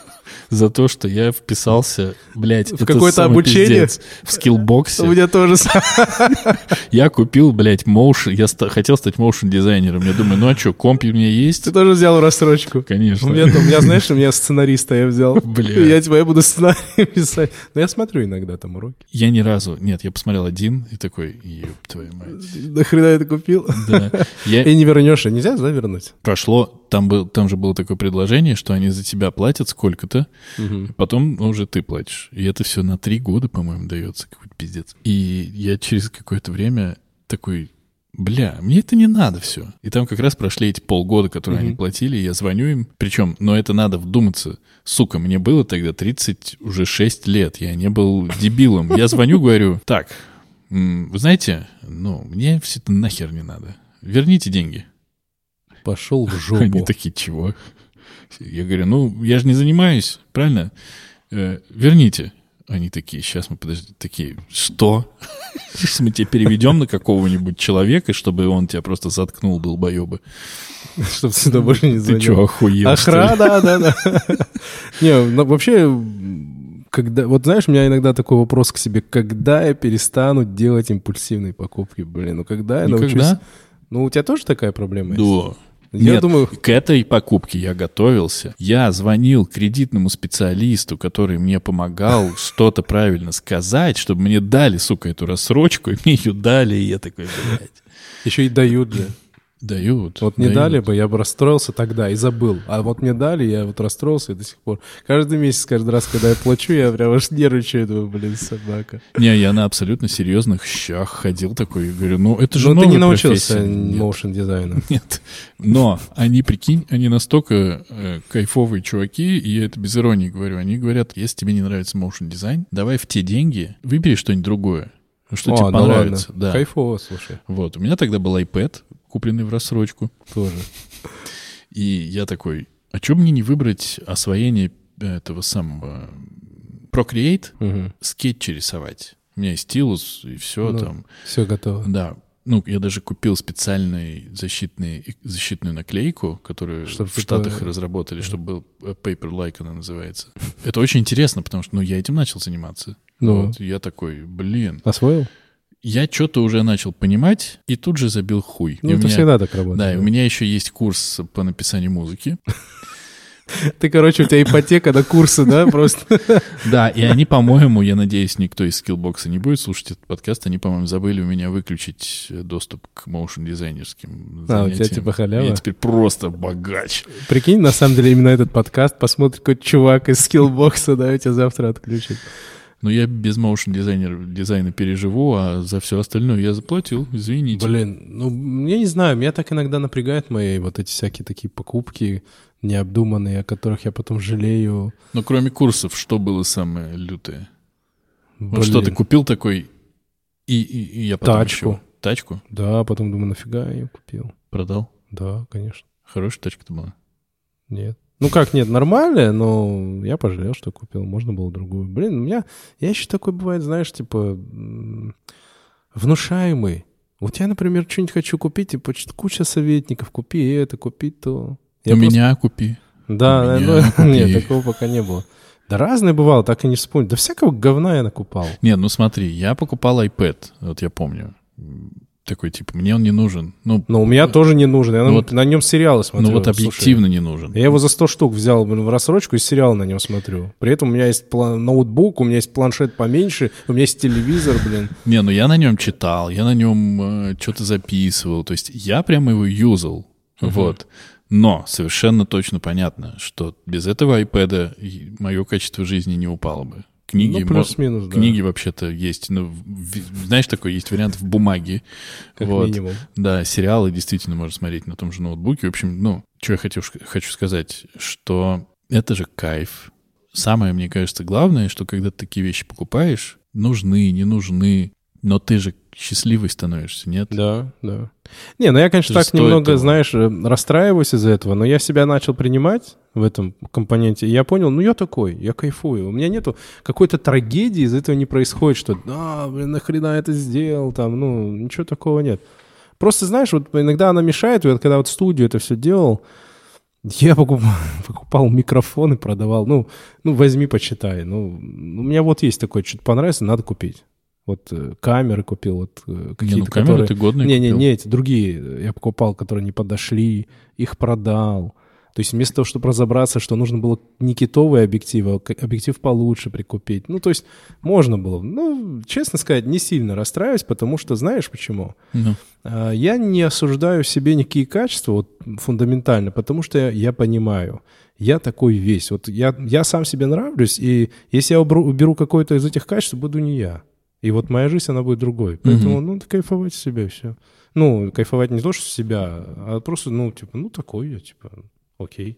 S2: (laughs) за то, что я вписался, блядь,
S1: В
S2: это
S1: какое-то
S2: самый
S1: обучение?
S2: пиздец. в скиллбоксе.
S1: У меня тоже самое.
S2: Я купил, блядь, моушен, я ста- хотел стать моушен-дизайнером. Я думаю, ну а что, комп у меня есть?
S1: Ты тоже взял рассрочку.
S2: Конечно.
S1: У меня, там- у меня, знаешь, у меня сценариста я взял.
S2: Бля.
S1: Я типа, я буду сценарий (laughs) писать. Но я смотрю иногда там уроки.
S2: Я ни разу, нет, я посмотрел один и такой, ёб твою мать.
S1: До хрена я это купил.
S2: Да. Я,
S1: И не вернешь, а нельзя, да, вернуть?
S2: прошло, там, был, там же было такое предложение, что они за тебя платят сколько-то,
S1: Мгм.
S2: потом уже ты платишь. И это все на три года, по-моему, дается, какой-то пиздец. И я через какое-то время такой, бля, мне это не надо все. И там как раз прошли эти полгода, которые они
S1: Мгм.
S2: платили, и я звоню им. Причем, но это надо вдуматься. Сука, мне было тогда 30, уже 6 лет, я не был дебилом. Я звоню, говорю, так, м, вы знаете, ну, мне все это нахер не надо. Верните деньги.
S1: Пошел
S2: (laughs)
S1: в
S2: Они
S1: жопу.
S2: такие, чего? Я говорю, ну, я же не занимаюсь, правильно? Э, верните. Они такие, сейчас мы подожди, такие, что? Сейчас мы тебя переведем на какого-нибудь человека, чтобы он тебя просто заткнул, долбоебы.
S1: Чтобы сюда больше не
S2: Ты
S1: звонил.
S2: что, охуел? что ли?
S1: Охрана, да, да, да. Не, ну, вообще, м, когда, вот знаешь, у меня иногда такой вопрос к себе, когда я перестану делать импульсивные покупки, блин, ну когда я научусь...
S2: Никогда?
S1: Ну, у тебя тоже такая проблема есть?
S2: Да.
S1: Я
S2: Нет,
S1: думаю,
S2: к этой покупке я готовился. Я звонил кредитному специалисту, который мне помогал что-то правильно сказать, чтобы мне дали, сука, эту рассрочку, и мне ее дали, и я такой, блядь.
S1: еще и дают же.
S2: Дают.
S1: Вот не
S2: дают.
S1: дали бы, я бы расстроился тогда и забыл. А вот мне дали, я вот расстроился и до сих пор. Каждый месяц, каждый раз, когда я плачу, я прям аж нервничаю, думаю, блин, собака.
S2: Не, я на абсолютно серьезных щах ходил такой и говорю, ну это же
S1: Но ты не
S2: новая
S1: научился
S2: профессия. Нет,
S1: моушен
S2: (laughs)
S1: дизайну.
S2: Нет. Но они, прикинь, они настолько э, кайфовые чуваки, и я это без иронии говорю, они говорят, если тебе не нравится motion дизайн, давай в те деньги выбери что-нибудь другое, что тебе понравится. Да.
S1: ну Кайфово, слушай,
S2: Вот. У меня тогда был iPad, купленный в рассрочку,
S1: тоже.
S2: и я такой, а что мне не выбрать освоение этого самого Procreate,
S1: Мгм.
S2: скетчи рисовать? У меня и стилус, и все
S1: Ну,
S2: там.
S1: Все готово.
S2: Да. Ну, я даже купил специальный защитный, защитную наклейку, которую
S1: Чтоб
S2: в
S1: типа-
S2: Штатах разработали, чтобы был э, paper-like она называется. Это очень интересно, потому что, ну, я этим начал заниматься.
S1: Ну.
S2: Вот, я такой, блин,
S1: Освоил?
S2: я что-то уже начал понимать и тут же забил хуй.
S1: Ну,
S2: И у
S1: это
S2: меня-
S1: всегда так работает.
S2: Да, и у меня еще есть курс по написанию музыки.
S1: Ты, короче, у тебя ипотека на курсы,
S2: (laughs)
S1: да, просто? А,
S2: Да, и они, по-моему, я надеюсь, никто из скиллбокса не будет слушать этот подкаст. Они, по-моему, забыли у меня выключить э, доступ к моушен дизайнерским
S1: А, у тебя типа халява?
S2: Я теперь просто богач.
S1: Прикинь, на самом деле, именно этот подкаст посмотрит какой-то чувак из скиллбокса, да, и тебя завтра отключит.
S2: Но Ну, я без моушен дизайнера дизайна переживу, а за все остальное я заплатил. Извините.
S1: Блин, ну, я не знаю, меня так иногда напрягают мои вот эти всякие такие покупки необдуманные, о которых я потом жалею.
S2: Но кроме курсов, что было самое лютое? Вот
S1: Блин.
S2: Ну, что ты купил такой и, и- и я потом
S1: Тачку.
S2: еще- Тачку
S1: Да, потом думаю, нафига я ее купил?
S2: продал.
S1: Да, конечно,
S2: Хорошая тачка-то была.
S1: нет. Ну как, нет, нормально, но я пожалел, что купил, можно было другую. Блин, у меня, я еще такой бывает, знаешь, типа, м, внушаемый. Вот я, например, что-нибудь хочу купить, и поч- куча советников, купи это, купи то. Я
S2: у
S1: просто-
S2: меня купи.
S1: Да,
S2: У
S1: э,
S2: меня
S1: ну, (laughs) нет,
S2: купи.
S1: такого пока не было. Да разное бывало, так и не вспомнил. Да всякого говна я накупал.
S2: Не, ну смотри, я покупал iPad, вот я помню. М, Такой, типа, мне он не нужен. Ну,
S1: Но у меня тоже не нужен. Я
S2: Ну
S1: на,
S2: вот-
S1: на нем сериалы смотрю.
S2: ну вот
S1: слушай.
S2: объективно не нужен.
S1: Я его за 100 штук взял блин, в рассрочку и сериал на нем смотрю. При этом у меня есть пла- ноутбук, у меня есть планшет поменьше, у меня есть телевизор, блин.
S2: Не, э, ну я на нем читал, я на нем что-то записывал. То есть я прям его юзал.
S1: Мгм.
S2: Вот. Но совершенно точно понятно, что без этого iPad мое качество жизни не упало бы. Книги,
S1: Ну,
S2: мо-
S1: плюс-минус, да.
S2: книги вообще-то есть. Ну, в- знаешь, такой есть вариант в бумаге.
S1: как
S2: вот.
S1: минимум.
S2: Да, сериалы действительно можно смотреть на том же ноутбуке. В общем, ну, что я хочу, хочу сказать, что это же кайф. Самое, мне кажется, главное, что когда ты такие вещи покупаешь, нужны, не нужны, но ты же счастливый становишься, нет?
S1: Да, да. Не, ну я, конечно,
S2: Это же
S1: так немного,
S2: стоит того.
S1: знаешь, э, расстраиваюсь из-за этого, но я себя начал принимать в этом компоненте, и я понял, ну я такой, я кайфую. У меня нету какой-то трагедии, из этого не происходит, что «да, блин, нахрена я это сделал», там, ну, ничего такого нет. Просто, знаешь, вот иногда она мешает, вот когда вот в студию это все делал, я покуп- (laughs) покупал микрофон и продавал, ну, ну, возьми, почитай. Ну, у меня вот есть такое, что-то понравится, надо купить. Вот э, камеры купил, вот э,
S2: Не,
S1: какие-то,
S2: ну камеры
S1: которые...
S2: ты годные
S1: Не-не-не,
S2: купил.
S1: эти другие э, я покупал, которые не подошли, их продал. То есть вместо того, чтобы разобраться, что нужно было не китовый объектив, а к- объектив получше прикупить. Ну, то есть можно было. Ну, честно сказать, не сильно расстраиваюсь, потому что знаешь почему?
S2: Ну,
S1: А, Я не осуждаю в себе никакие качества вот, фундаментально, потому что я, я понимаю, я такой весь. Вот я, я сам себе нравлюсь, и если я уберу, уберу какое-то из этих качеств, буду не я. И вот моя жизнь, она будет другой. Поэтому, ну, кайфовать себя, все. Ну, кайфовать не то, что себя, а просто, ну, типа, ну, такой я, типа, окей.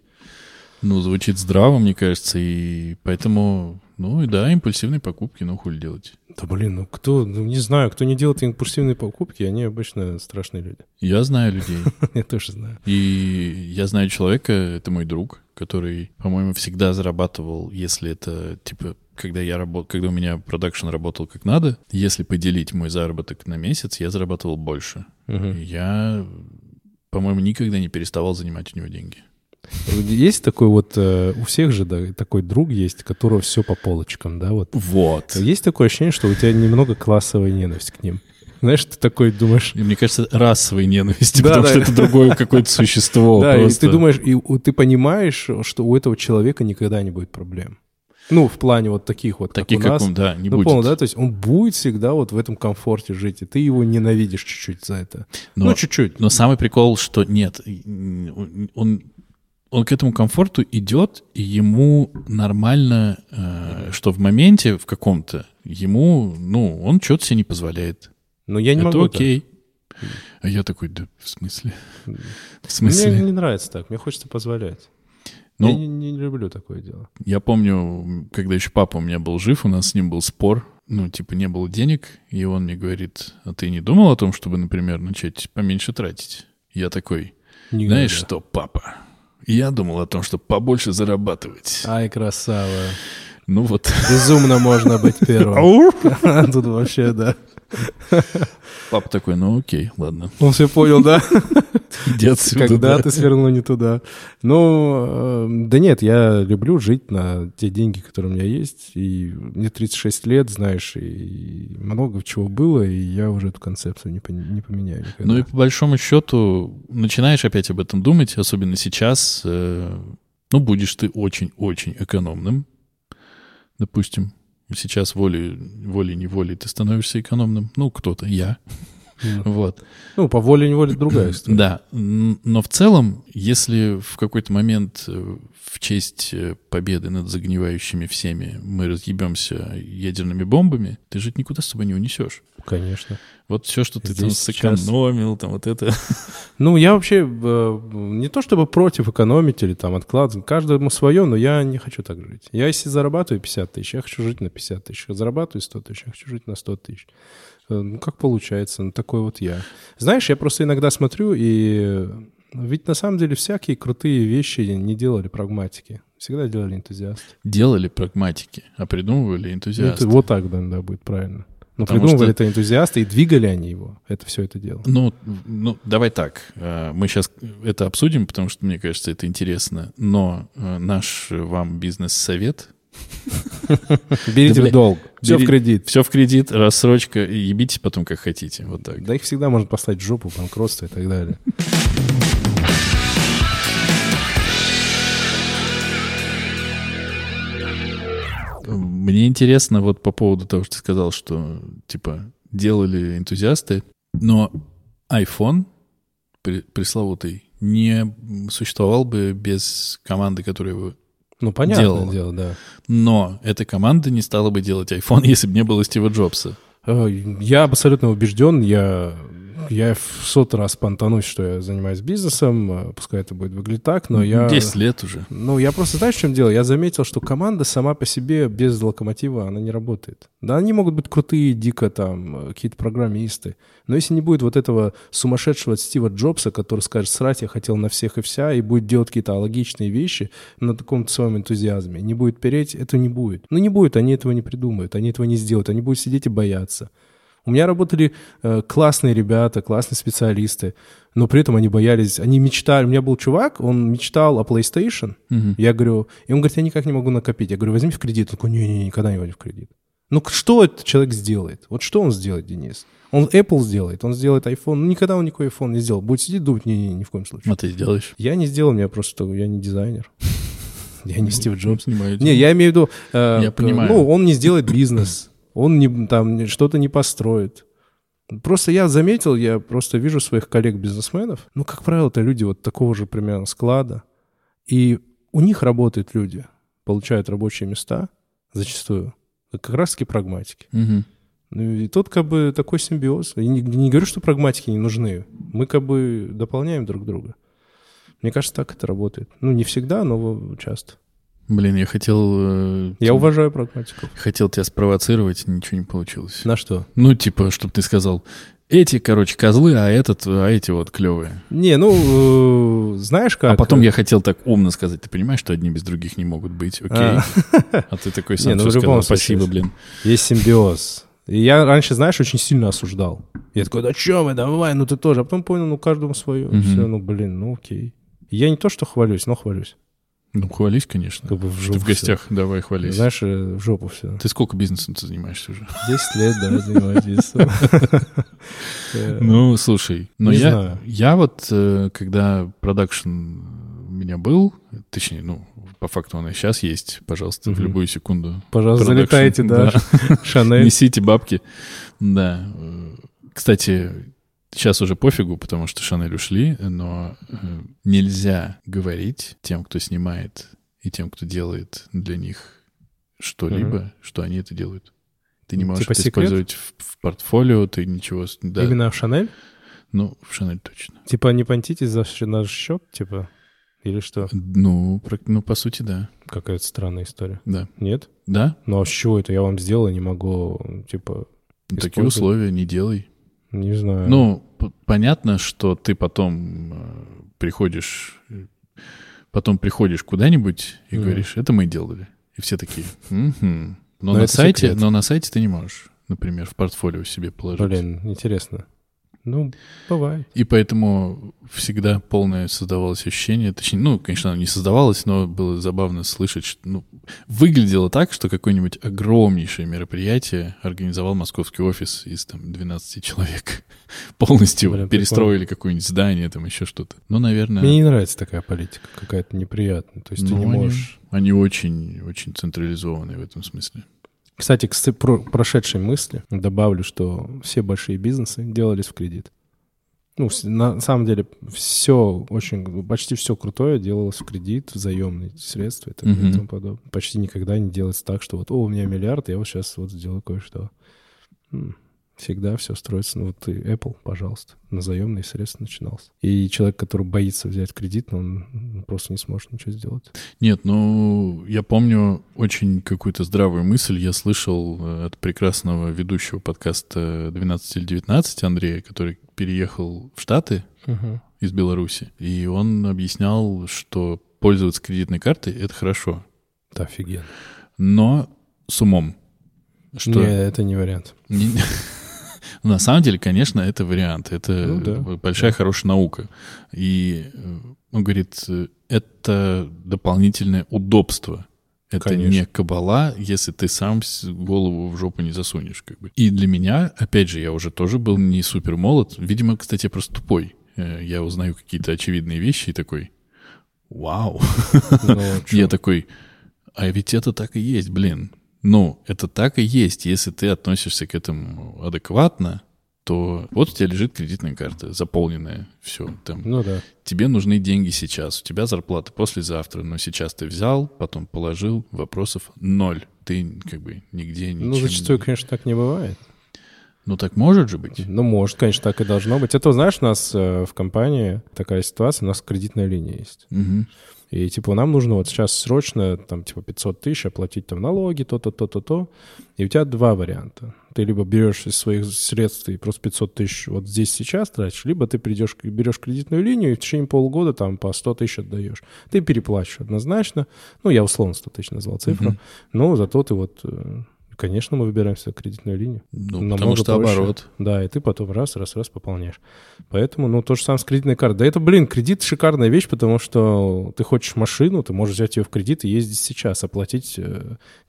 S2: ну, звучит здраво, мне кажется, и поэтому, ну и да, импульсивные покупки, ну хули делать.
S1: Да, блин, ну, кто, ну, не знаю, кто не делает импульсивные покупки, они обычно страшные люди. (laughs)
S2: Я знаю людей,
S1: Я тоже знаю.
S2: И я знаю человека, это мой друг, который, по-моему, всегда зарабатывал, если это, типа, когда я работал, когда у меня продакшн работал как надо, если поделить мой заработок на месяц, я зарабатывал больше.
S1: Мгм.
S2: Я, по-моему, никогда не переставал занимать у него деньги.
S1: Есть такой вот, э, у всех же да, такой друг есть, у которого все по полочкам, да, вот.
S2: Вот.
S1: Есть такое ощущение, что у тебя немного классовая ненависть к ним. Знаешь, ты такой думаешь...
S2: И мне кажется, расовой ненависти,
S1: Да,
S2: потому
S1: да.
S2: что это другое какое-то существо.
S1: да, и
S2: просто.
S1: ты думаешь, и у- ты понимаешь, что у этого человека никогда не будет проблем. Ну, в плане вот таких вот, как
S2: Таких,
S1: у
S2: как
S1: нас.
S2: он, да, не
S1: ну,
S2: будет.
S1: понял, да? То есть он будет всегда вот в этом комфорте жить, и ты его ненавидишь чуть-чуть за это.
S2: Но-
S1: Ну, чуть-чуть.
S2: Но самый прикол, что нет, он, он к этому комфорту идет, и ему нормально, э, что в моменте в каком-то ему, ну, он что-то себе не позволяет.
S1: Но я не
S2: Это
S1: могу так.
S2: окей. А я такой, да в смысле? В
S1: Мне
S2: смысле?
S1: не нравится так, мне хочется позволять. я
S2: Ну,
S1: не, не люблю такое дело.
S2: я помню, когда еще папа у меня был жив, у нас с ним был спор, ну, типа, не было денег, и он мне говорит, а ты не думал о том, чтобы, например, начать поменьше тратить? Я такой,
S1: Никогда.
S2: Знаешь что, папа? Я думал о том, чтобы побольше зарабатывать.
S1: Ай, красава.
S2: Ну вот, (laughs)
S1: Безумно можно быть первым. (laughs) Тут вообще, да.
S2: папа такой, ну окей, ладно,
S1: Он все понял, (laughs) да?
S2: иди отсюда.
S1: Когда
S2: да».
S1: ты свернул не туда. Ну, э, да нет, я люблю жить на те деньги, которые у меня есть. И мне 36 лет, знаешь, и много чего было, и я уже эту концепцию не, пон- не поменяю никогда.
S2: Ну и по большому счету начинаешь опять об этом думать, особенно сейчас. э, Ну, будешь ты очень-очень экономным, допустим. Сейчас волей- волей-неволей ты становишься экономным. Ну, кто-то, я.
S1: Ну,
S2: Вот.
S1: Ну, по воле-неволе другая история.
S2: Да, н- но в целом, если в какой-то момент э, в честь э, победы над загнивающими всеми мы разъебемся ядерными бомбами, ты же это никуда с собой не унесешь.
S1: Конечно.
S2: Вот все, что ты там
S1: Здесь сейчас-
S2: сэкономил, там вот это. (laughs)
S1: Ну, я вообще э, не то чтобы против экономить или там откладывать, каждому свое, но я не хочу так жить. Я если зарабатываю 50 тысяч, я хочу жить на 50 тысяч. Зарабатываю 100 тысяч, я хочу жить на 100 тысяч. Э, Ну, как получается, ну, такой вот я. Знаешь, я просто иногда смотрю и... э, Ведь на самом деле всякие крутые вещи не делали прагматики. Всегда делали энтузиасты.
S2: Делали прагматики, а придумывали
S1: Ну, это
S2: энтузиасты.
S1: вот так, наверное, да, будет правильно. Но
S2: Потому
S1: придумывали
S2: что-
S1: это энтузиасты и двигали они его. Это все это дело.
S2: Ну, ну, давай так. э, Мы сейчас это обсудим, потому что, мне кажется, это интересно. Но э, наш вам бизнес-совет
S1: Берите
S2: Да,
S1: в
S2: бля,
S1: долг. Все в
S2: бери-
S1: кредит.
S2: Все в кредит, рассрочка, и ебитесь потом как хотите. Вот так.
S1: Да их всегда можно послать в жопу, банкротство и так далее.
S2: Мне интересно вот по поводу того, что ты сказал, что, типа, делали энтузиасты, но iPhone при- пресловутый не существовал бы без команды, которая его
S1: Ну, понятное
S2: делала.
S1: дело, да.
S2: Но эта команда не стала бы делать iPhone, (laughs) если бы не было Стива Джобса.
S1: Э, Я абсолютно убежден, я, я в сотый раз понтанусь, что я занимаюсь бизнесом, э, пускай это будет выглядеть так, но я...
S2: 10 лет уже.
S1: Ну, я просто, знаешь, в чем дело? Я заметил, что команда сама по себе без локомотива, она не работает. Да, они могут быть крутые, дико там, э, какие-то программисты. Но если не будет вот этого сумасшедшего от Стива Джобса, который скажет, срать, я хотел на всех и вся, и будет делать какие-то логичные вещи на таком своем энтузиазме, не будет переть, это не будет. Ну, не будет, они этого не придумают, они этого не сделают, они будут сидеть и бояться. У меня работали э, классные ребята, классные специалисты, но при этом они боялись, они мечтали. У меня был чувак, он мечтал о PlayStation.
S2: Мгм.
S1: Я говорю, и он говорит, я никак не могу накопить. Я говорю, возьми в кредит. Он такой, не-не-не, никогда не возьму в кредит. Ну к- что этот человек сделает? Вот что он сделает, Денис? Он Apple сделает, он сделает iPhone. Ну никогда он никакой iPhone не сделал. Будет сидеть думать, не-не-не, ни в коем случае.
S2: А ты сделаешь?
S1: Я не сделал, меня просто, я не дизайнер. (laughs) Я не Стив Джобс.
S2: Снимаю.
S1: Не, я имею в виду... э,
S2: Я
S1: э,
S2: понимаю.
S1: Ну, он не сделает
S2: (clears throat)
S1: бизнес, он не, там не- что-то не построит. Просто я заметил, я просто вижу своих коллег-бизнесменов. Ну, как правило, это люди вот такого же примерно склада. И у них работают люди, получают рабочие места зачастую. Как раз-таки прагматики.
S2: Мгм.
S1: Ну, и тут как бы такой симбиоз. Я не, не говорю, что прагматики не нужны. Мы как бы дополняем друг друга. Мне кажется, так это работает. Ну, не всегда, но часто.
S2: Блин, я хотел... э,
S1: Я
S2: тебя-
S1: уважаю прагматиков.
S2: Хотел тебя спровоцировать, ничего не получилось.
S1: На что?
S2: Ну, типа, чтобы ты сказал, эти, короче, козлы, а этот, а эти вот клевые.
S1: Не, ну, э, знаешь как...
S2: А потом я хотел так умно сказать, ты понимаешь, что одни без других не могут быть, окей.
S1: А.
S2: (laughs) А, ты такой
S1: Не,
S2: сам
S1: ну,
S2: всё
S1: в любом
S2: сказал,
S1: случае.
S2: спасибо, блин.
S1: Есть симбиоз. И я раньше, знаешь, очень сильно осуждал. Я такой, да чё вы, давай, ну ты тоже. А потом понял, ну каждому свое.
S2: Мгм.
S1: Все, ну блин, ну окей. Я не то, что хвалюсь, но хвалюсь.
S2: Ну, хвались, конечно.
S1: Как бы в
S2: Ты
S1: жопу
S2: в
S1: всё.
S2: гостях, давай, хвались.
S1: Знаешь, э, в жопу
S2: (laughs)
S1: все.
S2: Ты сколько бизнесом ты занимаешься уже?
S1: 10 лет, да, занимаюсь бизнесом. Э,
S2: (laughs) Ну, слушай, но
S1: Не
S2: я,
S1: знаю.
S2: я вот, э, когда продакшн у меня был, точнее, ну, по факту он и сейчас есть, пожалуйста, в
S1: Мгм.
S2: любую секунду.
S1: Пожалуйста,
S2: Продакшн,
S1: залетайте, да, (laughs) Шанель.
S2: Несите бабки. Да. Э, Кстати, сейчас уже пофигу, потому что Шанель ушли, но э, нельзя говорить тем, кто снимает и тем, кто делает для них что-либо, что они это делают. Ты не можешь
S1: Типа
S2: это
S1: секрет?
S2: использовать в, в портфолио, ты ничего... с- Да,
S1: Именно в Шанель?
S2: ну, в Шанель точно.
S1: Типа не понтите за щ- наш счет, типа? Или что?
S2: Ну, прак- ну, по сути, да.
S1: Какая-то странная история.
S2: Да.
S1: Нет?
S2: Да,
S1: Ну а с чего это я вам сделал, я не могу, типа,
S2: такие
S1: Используй.
S2: условия, не делай.
S1: не знаю.
S2: Ну, п- понятно, что ты потом э, приходишь, э, потом приходишь куда-нибудь и
S1: Мгм.
S2: говоришь, это мы делали. И все такие, «Мгм». Но,
S1: Но
S2: на
S1: это
S2: сайте,
S1: секрет.
S2: но на сайте ты не можешь, например, в портфолио себе положить.
S1: Блин, интересно. Ну, бывает.
S2: И поэтому всегда полное создавалось ощущение, точнее, ну, конечно, оно не создавалось, но было забавно слышать, что, ну, выглядело так, что какое-нибудь огромнейшее мероприятие организовал московский офис из там 12 человек. (laughs) Полностью
S1: Блин,
S2: перестроили какое-нибудь здание, там еще что-то. Ну, наверное,
S1: Мне не нравится такая политика, какая-то неприятная. То есть ты
S2: ну,
S1: не
S2: они-
S1: можешь...
S2: они очень, очень централизованные в этом смысле.
S1: Кстати, к сы- про- прошедшей мысли добавлю, что все большие бизнесы делались в кредит. Ну, с- на самом деле, все очень, почти все крутое делалось в кредит, в заемные средства и так далее и
S2: Мгм.
S1: тому подобное. Почти никогда не делается так, что вот, о, у меня миллиард, я вот сейчас вот сделаю кое-что. М, Всегда все строится. Ну, вот и Apple, пожалуйста, на заемные средства начинался. И человек, который боится взять кредит, ну, он м, просто не сможет ничего сделать.
S2: Нет, ну, я помню очень какую-то здравую мысль я слышал э, от прекрасного ведущего подкаста «12 или 19» Андрея, который переехал в Штаты из Беларуси, и он объяснял, что пользоваться кредитной картой — это хорошо,
S1: Это офигенно.
S2: но с умом. Что
S1: Не, это не
S2: (laughs)
S1: вариант.
S2: не- На самом деле, конечно, это вариант. Это э,
S1: Ну да.
S2: большая хорошая наука. И э, он говорит, э, это дополнительное удобство. Это
S1: Конечно.
S2: не кабала, если ты сам с- голову в жопу не засунешь. Как бы. И для меня, опять же, я уже тоже был не супер молод. Видимо, кстати, я просто тупой. Э, Я узнаю какие-то очевидные вещи и такой, вау.
S1: Ну,
S2: Я такой, а ведь это так и есть, блин. Ну, это так и есть. Если ты относишься к этому адекватно, то вот у тебя лежит кредитная карта, заполненная, все, там,
S1: Ну да.
S2: тебе нужны деньги сейчас, у тебя зарплата послезавтра, но сейчас ты взял, потом положил, вопросов ноль. Ты как бы нигде ничем...
S1: Ну, зачастую,
S2: не-
S1: конечно, так не бывает.
S2: Ну, так может же быть.
S1: Ну, может, конечно, так и должно быть. Это, знаешь, у нас э, в компании такая ситуация, у нас кредитная линия есть.
S2: Мгм.
S1: И, типа, нам нужно вот сейчас срочно, там, типа, 500 тысяч оплатить там налоги, то-то, то-то, то. И у тебя два варианта. Ты либо берешь из своих средств и просто 500 тысяч вот здесь сейчас тратишь, либо ты придешь, к- берешь кредитную линию и в течение полгода там по 100 тысяч отдаешь. Ты переплачиваешь однозначно. Ну, я условно 100 тысяч назвал цифру.
S2: Мгм.
S1: Но зато ты вот... э, Конечно, мы выбираем себе кредитную линию.
S2: Ну,
S1: Намного
S2: потому что
S1: проще.
S2: оборот.
S1: Да, и ты потом раз, раз, раз пополняешь. Поэтому, ну, то же самое с кредитной картой. Да это, блин, кредит шикарная вещь, потому что ты хочешь машину, ты можешь взять ее в кредит и ездить сейчас, оплатить,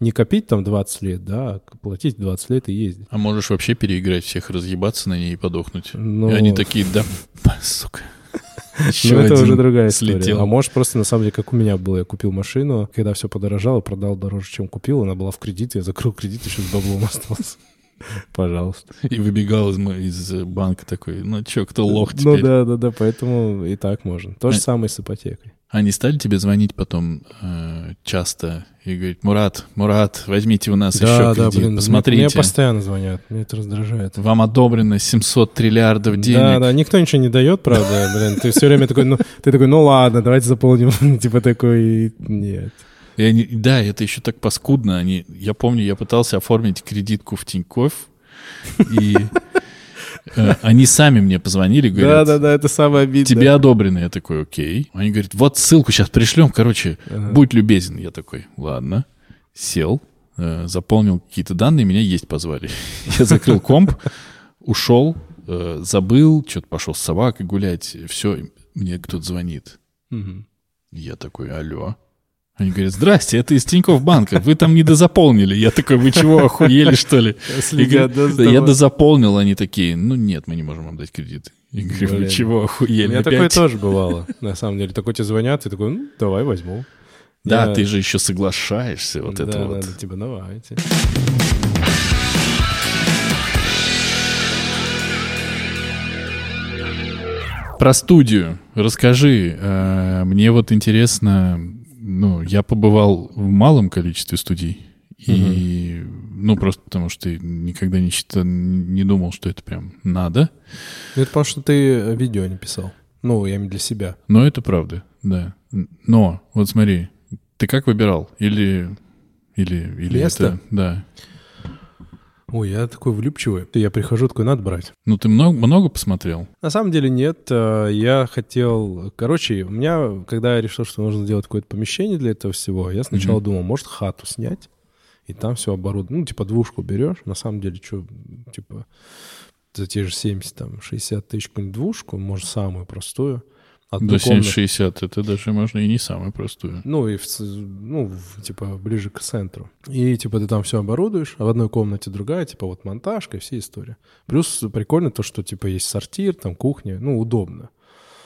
S1: не копить там 20 лет, да, а платить 20 лет и ездить.
S2: А можешь вообще переиграть всех, разъебаться на ней и подохнуть.
S1: Ну,
S2: И они такие, да, (laughs) сука.
S1: (laughs) Ну,
S2: Ещё
S1: это
S2: один
S1: уже другая история.
S2: слетел.
S1: А может, просто на самом деле, как у меня было, я купил машину, когда все подорожало, продал дороже, чем купил, она была в кредит, я закрыл кредит, еще с баблом остался. Пожалуйста.
S2: И выбегал из, мо- из, э, банка такой, ну чё, кто лох
S1: Ну
S2: теперь?
S1: да, да, да, поэтому и так можно. То же
S2: Э.
S1: самое и с ипотекой.
S2: Они стали тебе звонить потом э, часто и говорить, Мурат, Мурат, возьмите у нас еще кредит,
S1: мне-
S2: посмотрите.
S1: Мне постоянно звонят, мне это раздражает.
S2: Вам одобрено 700 триллиардов денег.
S1: Да, да, никто ничего не дает, правда, блин. Ты все время такой, ну, ты такой, ну ладно, давайте заполним. (laughs) Типа такой, нет.
S2: И они- да, это еще так паскудно. Они, я помню, я пытался оформить кредитку в Тинькофф, и э, они сами мне позвонили,
S1: Да, да,
S2: говорят,
S1: да, это самое обидное.
S2: тебе одобрено. Я такой, окей. Они говорят, вот ссылку сейчас пришлем, короче,
S1: Ага.
S2: будь любезен. Я такой, ладно. Сел, э, заполнил какие-то данные, меня есть позвали. (laughs) Я закрыл комп, ушел, э, забыл, что-то пошел с собакой гулять, все, мне кто-то звонит. (laughs)
S1: Мгм.
S2: Я такой, алло. Они говорят, здрасте, это из Тинькофф банка, вы там недозаполнили. Я такой, вы чего, охуели, что ли? И
S1: Следят, да,
S2: говорю,
S1: за
S2: «Да я
S1: тобой.
S2: дозаполнил, они такие, ну нет, мы не можем вам дать кредит. Я говорю, вы
S1: Блин.
S2: чего,
S1: У
S2: охуели,
S1: меня такое
S2: опять?
S1: тоже бывало, на самом деле. Такой тебе звонят, ты такой, ну, давай возьму.
S2: Да,
S1: Я-
S2: ты же еще соглашаешься, вот
S1: да,
S2: это вот.
S1: да, типа, давайте.
S2: Про студию расскажи. Э, Мне вот интересно, ну, я побывал в малом количестве студий. И, ну, просто потому что никогда не, считал, не думал, что это прям надо.
S1: Ну, Это потому, что ты видео не писал. Ну, я имею в виду для себя.
S2: Но это правда, да. Но, вот смотри, ты как выбирал? Или... Или, или
S1: Место?
S2: это- да.
S1: Ой, я такой влюбчивый. Я прихожу, такой, надо брать.
S2: Ну, ты много, много посмотрел?
S1: На самом деле нет. Э, Я хотел... Короче, у меня, когда я решил, что нужно делать какое-то помещение для этого всего, я сначала
S2: Мгм.
S1: думал, может, хату снять, и там все оборудовано. Ну, типа, двушку берешь. На самом деле, что, типа, за те же 70, там, 60 тысяч какую-нибудь двушку, может, самую простую.
S2: До
S1: однокомнатную.
S2: 760 это даже можно и не самое простое.
S1: Ну, и, в ц- ну, в- типа, ближе к центру. И, типа, ты там все оборудуешь, а в одной комнате другая, типа, вот монтажка и все истории. Плюс прикольно то, что, типа, есть сортир, там, кухня, ну, удобно.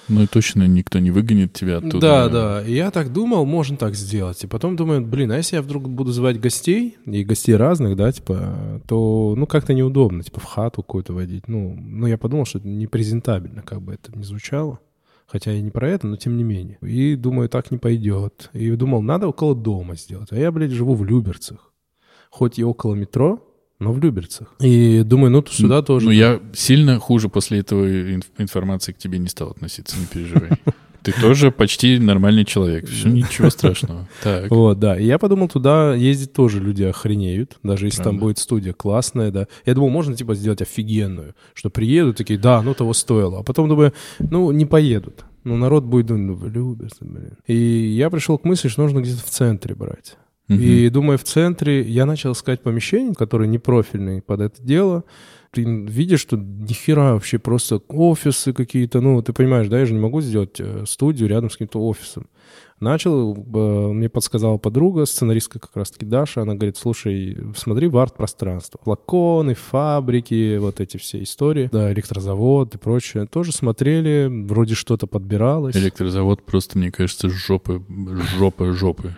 S2: Ну, и точно никто не выгонит тебя оттуда.
S1: Да, да. И я так думал, можно так сделать. И потом думаю, блин, а если я вдруг буду звать гостей, и гостей разных, да, типа, то, ну, как-то неудобно, типа, в хату какую-то водить. Ну, ну, я подумал, что это непрезентабельно, как бы это ни звучало. Хотя и не про это, но тем не менее. И думаю, так не пойдет. И думал, надо около дома сделать. А я, блядь, живу в Люберцах. Хоть и около метро, но в Люберцах. И думаю, ну, то сюда тоже.
S2: Ну, я сильно хуже после этого инф- информации к тебе не стал относиться, не переживай. Ты тоже почти нормальный человек. Все, ничего страшного. Так.
S1: Вот, да. И я подумал, туда ездить тоже люди охренеют, даже если там
S2: Правда.
S1: будет студия классная, да. Я думал, можно, типа, сделать офигенную, что приедут такие, да, ну того стоило. А потом думаю, ну, не поедут. Ну, народ будет думать, ну, в Люберцы, блин. И я пришел к мысли, что нужно где-то в центре брать.
S2: Мгм.
S1: И думаю, в центре я начал искать помещение, которое не профильное под это дело. Ты видишь, что нихера вообще просто офисы какие-то. Ну, ты понимаешь, да, я же не могу сделать э, студию рядом с каким-то офисом. Начал, э, мне подсказала подруга, сценаристка как раз-таки Даша, она говорит, слушай, смотри в арт-пространство. Флаконы, фабрики, вот эти все истории, да, электрозавод и прочее. Тоже смотрели, вроде что-то подбиралось.
S2: Электрозавод просто, мне кажется, жопы, жопы, жопы.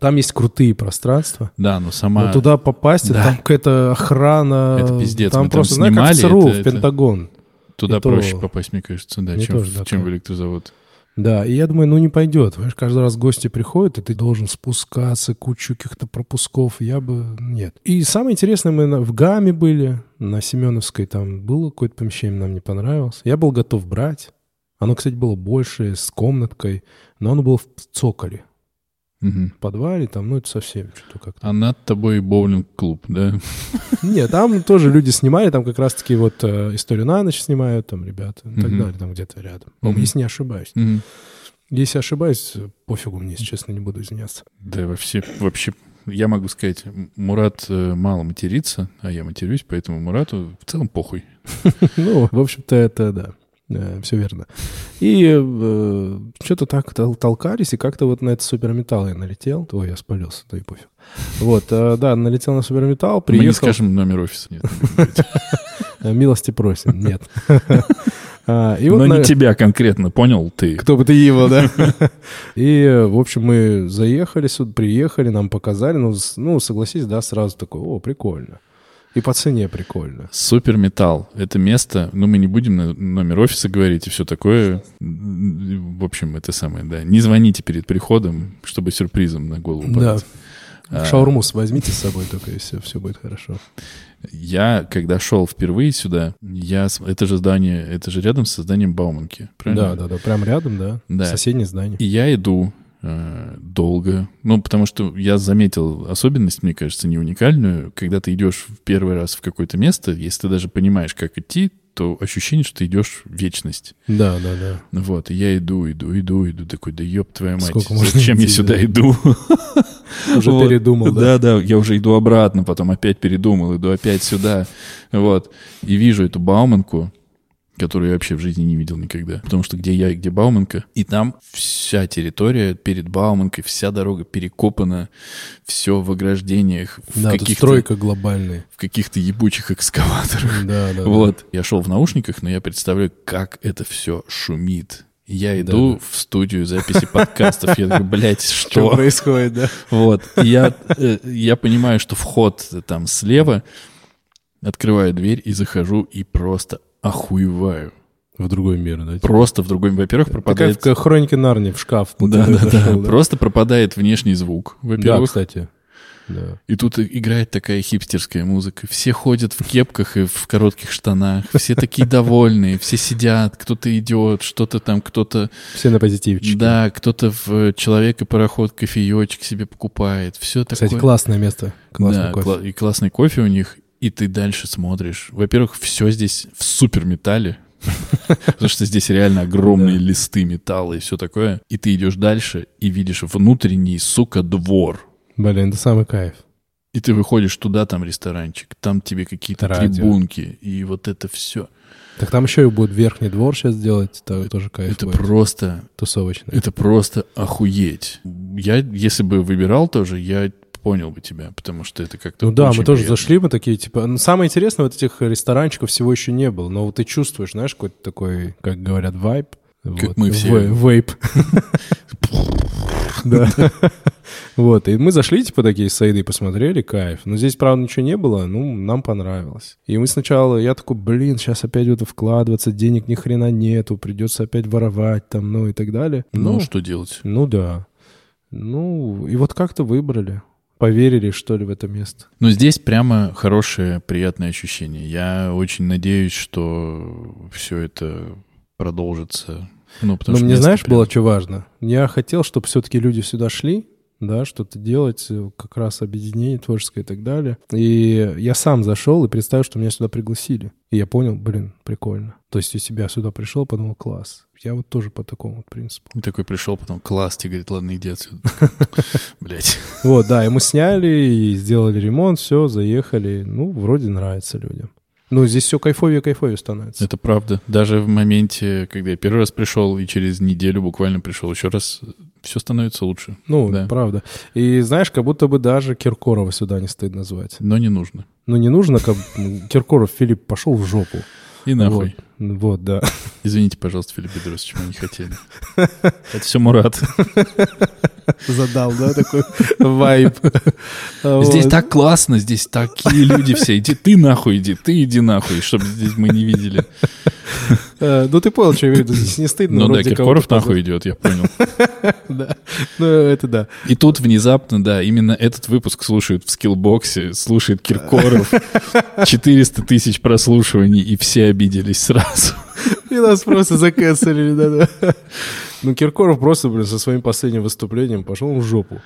S1: Там есть крутые пространства.
S2: Да, но сама...
S1: Но Ну, туда попасть,
S2: Да.
S1: там какая-то охрана.
S2: Это пиздец,
S1: Там
S2: мы там
S1: просто, знаешь, как в
S2: снимали,
S1: ЦРУ,
S2: это-
S1: в
S2: это-
S1: Пентагон.
S2: Туда
S1: И то-
S2: проще попасть, мне кажется, да,
S1: Мне
S2: чем,
S1: тоже,
S2: в-
S1: да,
S2: чем в
S1: так.
S2: электрозавод.
S1: Да, и я думаю, ну не пойдет. Понимаешь, каждый раз гости приходят, и ты должен спускаться, кучу каких-то пропусков. Я бы... Нет. И самое интересное, мы на- в ГАМе были, на Семеновской там было какое-то помещение, нам не понравилось. Я был готов брать. Оно, кстати, было больше, с комнаткой, но оно было в цоколе,
S2: Мгм.
S1: в подвале, там, ну это совсем что-то как-то.
S2: А над тобой боулинг-клуб, да?
S1: Нет, там тоже люди снимали, там как раз-таки вот э, «Историю на ночь» снимают, там ребята, и так
S2: Мгм.
S1: далее, там где-то рядом.
S2: Мгм.
S1: Если не ошибаюсь.
S2: Мгм.
S1: Если ошибаюсь, э, пофигу мне, если честно, не буду
S2: (laughs)
S1: извиняться.
S2: Да, вообще, вообще, я могу сказать, М- Мурат э, мало матерится, а я матерюсь, поэтому Мурату в целом похуй.
S1: Ну, в общем-то, это да. все верно. И э, что-то так тол- толкались, и как-то вот на этот суперметалл я налетел. Ой, я спалился, да и пофиг. Вот, э, да, налетел на суперметалл,
S2: Мы Ну, не
S1: приехал.
S2: скажем номер офиса. Нет.
S1: Э, Милости просим, нет. (laughs) А, и вот
S2: Но
S1: на-
S2: не тебя конкретно, понял ты?
S1: Кто бы ты его, да?
S2: (laughs)
S1: И, э, в общем, мы заехали сюда, приехали, нам показали. Ну, с- ну, согласись, да, сразу такой, о, прикольно. И по цене прикольно.
S2: Супер Металл. Это место, ну, мы не будем на- номер офиса говорить и все такое. М, В общем, это самое, да. Не звоните перед приходом, чтобы сюрпризом на голову
S1: Да.
S2: падать. А,
S1: Шаурму с- возьмите с собой только, и все, все будет хорошо.
S2: Я, когда шел впервые сюда, я... с- Это же здание, это же рядом со зданием Бауманки, правильно?
S1: Да, да, да, прям рядом, да.
S2: Да.
S1: Соседнее здание.
S2: И я иду э, долго. Ну, потому что я заметил особенность, мне кажется, не уникальную. Когда ты идешь в первый раз в какое-то место, если ты даже понимаешь, как идти, то ощущение, что ты идешь в вечность.
S1: Да, да, да.
S2: Вот, и я иду, иду, иду, иду, такой, да ёб твою мать,
S1: Сколько можно
S2: зачем я
S1: идти,
S2: сюда
S1: да?
S2: иду?
S1: Уже
S2: Вот.
S1: передумал, да.
S2: да? Да, я уже иду обратно, потом опять передумал, иду опять сюда, вот. И вижу эту Бауманку, которую я вообще в жизни не видел никогда, потому что где я и где Бауманка, и там вся территория перед Бауманкой, вся дорога перекопана, все в ограждениях, в
S1: Да, тут
S2: каких-то
S1: стройка глобальная.
S2: в каких-то
S1: (laughs)
S2: ебучих экскаваторах.
S1: Да, да, да.
S2: Вот. Я шел в наушниках, но я представляю, как это все шумит. Я иду в студию записи подкастов. Я
S1: (laughs)
S2: такой, блядь,
S1: Что
S2: что?
S1: происходит, да?
S2: Вот. И Я, э, я понимаю, что вход э, там слева. Открываю дверь и захожу, и просто охуеваю.
S1: В другой мир, да.
S2: Просто в другой... Во-первых,
S1: Ты как
S2: пропадает...
S1: в хронике Нарнии в шкаф. вот
S2: Да,
S1: это
S2: да, да.
S1: зашел, да.
S2: Просто пропадает внешний звук,
S1: (laughs) Да,
S2: во-первых.
S1: кстати. Да.
S2: И тут играет такая хипстерская музыка. Все ходят в кепках и в коротких штанах. Все такие довольные, все сидят, кто-то идет, что-то там, кто-то...
S1: Все на позитивчике.
S2: Да, кто-то в э, человека пароход кофеечек себе покупает. Все такое.
S1: Кстати, классное место. Классный
S2: Да,
S1: кофе.
S2: кла- и классный кофе у них. И ты дальше смотришь. Во-первых, все здесь в супер металле. (laughs) Потому что здесь реально огромные
S1: Да.
S2: листы металла и все такое. И ты идешь дальше и видишь внутренний, сука, двор.
S1: Блин, это самый кайф.
S2: И ты выходишь туда, там ресторанчик, там тебе какие-то
S1: Радио.
S2: трибунки, и вот это все.
S1: Так там еще и будет верхний двор сейчас делать, то- тоже кайф
S2: Это
S1: будет.
S2: просто,
S1: Тусовочный.
S2: это просто охуеть. Я, если бы выбирал тоже, я понял бы тебя, потому что это как-то
S1: Ну да,
S2: очень
S1: мы тоже
S2: приятно.
S1: зашли, мы такие, типа... ну, самое интересное, вот этих ресторанчиков всего еще не было, но вот ты чувствуешь, знаешь, какой-то такой, как говорят, вайб.
S2: Как
S1: Вот.
S2: мы все.
S1: Ве-
S2: (laughs)
S1: Вейп. Да. Вот, и мы зашли, типа, такие с Саидой посмотрели, кайф. Но здесь, правда, ничего не было, ну, нам понравилось. И мы сначала, я такой, блин, сейчас опять в это вкладываться, денег ни хрена нету, придется опять воровать там, ну и так далее.
S2: Ну,
S1: Ну,
S2: что делать?
S1: ну да. Ну, и вот как-то выбрали. Поверили, что ли, в это место.
S2: Но здесь прямо хорошее, приятное ощущение. Я очень надеюсь, что все это продолжится. Ну, потому
S1: Но
S2: что
S1: мне,
S2: место
S1: знаешь,
S2: прям-
S1: было что важно? Я хотел, чтобы все-таки люди сюда шли, да, что-то делать, э, как раз объединение творческое и так далее. И я сам зашел и представил, что меня сюда пригласили. И я понял, блин, прикольно. То есть у себя сюда пришел, подумал, класс. Я вот тоже по такому вот принципу.
S2: И такой пришел, потом класс, тебе говорит, ладно, иди отсюда. (laughs) Блять.
S1: Вот, да, и мы сняли, и сделали ремонт, все, заехали. Ну, вроде нравится людям. Ну, здесь все кайфовее и кайфовее становится.
S2: Это правда. Даже в моменте, когда я первый раз пришел и через неделю буквально пришел еще раз, все становится лучше.
S1: Ну,
S2: Да.
S1: правда. И знаешь, как будто бы даже Киркорова сюда не стоит назвать.
S2: Но не нужно.
S1: Ну, не нужно, как Киркоров Филипп пошел в жопу.
S2: И нахуй.
S1: Вот. Вот, да.
S2: Извините, пожалуйста, Филипп Бедросович, мы не хотели. Это все Мурат.
S1: Задал, да, (laughs) такой (laughs) вайб. А
S2: Здесь так классно, здесь такие люди все. Иди ты нахуй, иди ты, иди нахуй, чтобы здесь мы не видели.
S1: Ну, ты понял, что я имею в виду. Здесь не стыдно.
S2: Ну да,
S1: вроде
S2: Киркоров
S1: кого-то
S2: нахуй идет, я понял.
S1: Да. Ну, это да.
S2: И тут внезапно, да, именно этот выпуск слушают в скиллбоксе, слушает Киркоров. 400 тысяч прослушиваний, и все обиделись сразу.
S1: И нас просто закэсселили, да-да. Ну, Киркоров просто, блин, со своим последним выступлением пошел в жопу.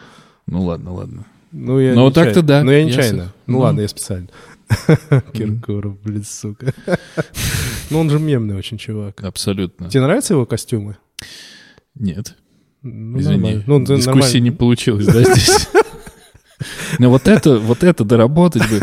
S2: Ну ладно, ладно.
S1: Ну, я
S2: Ну,
S1: нечаянно.
S2: так-то да.
S1: Ну, я
S2: Я
S1: нечаянно.
S2: с-
S1: Ну,
S2: Ну.
S1: ладно, я специально. (laughs) Киркоров, блин, сука. (laughs) Ну, он же мемный очень чувак.
S2: Абсолютно.
S1: Тебе нравятся его костюмы?
S2: Нет.
S1: Ну,
S2: Извини,
S1: нормально. Ну, ты
S2: дискуссии
S1: нормально.
S2: не получилось, да,
S1: (laughs)
S2: здесь? Но вот это, вот это доработать бы.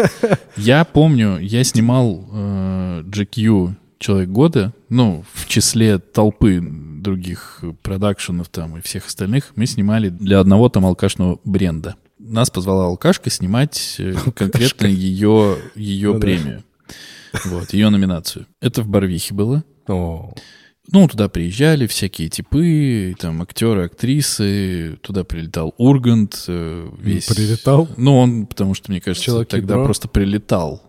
S2: Я помню, я снимал э, GQ «Человек года», ну, в числе толпы других продакшенов там и всех остальных, мы снимали для одного там алкашного бренда. Нас позвала алкашка снимать э, конкретно ее, ее
S1: Ну да.
S2: премию. Вот, ее номинацию. Это в Барвихе было.
S1: О,
S2: Ну, туда приезжали всякие типы, там актеры, актрисы, туда прилетал Ургант, э, весь.
S1: Прилетал?
S2: Ну, он, потому что, мне кажется,
S1: Человек
S2: тогда
S1: ядро.
S2: просто прилетал.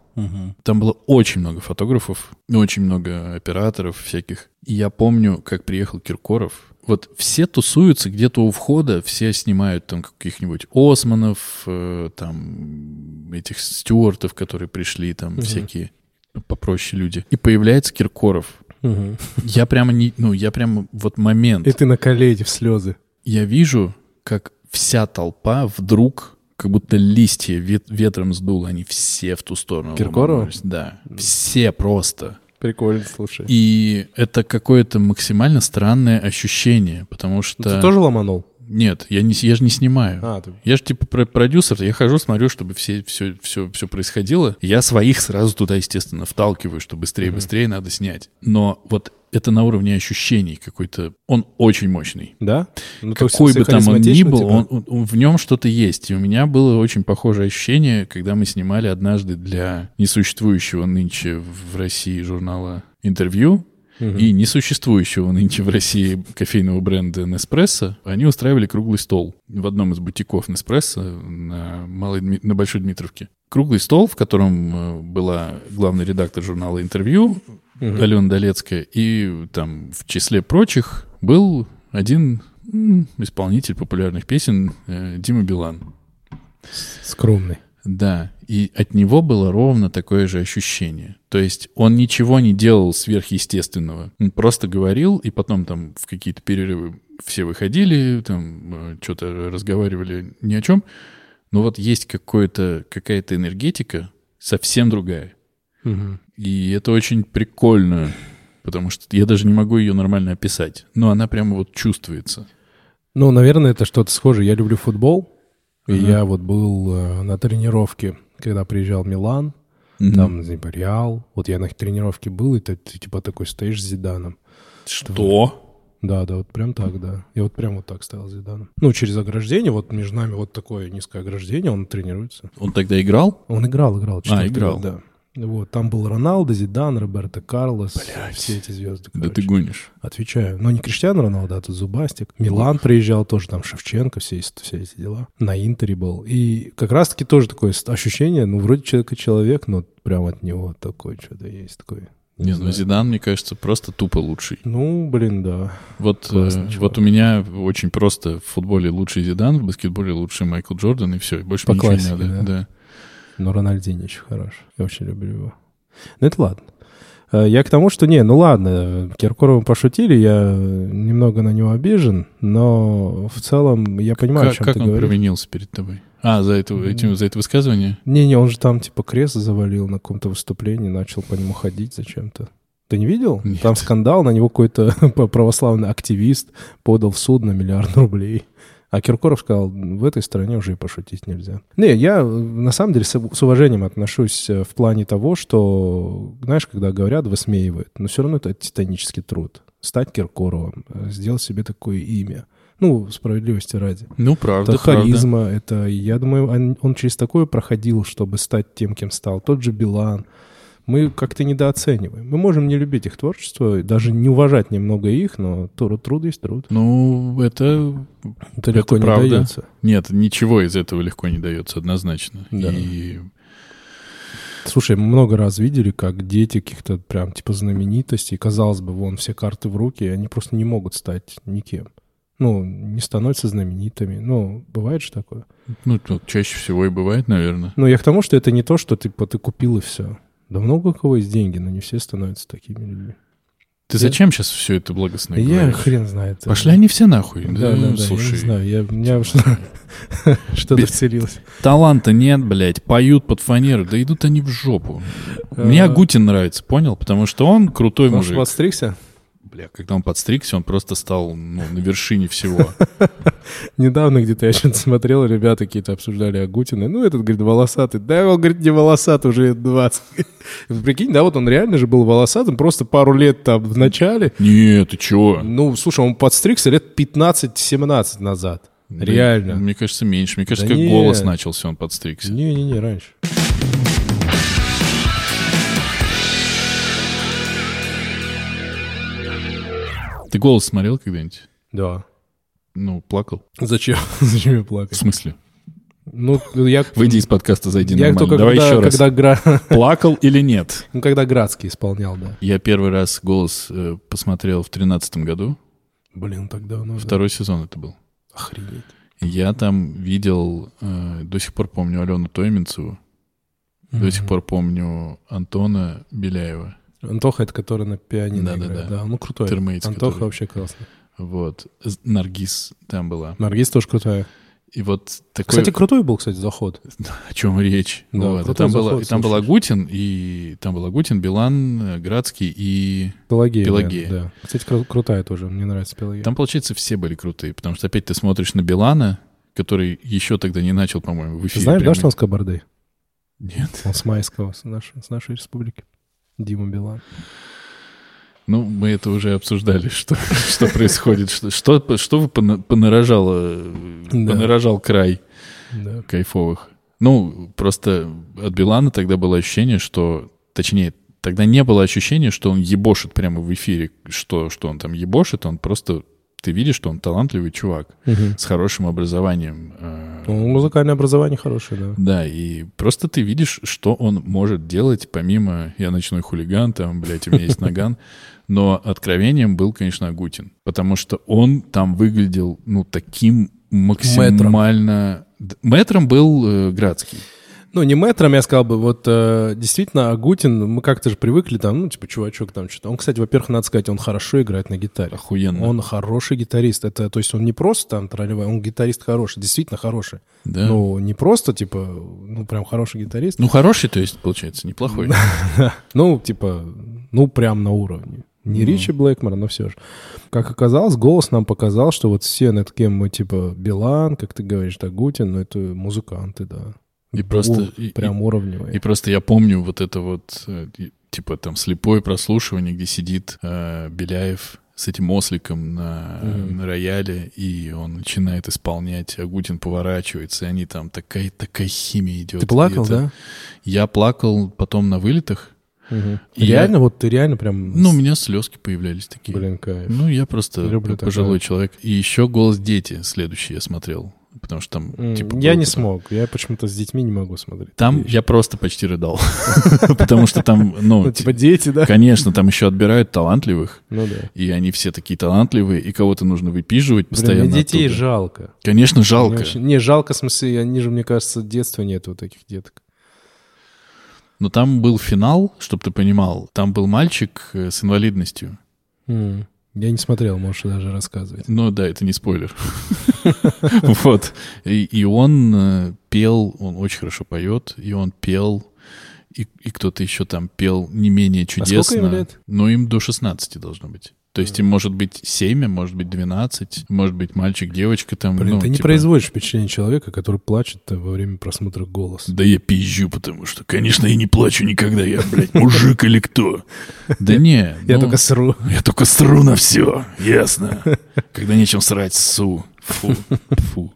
S2: Там было очень много фотографов, очень много операторов всяких. И я помню, как приехал Киркоров. Вот все тусуются где-то у входа, все снимают там каких-нибудь Османов, э, там этих стюартов, которые пришли, там всякие попроще люди. И появляется Киркоров.
S1: Мгм.
S2: Я прямо не, ну, я прямо вот момент.
S1: И ты на колени в слезы.
S2: Я вижу, как вся толпа вдруг, как будто листья вет- ветром сдуло, они все в ту сторону.
S1: Киркорова?
S2: ломанулись. Да, все просто.
S1: Прикольно, слушай.
S2: И это какое-то максимально странное ощущение, потому что...
S1: Ну, Ты тоже ломанул?
S2: Нет, я, не, с- я же не снимаю.
S1: А, ты...
S2: Я же типа про- продюсер, я хожу, смотрю, чтобы все, все, все, все происходило. Я своих сразу туда, естественно, вталкиваю, что быстрее, быстрее надо снять. Но вот это на уровне ощущений какой-то. Он очень мощный.
S1: Да? Ну, то есть
S2: Какой
S1: все
S2: бы там он ни
S1: харизматично,
S2: был,
S1: типа?
S2: он, он- он- в нем что-то есть. И у меня было очень похожее ощущение, когда мы снимали однажды для несуществующего нынче в России журнала интервью
S1: Мгм.
S2: и несуществующего нынче в России кофейного бренда Неспрессо, они устраивали круглый стол в одном из бутиков Неспрессо на, Малой Дми- на Большой Дмитровке. Круглый стол, в котором э, была главный редактор журнала «Интервью»
S1: типа, Мгм.
S2: Алена Долецкая, и там в числе прочих был один м, исполнитель популярных песен э, Дима Билан.
S1: Скромный.
S2: Да, и от него было ровно такое же ощущение. То есть он ничего не делал сверхъестественного. Он просто говорил, и потом там в какие-то перерывы все выходили, там что-то разговаривали ни о чем. Но вот есть какое-то, какая-то энергетика совсем другая.
S1: Мгм.
S2: И это очень прикольно, потому что я даже не могу ее нормально описать. Но она прямо вот чувствуется.
S1: Ну, наверное, это что-то схожее. Я люблю футбол. И
S2: Ага.
S1: я вот был э, на тренировке, когда приезжал Милан, там, типа, Реал. Вот я на их тренировке был, и ты, ты, типа, такой стоишь с Зиданом.
S2: Что?
S1: Да, да, вот прям так, да. Я вот прям вот так стоял с Зиданом. Ну, через ограждение, вот между нами вот такое низкое ограждение, он тренируется.
S2: Он тогда играл?
S1: Он играл, играл. четвертый
S2: А, играл.
S1: год, Да. Вот, там был Роналдо, Зидан, Роберто Карлос, все эти звезды.
S2: Да
S1: короче.
S2: ты гонишь.
S1: Отвечаю. Но не Криштиану Роналду, а тут Зубастик. Милан приезжал тоже, там Шевченко, все, эти- все эти дела. На Интере был. И как раз-таки тоже такое с- ощущение, ну, вроде человека человек, но прям от него такое что-то есть такое. Не
S2: Не, ну
S1: знаю.
S2: Зидан, мне кажется, просто тупо лучший.
S1: Ну, блин, да.
S2: Вот,
S1: Классный
S2: э,
S1: чувак.
S2: вот у меня очень просто в футболе лучший Зидан, в баскетболе лучший Майкл Джордан, и все, и больше
S1: По
S2: мне ничего не
S1: классике,
S2: надо.
S1: да?
S2: Да.
S1: Но Рональдини очень хорош. Я очень люблю его. Ну, это ладно. Э, Я к тому, что не, ну ладно, Киркорова пошутили, я немного на него обижен, но в целом я понимаю, о
S2: как
S1: чем
S2: как
S1: ты
S2: он
S1: говоришь.
S2: провинился перед тобой? А, за это, этим, за это высказывание?
S1: Не-не, он же там типа крест завалил на каком-то выступлении, начал по нему ходить зачем-то. Ты не видел?
S2: Нет.
S1: Там скандал, на него какой-то (laughs) православный активист подал в суд на миллиард рублей. А Киркоров сказал, в этой стране уже и пошутить нельзя. Не, я э, на самом деле с с уважением отношусь э, в плане того, что, знаешь, когда говорят, высмеивают, но все равно это титанический труд. Стать Киркоровым, э, сделать себе такое имя. Ну, справедливости ради.
S2: Ну, правда,
S1: Это
S2: правда.
S1: харизма, это, я думаю, он, он через такое проходил, чтобы стать тем, кем стал. Тот же Билан, мы как-то недооцениваем. Мы можем не любить их творчество, и даже не уважать немного их, но труд, труд есть труд.
S2: Ну, это...
S1: Это легко не
S2: правда.
S1: дается.
S2: Нет, ничего из этого легко не дается, однозначно.
S1: Да.
S2: И
S1: Слушай, мы много раз видели, как дети каких-то прям типа знаменитостей, казалось бы, вон все карты в руки, и они просто не могут стать никем. Ну, не становятся знаменитыми. Ну, бывает же такое.
S2: Ну, тут чаще всего и бывает, наверное.
S1: Но Ну, я к тому, что это не то, что ты, по- ты купил и все. Да много у кого есть деньги, но не все становятся такими людьми.
S2: Ты
S1: Я-
S2: зачем сейчас все это благостно
S1: Я
S2: говоришь?
S1: хрен знает.
S2: Пошли они все нахуй. ну,
S1: Да, да, да, я не
S2: слушай. Типа.
S1: знаю, я, у меня уж (laughs) что-то
S2: Бе-
S1: вцелилось.
S2: Таланта нет, блядь, поют под фанеру, да идут они в жопу.
S1: Э,
S2: Мне Агутин нравится, понял? Потому что он крутой
S1: Может,
S2: мужик.
S1: подстригся?
S2: Бля, когда он подстригся, он просто стал ну, на вершине всего. (laughs)
S1: Недавно где-то я (laughs) что-то смотрел, ребята какие-то обсуждали Агутина. Ну, этот, говорит, волосатый. Да, он, говорит, не волосатый, уже лет 20. Вы (laughs) Прикинь, да, вот он реально же был волосатым, просто пару лет там в начале.
S2: Нет, ты чего?
S1: Ну, слушай, он подстригся лет 15-17 назад. Реально.
S2: Мне кажется, меньше. Мне кажется,
S1: Да
S2: как
S1: нет.
S2: голос начался, он подстригся.
S1: Не-не-не, раньше.
S2: Ты голос смотрел когда-нибудь?
S1: Да.
S2: Ну, плакал.
S1: Зачем? (laughs) Зачем я
S2: В
S1: плакать?
S2: смысле?
S1: Ну, я...
S2: Выйди из подкаста, зайди
S1: Я
S2: нормально.
S1: только
S2: Давай
S1: когда,
S2: еще раз.
S1: когда, Гра- (laughs)
S2: Плакал или нет?
S1: ну, когда Градский исполнял, да.
S2: Я первый раз голос э, посмотрел в тринадцатом году.
S1: Блин, тогда оно...
S2: Второй сезон это был.
S1: Охренеть.
S2: Я там видел, э, до сих пор помню Алену Тойминцеву, до сих пор помню Антона Беляева.
S1: Антоха, это который на пианино
S2: Да-да-да.
S1: играет. Да, ну крутой.
S2: Термейтс,
S1: Антоха
S2: который-
S1: вообще классный.
S2: Вот. З- Наргиз там была.
S1: Наргиз тоже крутая.
S2: И вот такой...
S1: Кстати, крутой был, кстати, заход.
S2: (laughs) о чем речь?
S1: Да,
S2: Вот. И
S1: крутой
S2: там,
S1: заход,
S2: была, и там был
S1: слушай.
S2: Агутин, и там был Агутин, Билан, э, Градский, и...
S1: Пелагея.
S2: Пелагея.
S1: наверное, Да. Кстати, кру- крутая тоже. Мне нравится Пелагея.
S2: Там, получается, все были крутые, потому что опять ты смотришь на Билана, который еще тогда не начал, по-моему, в
S1: Ты
S2: эфире.
S1: знаешь, да,
S2: прямые.
S1: что он с Кабарды?
S2: Нет.
S1: Он с Майского, с нашей, с нашей республики. Дима Билан.
S2: Ну, мы это уже обсуждали, (laughs) что, что происходит, что, что, что вы пона- понарожало, э,
S1: Да.
S2: понарожал край.
S1: Да.
S2: кайфовых. Ну, просто от Билана тогда было ощущение, что... Точнее, тогда не было ощущения, что он ебошит прямо в эфире, что, что он там ебошит, он просто... Ты видишь, что он талантливый чувак с хорошим образованием. э,
S1: Ну, музыкальное образование хорошее, да.
S2: Да, и просто ты видишь, что он может делать, помимо «я ночной хулиган», там, блядь, у меня есть наган. Но откровением был, конечно, Агутин. Потому что он там выглядел, ну, таким максимально... Д- Мэтром был э, Градский.
S1: Ну, не мэтром, я сказал бы, вот э, действительно, Агутин, мы как-то же привыкли там, ну, типа, чувачок там что-то. Он, кстати, во-первых, надо сказать, он хорошо играет на гитаре.
S2: Охуенно.
S1: Он хороший гитарист. Это, то есть он не просто там троллевая, он гитарист хороший, действительно хороший.
S2: да? Ну,
S1: Ну, не просто, типа, ну, прям хороший гитарист.
S2: хороший, то есть, получается, неплохой.
S1: Ну, типа, ну, прям на уровне. Не
S2: Ну.
S1: Ричи Блэкмор, но все же. Как оказалось, голос нам показал, что вот все, над кем мы, типа, Билан, как ты говоришь, Тагутин, ну, это музыканты, да.
S2: И просто-
S1: У-
S2: и-
S1: прям уровневые.
S2: И просто я помню вот это вот, э, и- типа, там, слепое прослушивание, где сидит э, Беляев с этим осликом на,
S1: Мгм.
S2: на рояле, и он начинает исполнять, Агутин поворачивается, и они там, такая, такая химия идет.
S1: ты плакал,
S2: И это-
S1: да?
S2: Я плакал потом на вылетах.
S1: Мгм.
S2: И
S1: Реально, вот ты реально прям...
S2: Ну, у
S1: с-
S2: меня слезки появлялись такие.
S1: Блин, кайф.
S2: Ну, я просто
S1: Люблю такое.
S2: пожилой человек. И еще «Голос дети» следующий я смотрел, потому что там,
S1: М,
S2: типа...
S1: я
S2: был
S1: не
S2: потом-
S1: смог. Я почему-то с детьми не могу смотреть.
S2: Там я просто почти рыдал. (laughs) Потому что там,
S1: Ну,
S2: ну,
S1: типа, дети, да?
S2: конечно, там еще отбирают талантливых,
S1: Ну, да.
S2: и они все такие талантливые, и кого-то нужно выпиживать
S1: Блин,
S2: постоянно.
S1: мне детей
S2: оттуда.
S1: жалко.
S2: Конечно,
S1: Мне
S2: жалко.
S1: вообще- Не, жалко, в смысле, они же, мне кажется, детства нет вот таких деток.
S2: Но там был финал, чтобы ты понимал. Там был мальчик э, с инвалидностью.
S1: М, Я не смотрел, можешь даже рассказывать.
S2: Ну да, это не спойлер. (laughs) Вот. И и он э, пел, он очень хорошо поет, и он пел, и и кто-то еще там пел не менее чудесно.
S1: А лет?
S2: Но им до 16 должно быть. То есть им может быть 7, а может быть 12, может быть мальчик, девочка там.
S1: Блин,
S2: ну,
S1: ты не
S2: типа,
S1: производишь впечатление человека, который плачет э, во время просмотра голоса.
S2: Да я пизжу, потому что, конечно, я не плачу никогда. Я, блядь, мужик или кто? Да не.
S1: Я
S2: ну,
S1: только сру.
S2: Я только сру на все, ясно. Когда нечем срать, су. Фу, фу.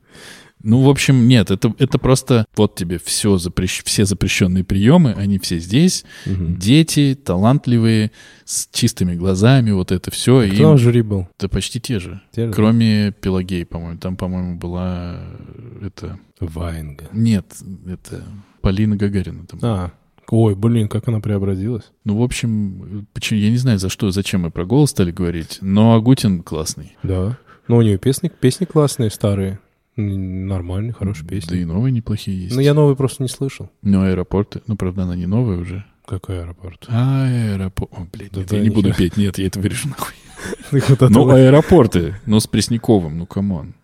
S2: Ну, в общем, нет, это, это просто вот тебе все, запрещ, все запрещенные приемы, они все здесь.
S1: Мгм.
S2: Дети, талантливые, с чистыми глазами, вот это все.
S1: А
S2: и
S1: Кто на жюри был?
S2: Это почти те же.
S1: Те же?
S2: Кроме Пелагеи, по-моему. Там, по-моему, была э, это...
S1: Ваенга.
S2: Нет, это Полина Гагарина. Там.
S1: А, ой, блин, как она преобразилась.
S2: Ну, в общем, почему, я не знаю, за что, зачем мы про голос стали говорить, но Агутин классный.
S1: Да. Но у нее песни, песни классные, старые. М, Нормальные, хорошие
S2: Да
S1: песни.
S2: и новые неплохие есть.
S1: Но Ну, я новые просто не слышал.
S2: Но аэропорты, ну, правда, она не новая уже.
S1: Какой аэропорт?
S2: Аэропорт. О, блин,
S1: Да
S2: нет,
S1: да,
S2: я не буду
S1: ничего.
S2: петь, нет, я это вырежу нахуй.
S1: (laughs) Вот это
S2: Ну,
S1: вот.
S2: аэропорты, но с Пресняковым, ну, камон.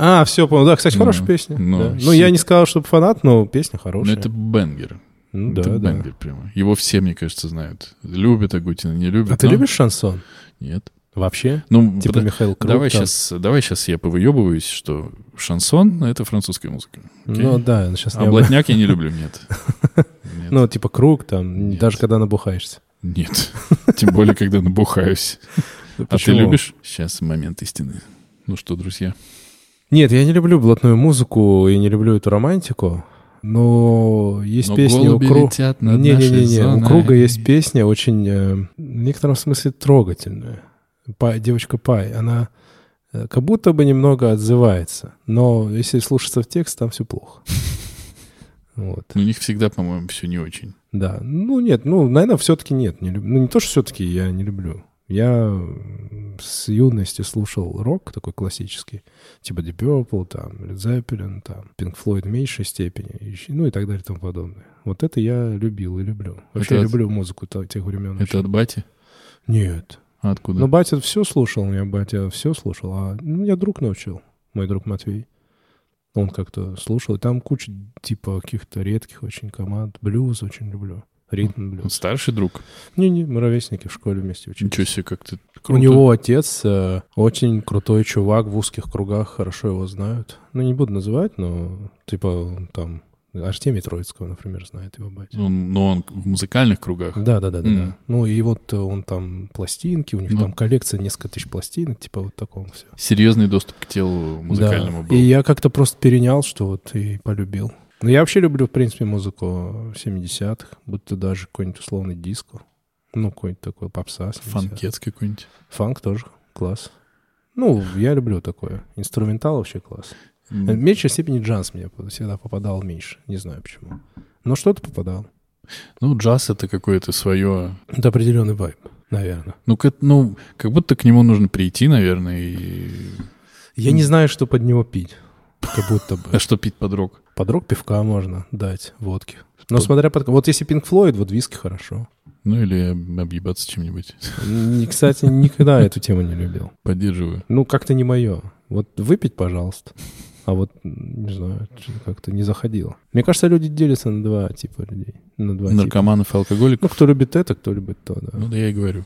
S1: А, все, понял. Да, кстати,
S2: Ну,
S1: хорошая песня.
S2: ну,
S1: Да. Ну,
S2: супер.
S1: я не сказал, что фанат, но песня
S2: Ну,
S1: хорошая.
S2: это бенгер.
S1: Ну,
S2: это
S1: да, да.
S2: бенгер прямо. Его все, мне кажется, знают. Любят Агутина, не любят.
S1: А ты
S2: но-
S1: любишь шансон?
S2: Нет.
S1: Вообще?
S2: Ну,
S1: Типа
S2: подо-
S1: Михаил Круг.
S2: давай
S1: там.
S2: сейчас, давай сейчас я повыебываюсь, что шансон — это французская музыка. окей?
S1: Ну, да, ну, сейчас не
S2: А
S1: об-
S2: блатняк я не
S1: (laughs)
S2: люблю, нет. Нет.
S1: Ну, типа круг там,
S2: Нет.
S1: даже когда набухаешься.
S2: Нет. (laughs) Тем более, когда набухаюсь. А ты
S1: Почему?
S2: любишь? Сейчас момент истины. Ну что, друзья?
S1: Нет, я не люблю блатную музыку и не люблю эту романтику, но есть
S2: Но
S1: песни у
S2: голуби
S1: Круга.
S2: летят над нашей
S1: Не-не-не, у
S2: зоной.
S1: Круга есть песня очень, э, в некотором смысле, трогательная. Пай- девочка Пай, она э, как будто бы немного отзывается, но если слушаться в текст, там все плохо. (laughs) Вот.
S2: У них всегда, по-моему, все не очень.
S1: Да, ну нет, ну, наверное, все-таки нет. Не люб- Ну, не то, что все-таки я не люблю. Я м, с юности слушал рок такой классический, типа Deep Purple, там, Led Zeppelin, там, Pink Floyd в меньшей степени, и щ- ну и так далее и тому подобное. Вот это я любил и люблю. Вообще
S2: Это
S1: я
S2: от-
S1: люблю музыку то- тех времен.
S2: Это
S1: очень.
S2: от бати?
S1: Нет.
S2: А откуда?
S1: Ну, батя все слушал, у меня батя все слушал, а ну, меня друг научил, мой друг Матвей. Он как-то слушал, и там куча типа каких-то редких очень команд. Блюз очень люблю, ритм
S2: Он
S1: блюз.
S2: Старший друг.
S1: Не-не, мы ровесники в школе вместе учились.
S2: Ничего себе, как ты
S1: У
S2: круто.
S1: него отец э, очень крутой чувак, в узких кругах хорошо его знают. Ну, не буду называть, но типа там Артемий Троицкого, например, знает его батя.
S2: Он- но он в музыкальных кругах.
S1: Да, да, да, да,
S2: Мгм.
S1: да. Ну, и вот э, он там пластинки, у них
S2: Ну.
S1: там коллекция несколько тысяч пластинок, типа вот такого все.
S2: Серьезный доступ к телу музыкальному
S1: Да.
S2: был.
S1: И я как-то просто перенял, что вот и полюбил. Ну, я вообще люблю, в принципе, музыку 70-х, будто даже какой-нибудь условный диско. Ну, какой-нибудь такой попса. 70-х.
S2: Фанкет какой-нибудь.
S1: Фанк тоже класс. Ну, я люблю такое. Инструментал вообще класс. В
S2: М,
S1: меньшей степени джанс мне всегда попадал меньше. Не знаю почему. Но что-то попадал.
S2: Ну, джаз это какое-то свое.
S1: Это определенный вайб, наверное.
S2: Ну, к- ну, как будто к нему нужно прийти, наверное, и...
S1: Э, Я не знаю, что под него пить. Как будто бы.
S2: А что пить под рок?
S1: Подруг пивка можно дать, водки. Но смотря под... Вот если Пинк Флойд, вот виски хорошо.
S2: Ну, или объебаться чем-нибудь.
S1: Н- Кстати, никогда эту тему не любил.
S2: Поддерживаю.
S1: Ну, как-то не мое. Вот выпить, пожалуйста. А вот, м, не знаю, ч- как-то не заходило. Мне кажется, люди делятся на два типа людей. На два типа.
S2: Наркоманов и алкоголиков.
S1: Ну, кто любит это, кто любит то, да.
S2: Ну, да я и говорю.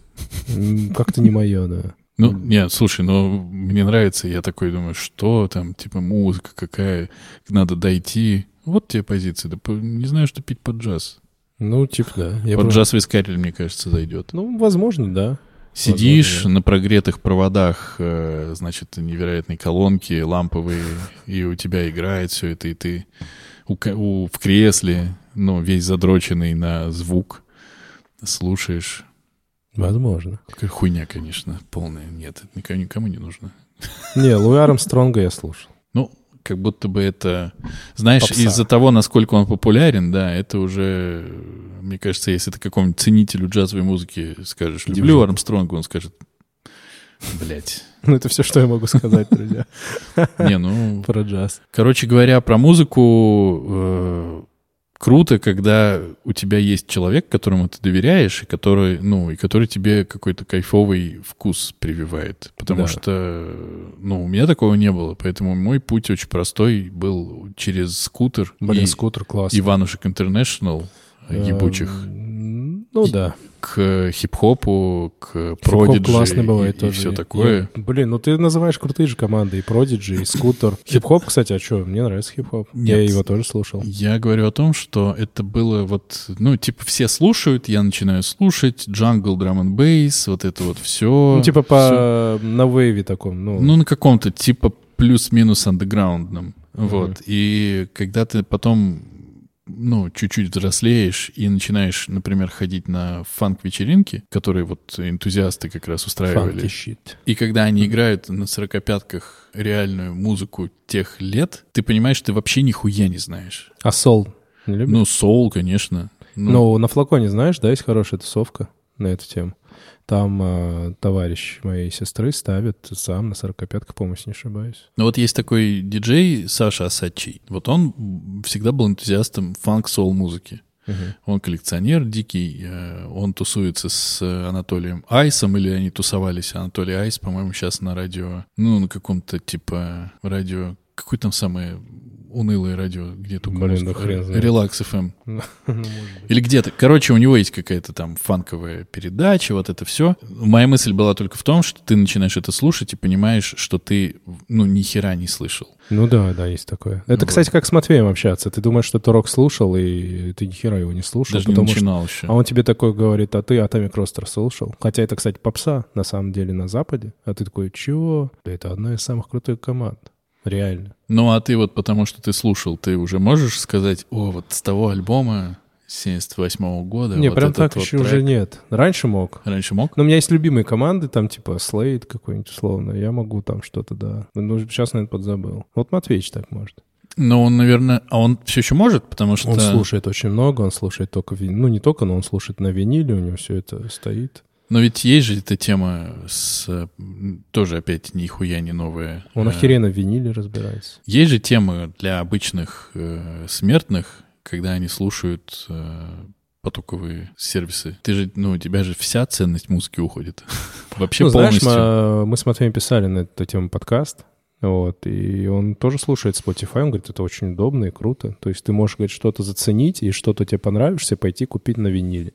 S1: М, Как-то не мое, да.
S2: Ну,
S1: Мгм.
S2: нет, слушай, ну, мне нравится, я такой думаю, что там, типа, музыка какая, надо дойти. Вот тебе позиции, да по- не знаю, что пить под джаз.
S1: Ну, типа, да. Я
S2: под
S1: про-
S2: джаз вискарель, мне кажется, зайдет.
S1: Ну, возможно, да.
S2: Сидишь
S1: Возможно,
S2: на прогретых проводах, э, значит, невероятные колонки ламповые, и у тебя играет все это, и ты у ка- у- в кресле, ну, весь задроченный на звук, слушаешь.
S1: Возможно.
S2: Какая хуйня, конечно, полная. Нет, это никому, никому не нужно.
S1: Не, Луи Армстронга я слушал.
S2: Ну, как будто бы это... Знаешь,
S1: Попса.
S2: из-за того, насколько он популярен, да, это уже... э, Мне кажется, если ты какому-нибудь ценителю джазовой музыки скажешь «люблю
S1: Диджей.
S2: Армстронга», он скажет «блядь».
S1: (laughs) Ну, это все, что я могу сказать, друзья,
S2: Не, ну...
S1: про джаз.
S2: Короче говоря, про музыку э, круто, когда у тебя есть человек, которому ты доверяешь, и который, ну, и который тебе какой-то кайфовый вкус прививает. Потому
S1: Да.
S2: что, э, ну, у меня такого не было, поэтому мой путь очень простой был через скутер
S1: Блин,
S2: и
S1: скутер класс.
S2: Иванушек Интернешнл э, ебучих
S1: Эм, Ну, да.
S2: к хип-хопу, к
S1: Хип-хоп
S2: продиджи
S1: классный бывает
S2: и,
S1: тоже.
S2: все
S1: Я-
S2: такое.
S1: я- блин, ну ты называешь крутые же команды, и Продиджи, и Скутер. Хип-хоп, кстати, а что? Мне нравится хип-хоп. Я
S2: Нет.
S1: его тоже слушал.
S2: Я говорю о том, что это было вот, ну, типа, все слушают, я начинаю слушать, джангл, драм н бейс, вот это вот все.
S1: Ну, типа по на вейве таком, ну,
S2: Ну, на каком-то, типа, плюс-минус андеграундном. Вот. И когда ты потом, ну, чуть-чуть взрослеешь и начинаешь, например, ходить на фанк-вечеринки, которые вот энтузиасты как раз устраивали.
S1: Фанки щит.
S2: И когда они играют на сорокопятках реальную музыку тех лет, ты понимаешь, ты вообще нихуя не знаешь.
S1: А сол не любишь?
S2: Ну, соул, конечно. Ну,
S1: Ну, на флаконе, знаешь, да, есть хорошая тусовка на эту тему. Там э, товарищ моей сестры ставит сам на 45 по-моему, если не ошибаюсь.
S2: ну вот есть такой диджей Саша Асачи. Вот он всегда был энтузиастом фанк-соул-музыки. Он коллекционер дикий, э, он тусуется с э, Анатолием Айсом, или они тусовались, Анатолий Айс, по-моему, сейчас на радио, ну, на каком-то типа радио, какое там самое унылое радио, где только
S1: Блин,
S2: музыка?
S1: да хрен знает.
S2: Релакс FM.
S1: Ну, может быть.
S2: Или где-то. Короче, у него есть какая-то там фанковая передача, вот это все. Моя мысль была только в том, что ты начинаешь это слушать и понимаешь, что ты, ну, ни хера не слышал.
S1: Ну да, да, есть такое. Это,
S2: Ну Вот.
S1: кстати, как с Матвеем общаться. Ты думаешь, что ты рок слушал, и ты нихера его не слушал.
S2: Даже не
S1: потому что-
S2: начинал еще.
S1: А он тебе такой говорит, а ты Атомик Ростер слушал? Хотя это, кстати, попса, на самом деле, на Западе. А ты такой, чего? Да это одна из самых крутых команд. Реально.
S2: Ну, а ты вот потому, что ты слушал, ты уже можешь сказать, о, вот с того альбома 78 года...
S1: не,
S2: вот
S1: прям
S2: этот
S1: так
S2: вот
S1: еще
S2: трек».
S1: уже нет. Раньше мог.
S2: Раньше мог?
S1: Но у меня есть любимые команды, там типа Слейд какой-нибудь условно. Я могу там что-то, да. Ну, сейчас, наверное, подзабыл. Вот Матвеич так может.
S2: Но он, наверное... А он все еще может, потому что...
S1: Он слушает очень много, он слушает только... ви- Ну, не только, но он слушает на виниле, у него все это стоит.
S2: Но ведь есть же эта тема с... э, м, Тоже опять нихуя не новая.
S1: Он
S2: Э,
S1: охеренно в виниле разбирается.
S2: Есть же темы для обычных э, смертных, когда они слушают э, потоковые сервисы. Ты же, ну, у тебя же вся ценность музыки уходит. (laughs) Вообще
S1: Ну, знаешь,
S2: полностью.
S1: мы, мы с Матвеем писали на эту тему подкаст, вот, и он тоже слушает Spotify, он говорит, это очень удобно и круто. То есть ты можешь, говорит, что-то заценить и что-то тебе понравишься, пойти купить на виниле,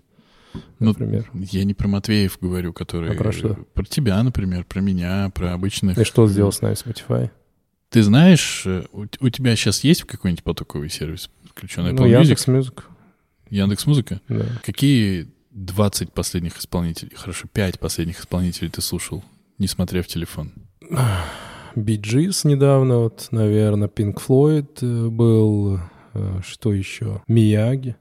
S2: Ну,
S1: например.
S2: Я не про Матвеев говорю, который...
S1: А про что?
S2: Про тебя, например, про меня, про обычных.
S1: и что сделал с нами Spotify?
S2: Ты знаешь, э, у, т- у тебя сейчас есть какой-нибудь потоковый сервис, включенный Apple
S1: ну,
S2: Music,
S1: Яндекс Мьюзик.
S2: Яндекс.Музыка?
S1: Да.
S2: Какие 20 последних исполнителей, хорошо, 5 последних исполнителей ты слушал, не смотря в телефон?
S1: Bee Gees недавно, вот, наверное, Pink Floyd э, был, э, что еще? Мияги.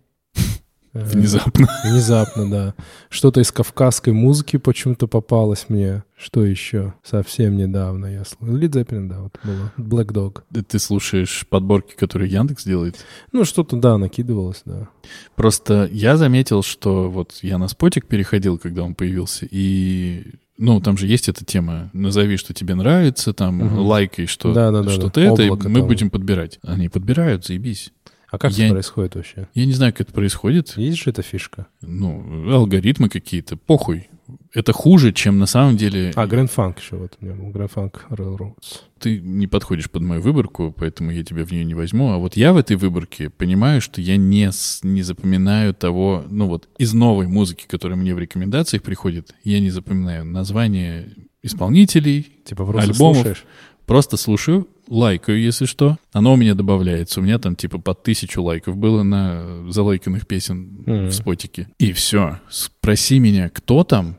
S1: Э,
S2: (laughs) Внезапно.
S1: Внезапно, да. Что-то из кавказской музыки почему-то попалось мне. Что еще? Совсем недавно я слышал. Лид Зеппелин, да, вот было. Black Dog.
S2: Ты слушаешь подборки, которые Яндекс делает?
S1: Ну, что-то, да, накидывалось, да.
S2: Просто я заметил, что вот я на спотик переходил, когда он появился, и ну, там же есть эта тема. Назови, что тебе нравится, там,
S1: Мгм.
S2: лайкай, что,
S1: Да-да-да-да.
S2: что ты это, и
S1: Облако
S2: мы
S1: там.
S2: будем подбирать. Они подбирают, заебись.
S1: А как
S2: Я-
S1: это происходит вообще?
S2: Я не знаю, как это происходит.
S1: Есть же эта фишка?
S2: Ну, алгоритмы какие-то, похуй. Это хуже, чем на самом деле
S1: А, Grand Funk еще вот у меня был. Grand Funk Railroads.
S2: ты не подходишь под мою выборку, поэтому я тебя в нее не возьму. А вот я в этой выборке понимаю, что я не, с- не запоминаю того, ну вот из новой музыки, которая мне в рекомендациях приходит, я не запоминаю название исполнителей,
S1: Типа просто
S2: Альбомов.
S1: слушаешь.
S2: просто слушаю, лайкаю, если что. Оно у меня добавляется. У меня там типа по тысячу лайков было на э, залайканных песен
S1: Мгм.
S2: в спотике. И все. Спроси меня, кто там?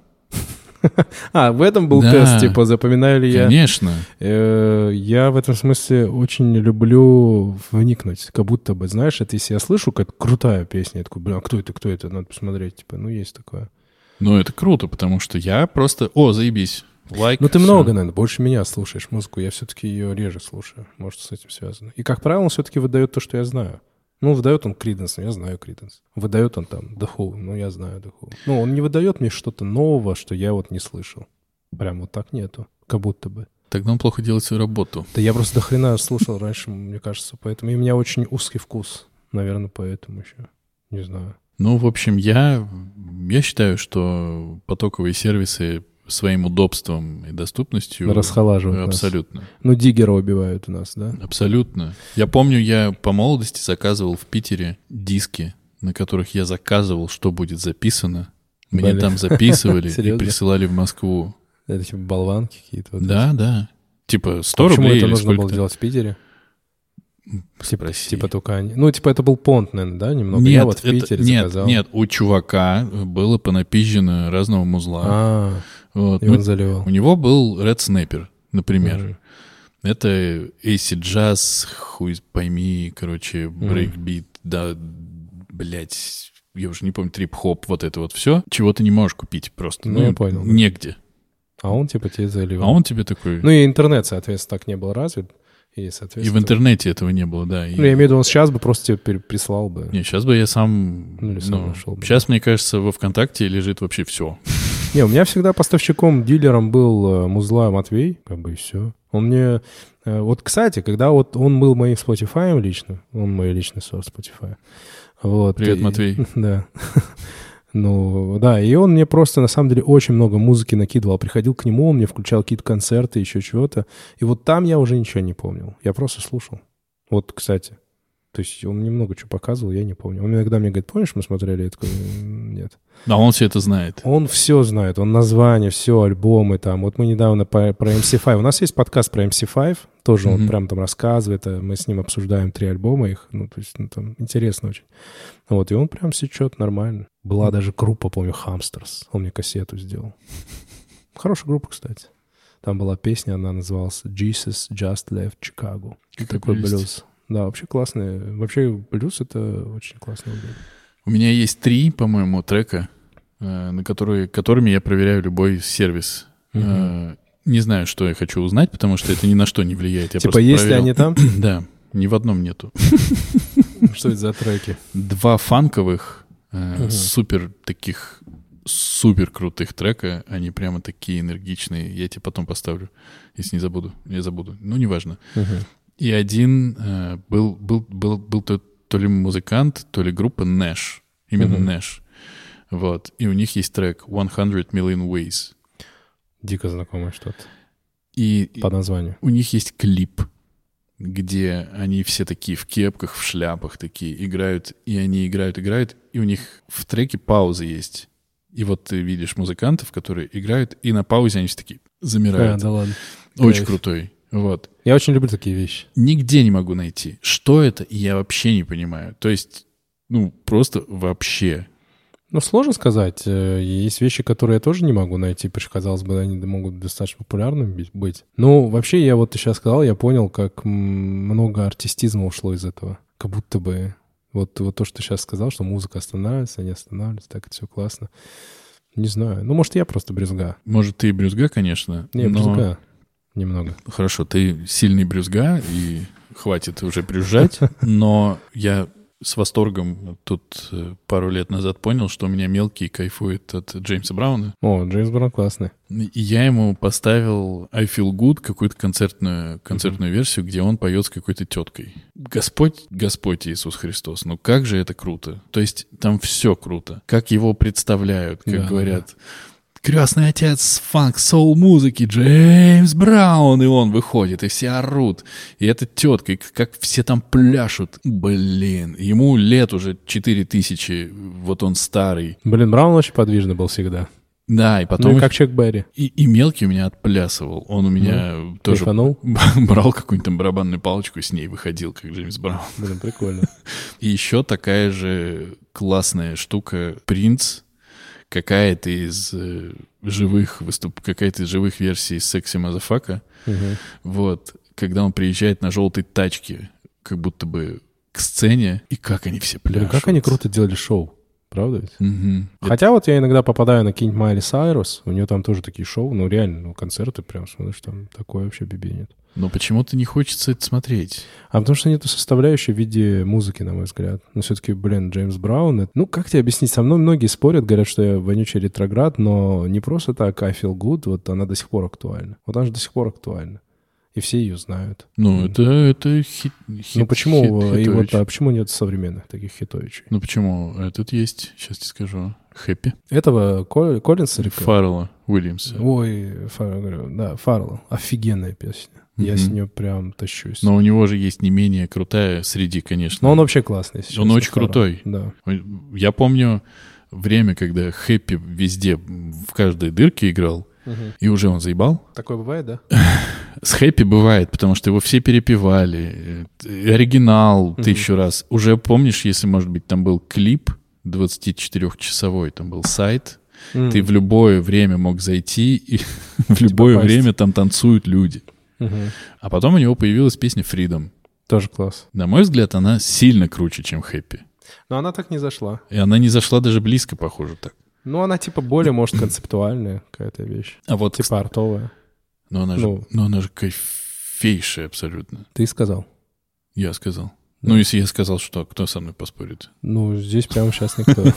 S1: А, в этом был
S2: Да.
S1: тест, типа, запоминаю ли я.
S2: Конечно.
S1: Э, Я в этом смысле очень люблю вникнуть, как будто бы, знаешь, это если я слышу, как крутая песня, я такой, блин, а кто это, кто это, надо посмотреть, типа, ну, есть такое.
S2: Но это круто, потому что я просто... О, заебись. Лайк.
S1: Ну, ты
S2: всё.
S1: много, наверное, больше меня слушаешь музыку. Я все-таки ее реже слушаю. Может, с этим связано. И, как правило, он все-таки выдает то, что я знаю. Ну, выдает он Криденс, я знаю Криденс. Выдает он там The Who, ну, я знаю The Who. Ну, он не выдает мне что-то нового, что я вот не слышал. Прям вот так нету. Как будто бы.
S2: Тогда он плохо делает свою работу.
S1: Да я просто до хрена слушал раньше, мне кажется, поэтому. И у меня очень узкий вкус. Наверное, поэтому еще. Не знаю.
S2: Ну, в общем, я, я считаю, что потоковые сервисы своим удобством и доступностью...
S1: Расхолаживают нас.
S2: Абсолютно.
S1: Ну, диггера убивают у нас, да?
S2: Абсолютно. Я помню, я по молодости заказывал в Питере диски, на которых я заказывал, что будет записано. Мне
S1: Блин. (laughs)
S2: там записывали и
S1: Серьезно?
S2: присылали в Москву.
S1: Это типа болванки какие-то. вот А
S2: Да, да. Типа 100
S1: Почему
S2: рублей
S1: это
S2: или
S1: нужно было
S2: сколько-то.
S1: делать в Питере?
S2: Спроси.
S1: Типа только они. Ну, типа это был понт, наверное, да, немного?
S2: нет,
S1: Я вот в
S2: это-
S1: Питере
S2: нет,
S1: заказал.
S2: нет, у чувака было понапизжено разного музла.
S1: А,
S2: Вот.
S1: и
S2: Ну,
S1: он заливал.
S2: У него был Red Snapper, например.
S1: Мгм.
S2: Это AC Jazz, хуй пойми, короче, брейкбит, да, блядь, я уже не помню, трип-хоп, вот это вот все, чего ты не можешь купить просто.
S1: Ну, я понял, да.
S2: Негде.
S1: А он типа тебе заливал.
S2: А он тебе такой...
S1: Ну и интернет, соответственно, так не был развит. И,
S2: и
S1: соответственно...
S2: в интернете этого не было, да. и-
S1: Ну, я имею в виду, он сейчас бы просто тебе пере- прислал бы.
S2: Не, сейчас бы я сам...
S1: Ну, или сам нашел бы.
S2: Сейчас, мне кажется, во ВКонтакте лежит вообще все.
S1: Не, у меня всегда поставщиком, дилером был э, Музла Матвей, как бы и все. Он мне... э, Вот, кстати, когда вот он был моим Spotify лично, он мой личный сорт Spotify. Вот,
S2: Привет,
S1: и-
S2: Матвей.
S1: (laughs) Да. Ну, да, и он мне просто, на самом деле, очень много музыки накидывал. Приходил к нему, он мне включал какие-то концерты, еще чего-то. И вот там я уже ничего не помнил. Я просто слушал. Вот, кстати. То есть он мне много чего показывал, я не помню. Он иногда мне говорит, помнишь, мы смотрели? Я такой, «М, нет.
S2: Да, он все это знает.
S1: Он все знает, он название, все, альбомы там. Вот мы недавно по- про MC5, у нас есть подкаст про MC5, тоже он
S2: Мгм.
S1: прям там рассказывает, а мы с ним обсуждаем три альбома их, ну, то есть, ну, там интересно очень. Вот, и он прям сечет нормально. Была даже группа, помню, Хамстерс, он мне кассету сделал. Хорошая группа, кстати. Там была песня, она называлась «Jesus Just Left Chicago».
S2: Как
S1: Такой
S2: прелесть.
S1: блюз. Да, вообще классный. Вообще блюз — это очень классный блюз.
S2: У меня есть три, по-моему, трека, э, на которые, которыми я проверяю любой сервис. Э, Не знаю, что я хочу узнать, потому что это ни на что не влияет. Я
S1: Типа,
S2: просто
S1: если
S2: проверил.
S1: они там,
S2: (clears throat) Да, ни в одном нету.
S1: что это за треки?
S2: Два фанковых, э,
S1: Мгм.
S2: супер таких, супер крутых трека. Они прямо такие энергичные. Я тебе потом поставлю, если не забуду. Я забуду. Ну, неважно. И один э, был, был, был, был то, то ли музыкант, то ли группа Nash. Именно
S1: Мгм.
S2: Nash. Вот. И у них есть трек 100 Million Ways.
S1: Дико знакомое что-то.
S2: И и
S1: По названию.
S2: у них есть клип, где они все такие в кепках, в шляпах такие играют. И они играют, играют. И у них в треке паузы есть. И вот ты видишь музыкантов, которые играют, и на паузе они все такие замирают.
S1: ладно.
S2: Очень
S1: кайф.
S2: крутой. Вот.
S1: Я очень люблю такие вещи.
S2: нигде не могу найти. Что это, я вообще не понимаю. То есть, ну, просто вообще.
S1: Ну, сложно сказать. Э, Есть вещи, которые я тоже не могу найти, потому что, казалось бы, они могут достаточно популярными бить- быть. Ну, вообще, я вот ты сейчас сказал, я понял, как м, много артистизма ушло из этого. Как будто бы... Вот, вот то, что ты сейчас сказал, что музыка останавливается, они останавливаются, так это все классно. Не знаю. Ну, может, я просто брюзга.
S2: Может, ты и брюзга, конечно.
S1: Не,
S2: но-
S1: брюзга. Немного.
S2: Хорошо, ты сильный брюзга, и хватит уже брюзжать. Но я с восторгом тут э, пару лет назад понял, что у меня мелкий кайфует от Джеймса Брауна.
S1: (laughs) О, Джеймс Брон классный.
S2: Ну, И я ему поставил I Feel Good, какую-то концертную, концертную версию, где он поет с какой-то теткой. Господь, Господь Иисус Христос, ну как же это круто. То есть там все круто. Как его представляют, как
S1: Да,
S2: говорят. Крестный отец фанк соул музыки Джеймс Браун, и он выходит, и все орут. И эта тетка, и к- как все там пляшут. Блин, ему лет уже 4000, вот он старый.
S1: Блин, Браун очень подвижный был всегда.
S2: Да, и
S1: Ну,
S2: потом
S1: и
S2: их-
S1: как Чек Берри.
S2: и, и мелкий у меня отплясывал. Он
S1: Ну,
S2: у меня тоже (laughs)
S1: Кайфанул.
S2: брал какую-нибудь там барабанную палочку, с ней выходил, как Джеймс Браун.
S1: Блин, прикольно.
S2: И еще такая же классная штука «Принц», какая-то из э, живых выступ... какая-то из живых версий «Секси Мазафака».
S1: Мгм.
S2: Вот, когда он приезжает на желтой тачке, как будто бы к сцене, и как они все
S1: Блин,
S2: пляшут.
S1: как они круто делали шоу, правда ведь?
S2: Мгм.
S1: Хотя вот я иногда попадаю на какие-нибудь Майли Сайрус, у нее там тоже такие шоу, ну реально, ну концерты прям смотришь, там такое вообще бибинет.
S2: Но почему-то не хочется это смотреть.
S1: А потому что нету составляющей в виде музыки, на мой взгляд. Но все-таки, блин, Джеймс Браун, это- ну как тебе объяснить, со мной многие спорят, говорят, что я вонючий ретроград, но не просто так, I feel good, вот она до сих пор актуальна. Вот она же до сих пор актуальна. И все ее знают.
S2: Ну,
S1: Мгм.
S2: это, это хит, хит
S1: ну почему,
S2: хит-
S1: и вот,
S2: хитович.
S1: а почему нет современных таких хитовичей?
S2: Ну почему? Этот есть, сейчас тебе скажу. Хэппи.
S1: Этого Кол- Коллинса или кого?
S2: Фаррелла Уильямса.
S1: Ой, Фаррелл, говорю, да, Фаррелл. Офигенная песня. Я с
S2: Мгм. Ну,
S1: нее прям тащусь.
S2: Но у него же есть не менее крутая среди, конечно.
S1: Но он вообще классный. если
S2: Он
S1: честно,
S2: очень
S1: Фаррелл.
S2: крутой.
S1: Да.
S2: Я помню время, когда Хэппи везде, в каждой дырке играл, и уже он заебал.
S1: Такое бывает, да?
S2: С Хэппи бывает, потому что его все перепевали. э, Оригинал тысячу раз. Уже помнишь, если, может быть, там был клип 24-часовой, там был сайт, ты в любое время мог зайти, и (laughs) в любое
S1: попасть.
S2: время там танцуют люди.
S1: Мгм.
S2: А потом у него появилась песня Freedom.
S1: Тоже класс.
S2: На мой взгляд, она сильно круче, чем Happy.
S1: Но она так не зашла.
S2: И она не зашла даже близко, похоже, так.
S1: Ну, она типа более, может, концептуальная какая-то вещь.
S2: А вот,
S1: Типа артовая.
S2: но она же,
S1: ну.
S2: но она же кайфейшая абсолютно.
S1: Ты сказал.
S2: Я сказал.
S1: Да.
S2: Ну, если я сказал, что кто со мной поспорит?
S1: Ну, здесь прямо сейчас
S2: (laughs)
S1: никто.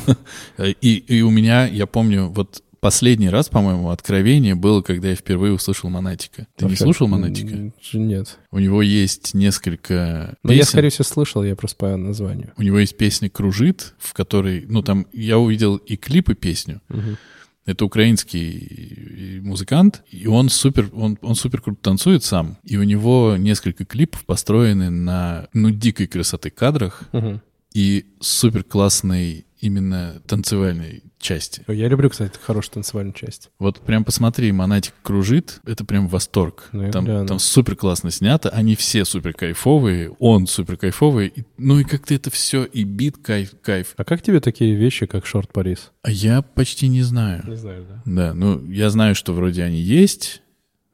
S2: Э, И, и у меня, я помню, вот последний раз, по-моему, откровение было, когда я впервые услышал Монатика. Ты не
S1: Вообще,
S2: слушал Монатика?
S1: м, Нет.
S2: У него есть несколько
S1: Но Ну, я,
S2: песен.
S1: скорее всего, слышал, я просто по названию.
S2: У него есть песня «Кружит», в которой... Ну, там я увидел и клип, и песню.
S1: Мгм.
S2: Это украинский э, музыкант, и он супер, он, он супер круто танцует сам. И у него несколько клипов построены на, ну, дикой красоты кадрах
S1: Мгм.
S2: и супер классной именно танцевальной части.
S1: Я люблю, кстати, хорошую танцевальную часть.
S2: Вот прям посмотри, Монатик кружит, это прям восторг.
S1: Ну, я
S2: там,
S1: гляну.
S2: там супер классно снято, они все супер кайфовые, он супер кайфовый, и- ну и как-то это все, и бит кайф, кайф.
S1: А как тебе такие вещи, как шорт Парис?
S2: А я почти не знаю.
S1: Не знаю, да.
S2: Да, ну я знаю, что вроде они есть,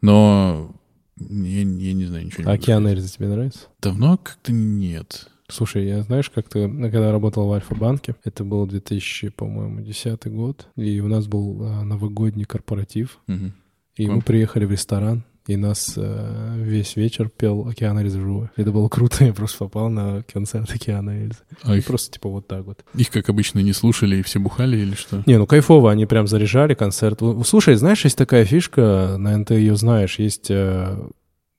S2: но я, я не знаю ничего. не
S1: А
S2: буду
S1: Киану
S2: сказать.
S1: Ривз тебе нравится?
S2: Давно как-то нет.
S1: Слушай, я знаешь, как-то, ну, когда работал в Альфа-банке, это был 2000, по-моему, 10 год, и у нас был а, новогодний корпоратив,
S2: Мгм.
S1: и мы
S2: Мгм.
S1: приехали в ресторан, и нас э, весь вечер пел Океан Эльзы вживую. Это было круто, (laughs) я просто попал на концерт Океана Эльзы.
S2: А их,
S1: Просто типа вот так вот.
S2: их, как обычно, не слушали и все бухали или что?
S1: Не, ну кайфово, они прям заряжали концерт. У- Слушай, знаешь, есть такая фишка, наверное, ты ее знаешь, есть э,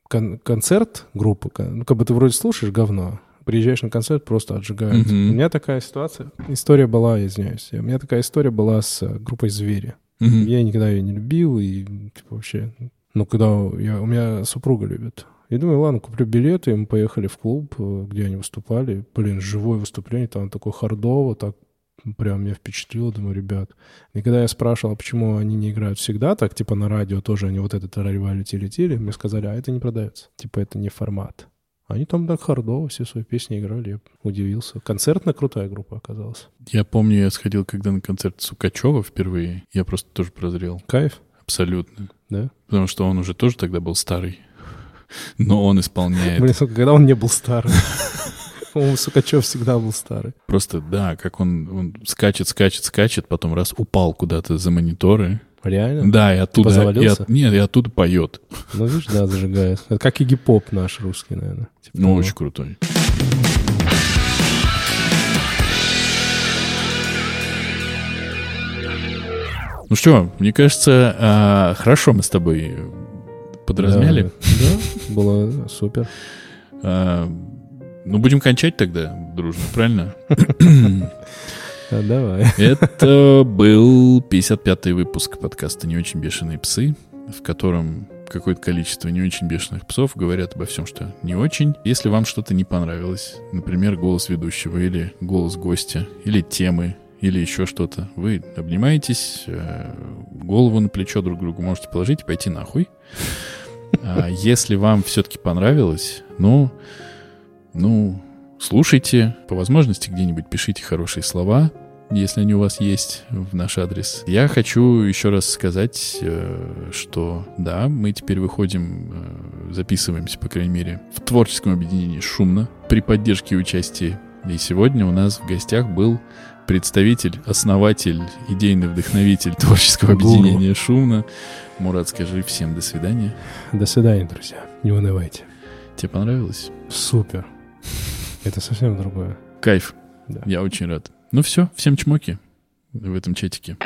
S1: кон- концерт группы, кон- ну как бы ты вроде слушаешь говно, приезжаешь на концерт, просто отжигают.
S2: Мгм.
S1: У меня такая ситуация, история была, я извиняюсь, у меня такая история была с э, группой «Звери».
S2: Мгм.
S1: Я никогда ее не любил, и типа, вообще, ну когда я, у меня супруга любит. И думаю, ладно, куплю билеты, и мы поехали в клуб, э, где они выступали. Блин, живое выступление, там такое хардово, так прям меня впечатлило, думаю, ребят. И когда я спрашивал, а почему они не играют всегда так, типа на радио тоже они вот этот раревали тили-тили, мне сказали, а это не продается, типа это не формат. Они там так хардово все свои песни играли, я удивился. Концертная крутая группа оказалась.
S2: Я помню, я сходил когда на концерт Сукачева впервые. Я просто тоже прозрел.
S1: Кайф,
S2: Абсолютно.
S1: да?
S2: Потому что он уже тоже тогда был старый. (laughs) Но он исполняет.
S1: Блин, сука, когда он не был
S2: (laughs)
S1: старым. По-моему, Сукачев всегда был старый.
S2: Просто, да, как он, он скачет, скачет, скачет, потом раз упал куда-то за мониторы.
S1: Реально?
S2: Да, и оттуда... и
S1: Типа завалился?
S2: от- нет, и оттуда поет.
S1: Ну, видишь, да, зажигает. Это как и гип-поп наш русский, наверное. Типа
S2: Ну,
S1: того.
S2: очень крутой. Ну что, мне кажется, а, хорошо мы с тобой подразмяли.
S1: Да, да, было супер.
S2: А, ну, будем кончать тогда, дружно, правильно?
S1: Да, А, давай. (laughs)
S2: Это был 55-й выпуск подкаста «Не очень бешеные псы», в котором какое-то количество не очень бешеных псов говорят обо всем, что не очень. Если вам что-то не понравилось, например, голос ведущего или голос гостя, или темы, или еще что-то, вы обнимаетесь, э, голову на плечо друг другу можете положить и пойти нахуй. А Если вам все-таки понравилось, ну, ну, слушайте, по возможности где-нибудь пишите хорошие слова, если они у вас есть в наш адрес. Я хочу еще раз сказать, э, что да, мы теперь выходим, э, записываемся, по крайней мере, в творческом объединении «Шумно» при поддержке и участии. И сегодня у нас в гостях был представитель, основатель, идейный вдохновитель творческого
S1: Гуру.
S2: объединения «Шумно». Мурат, скажи всем до свидания.
S1: До свидания, друзья. Не унывайте.
S2: Тебе понравилось?
S1: Супер. Это совсем другое.
S2: Кайф.
S1: Да.
S2: Я очень рад. Ну все, всем чмоки в этом чатике.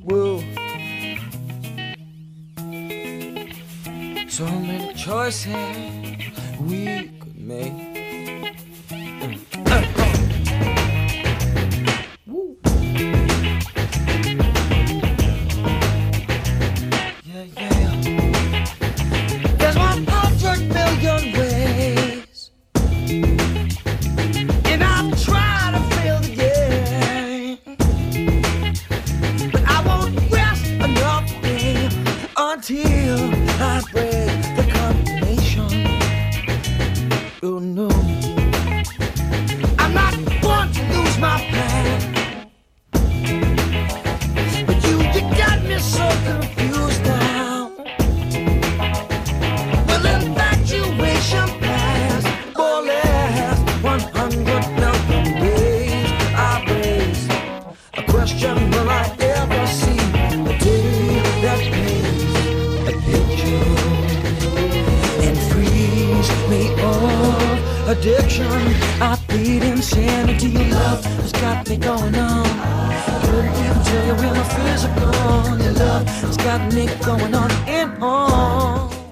S3: Woo. So many choices we could make. Mm. Uh, oh. Woo. Yeah, yeah. you know. I'm not one to lose my plan. But you, you got me so confused now. Well, infatuation past for last 100 million days. I raise a question will I ever see a day that paints a picture and frees me of addiction. I plead insanity. Your love has got me going on. Couldn't even tell you when my fears are gone. Your love has got me going on and on.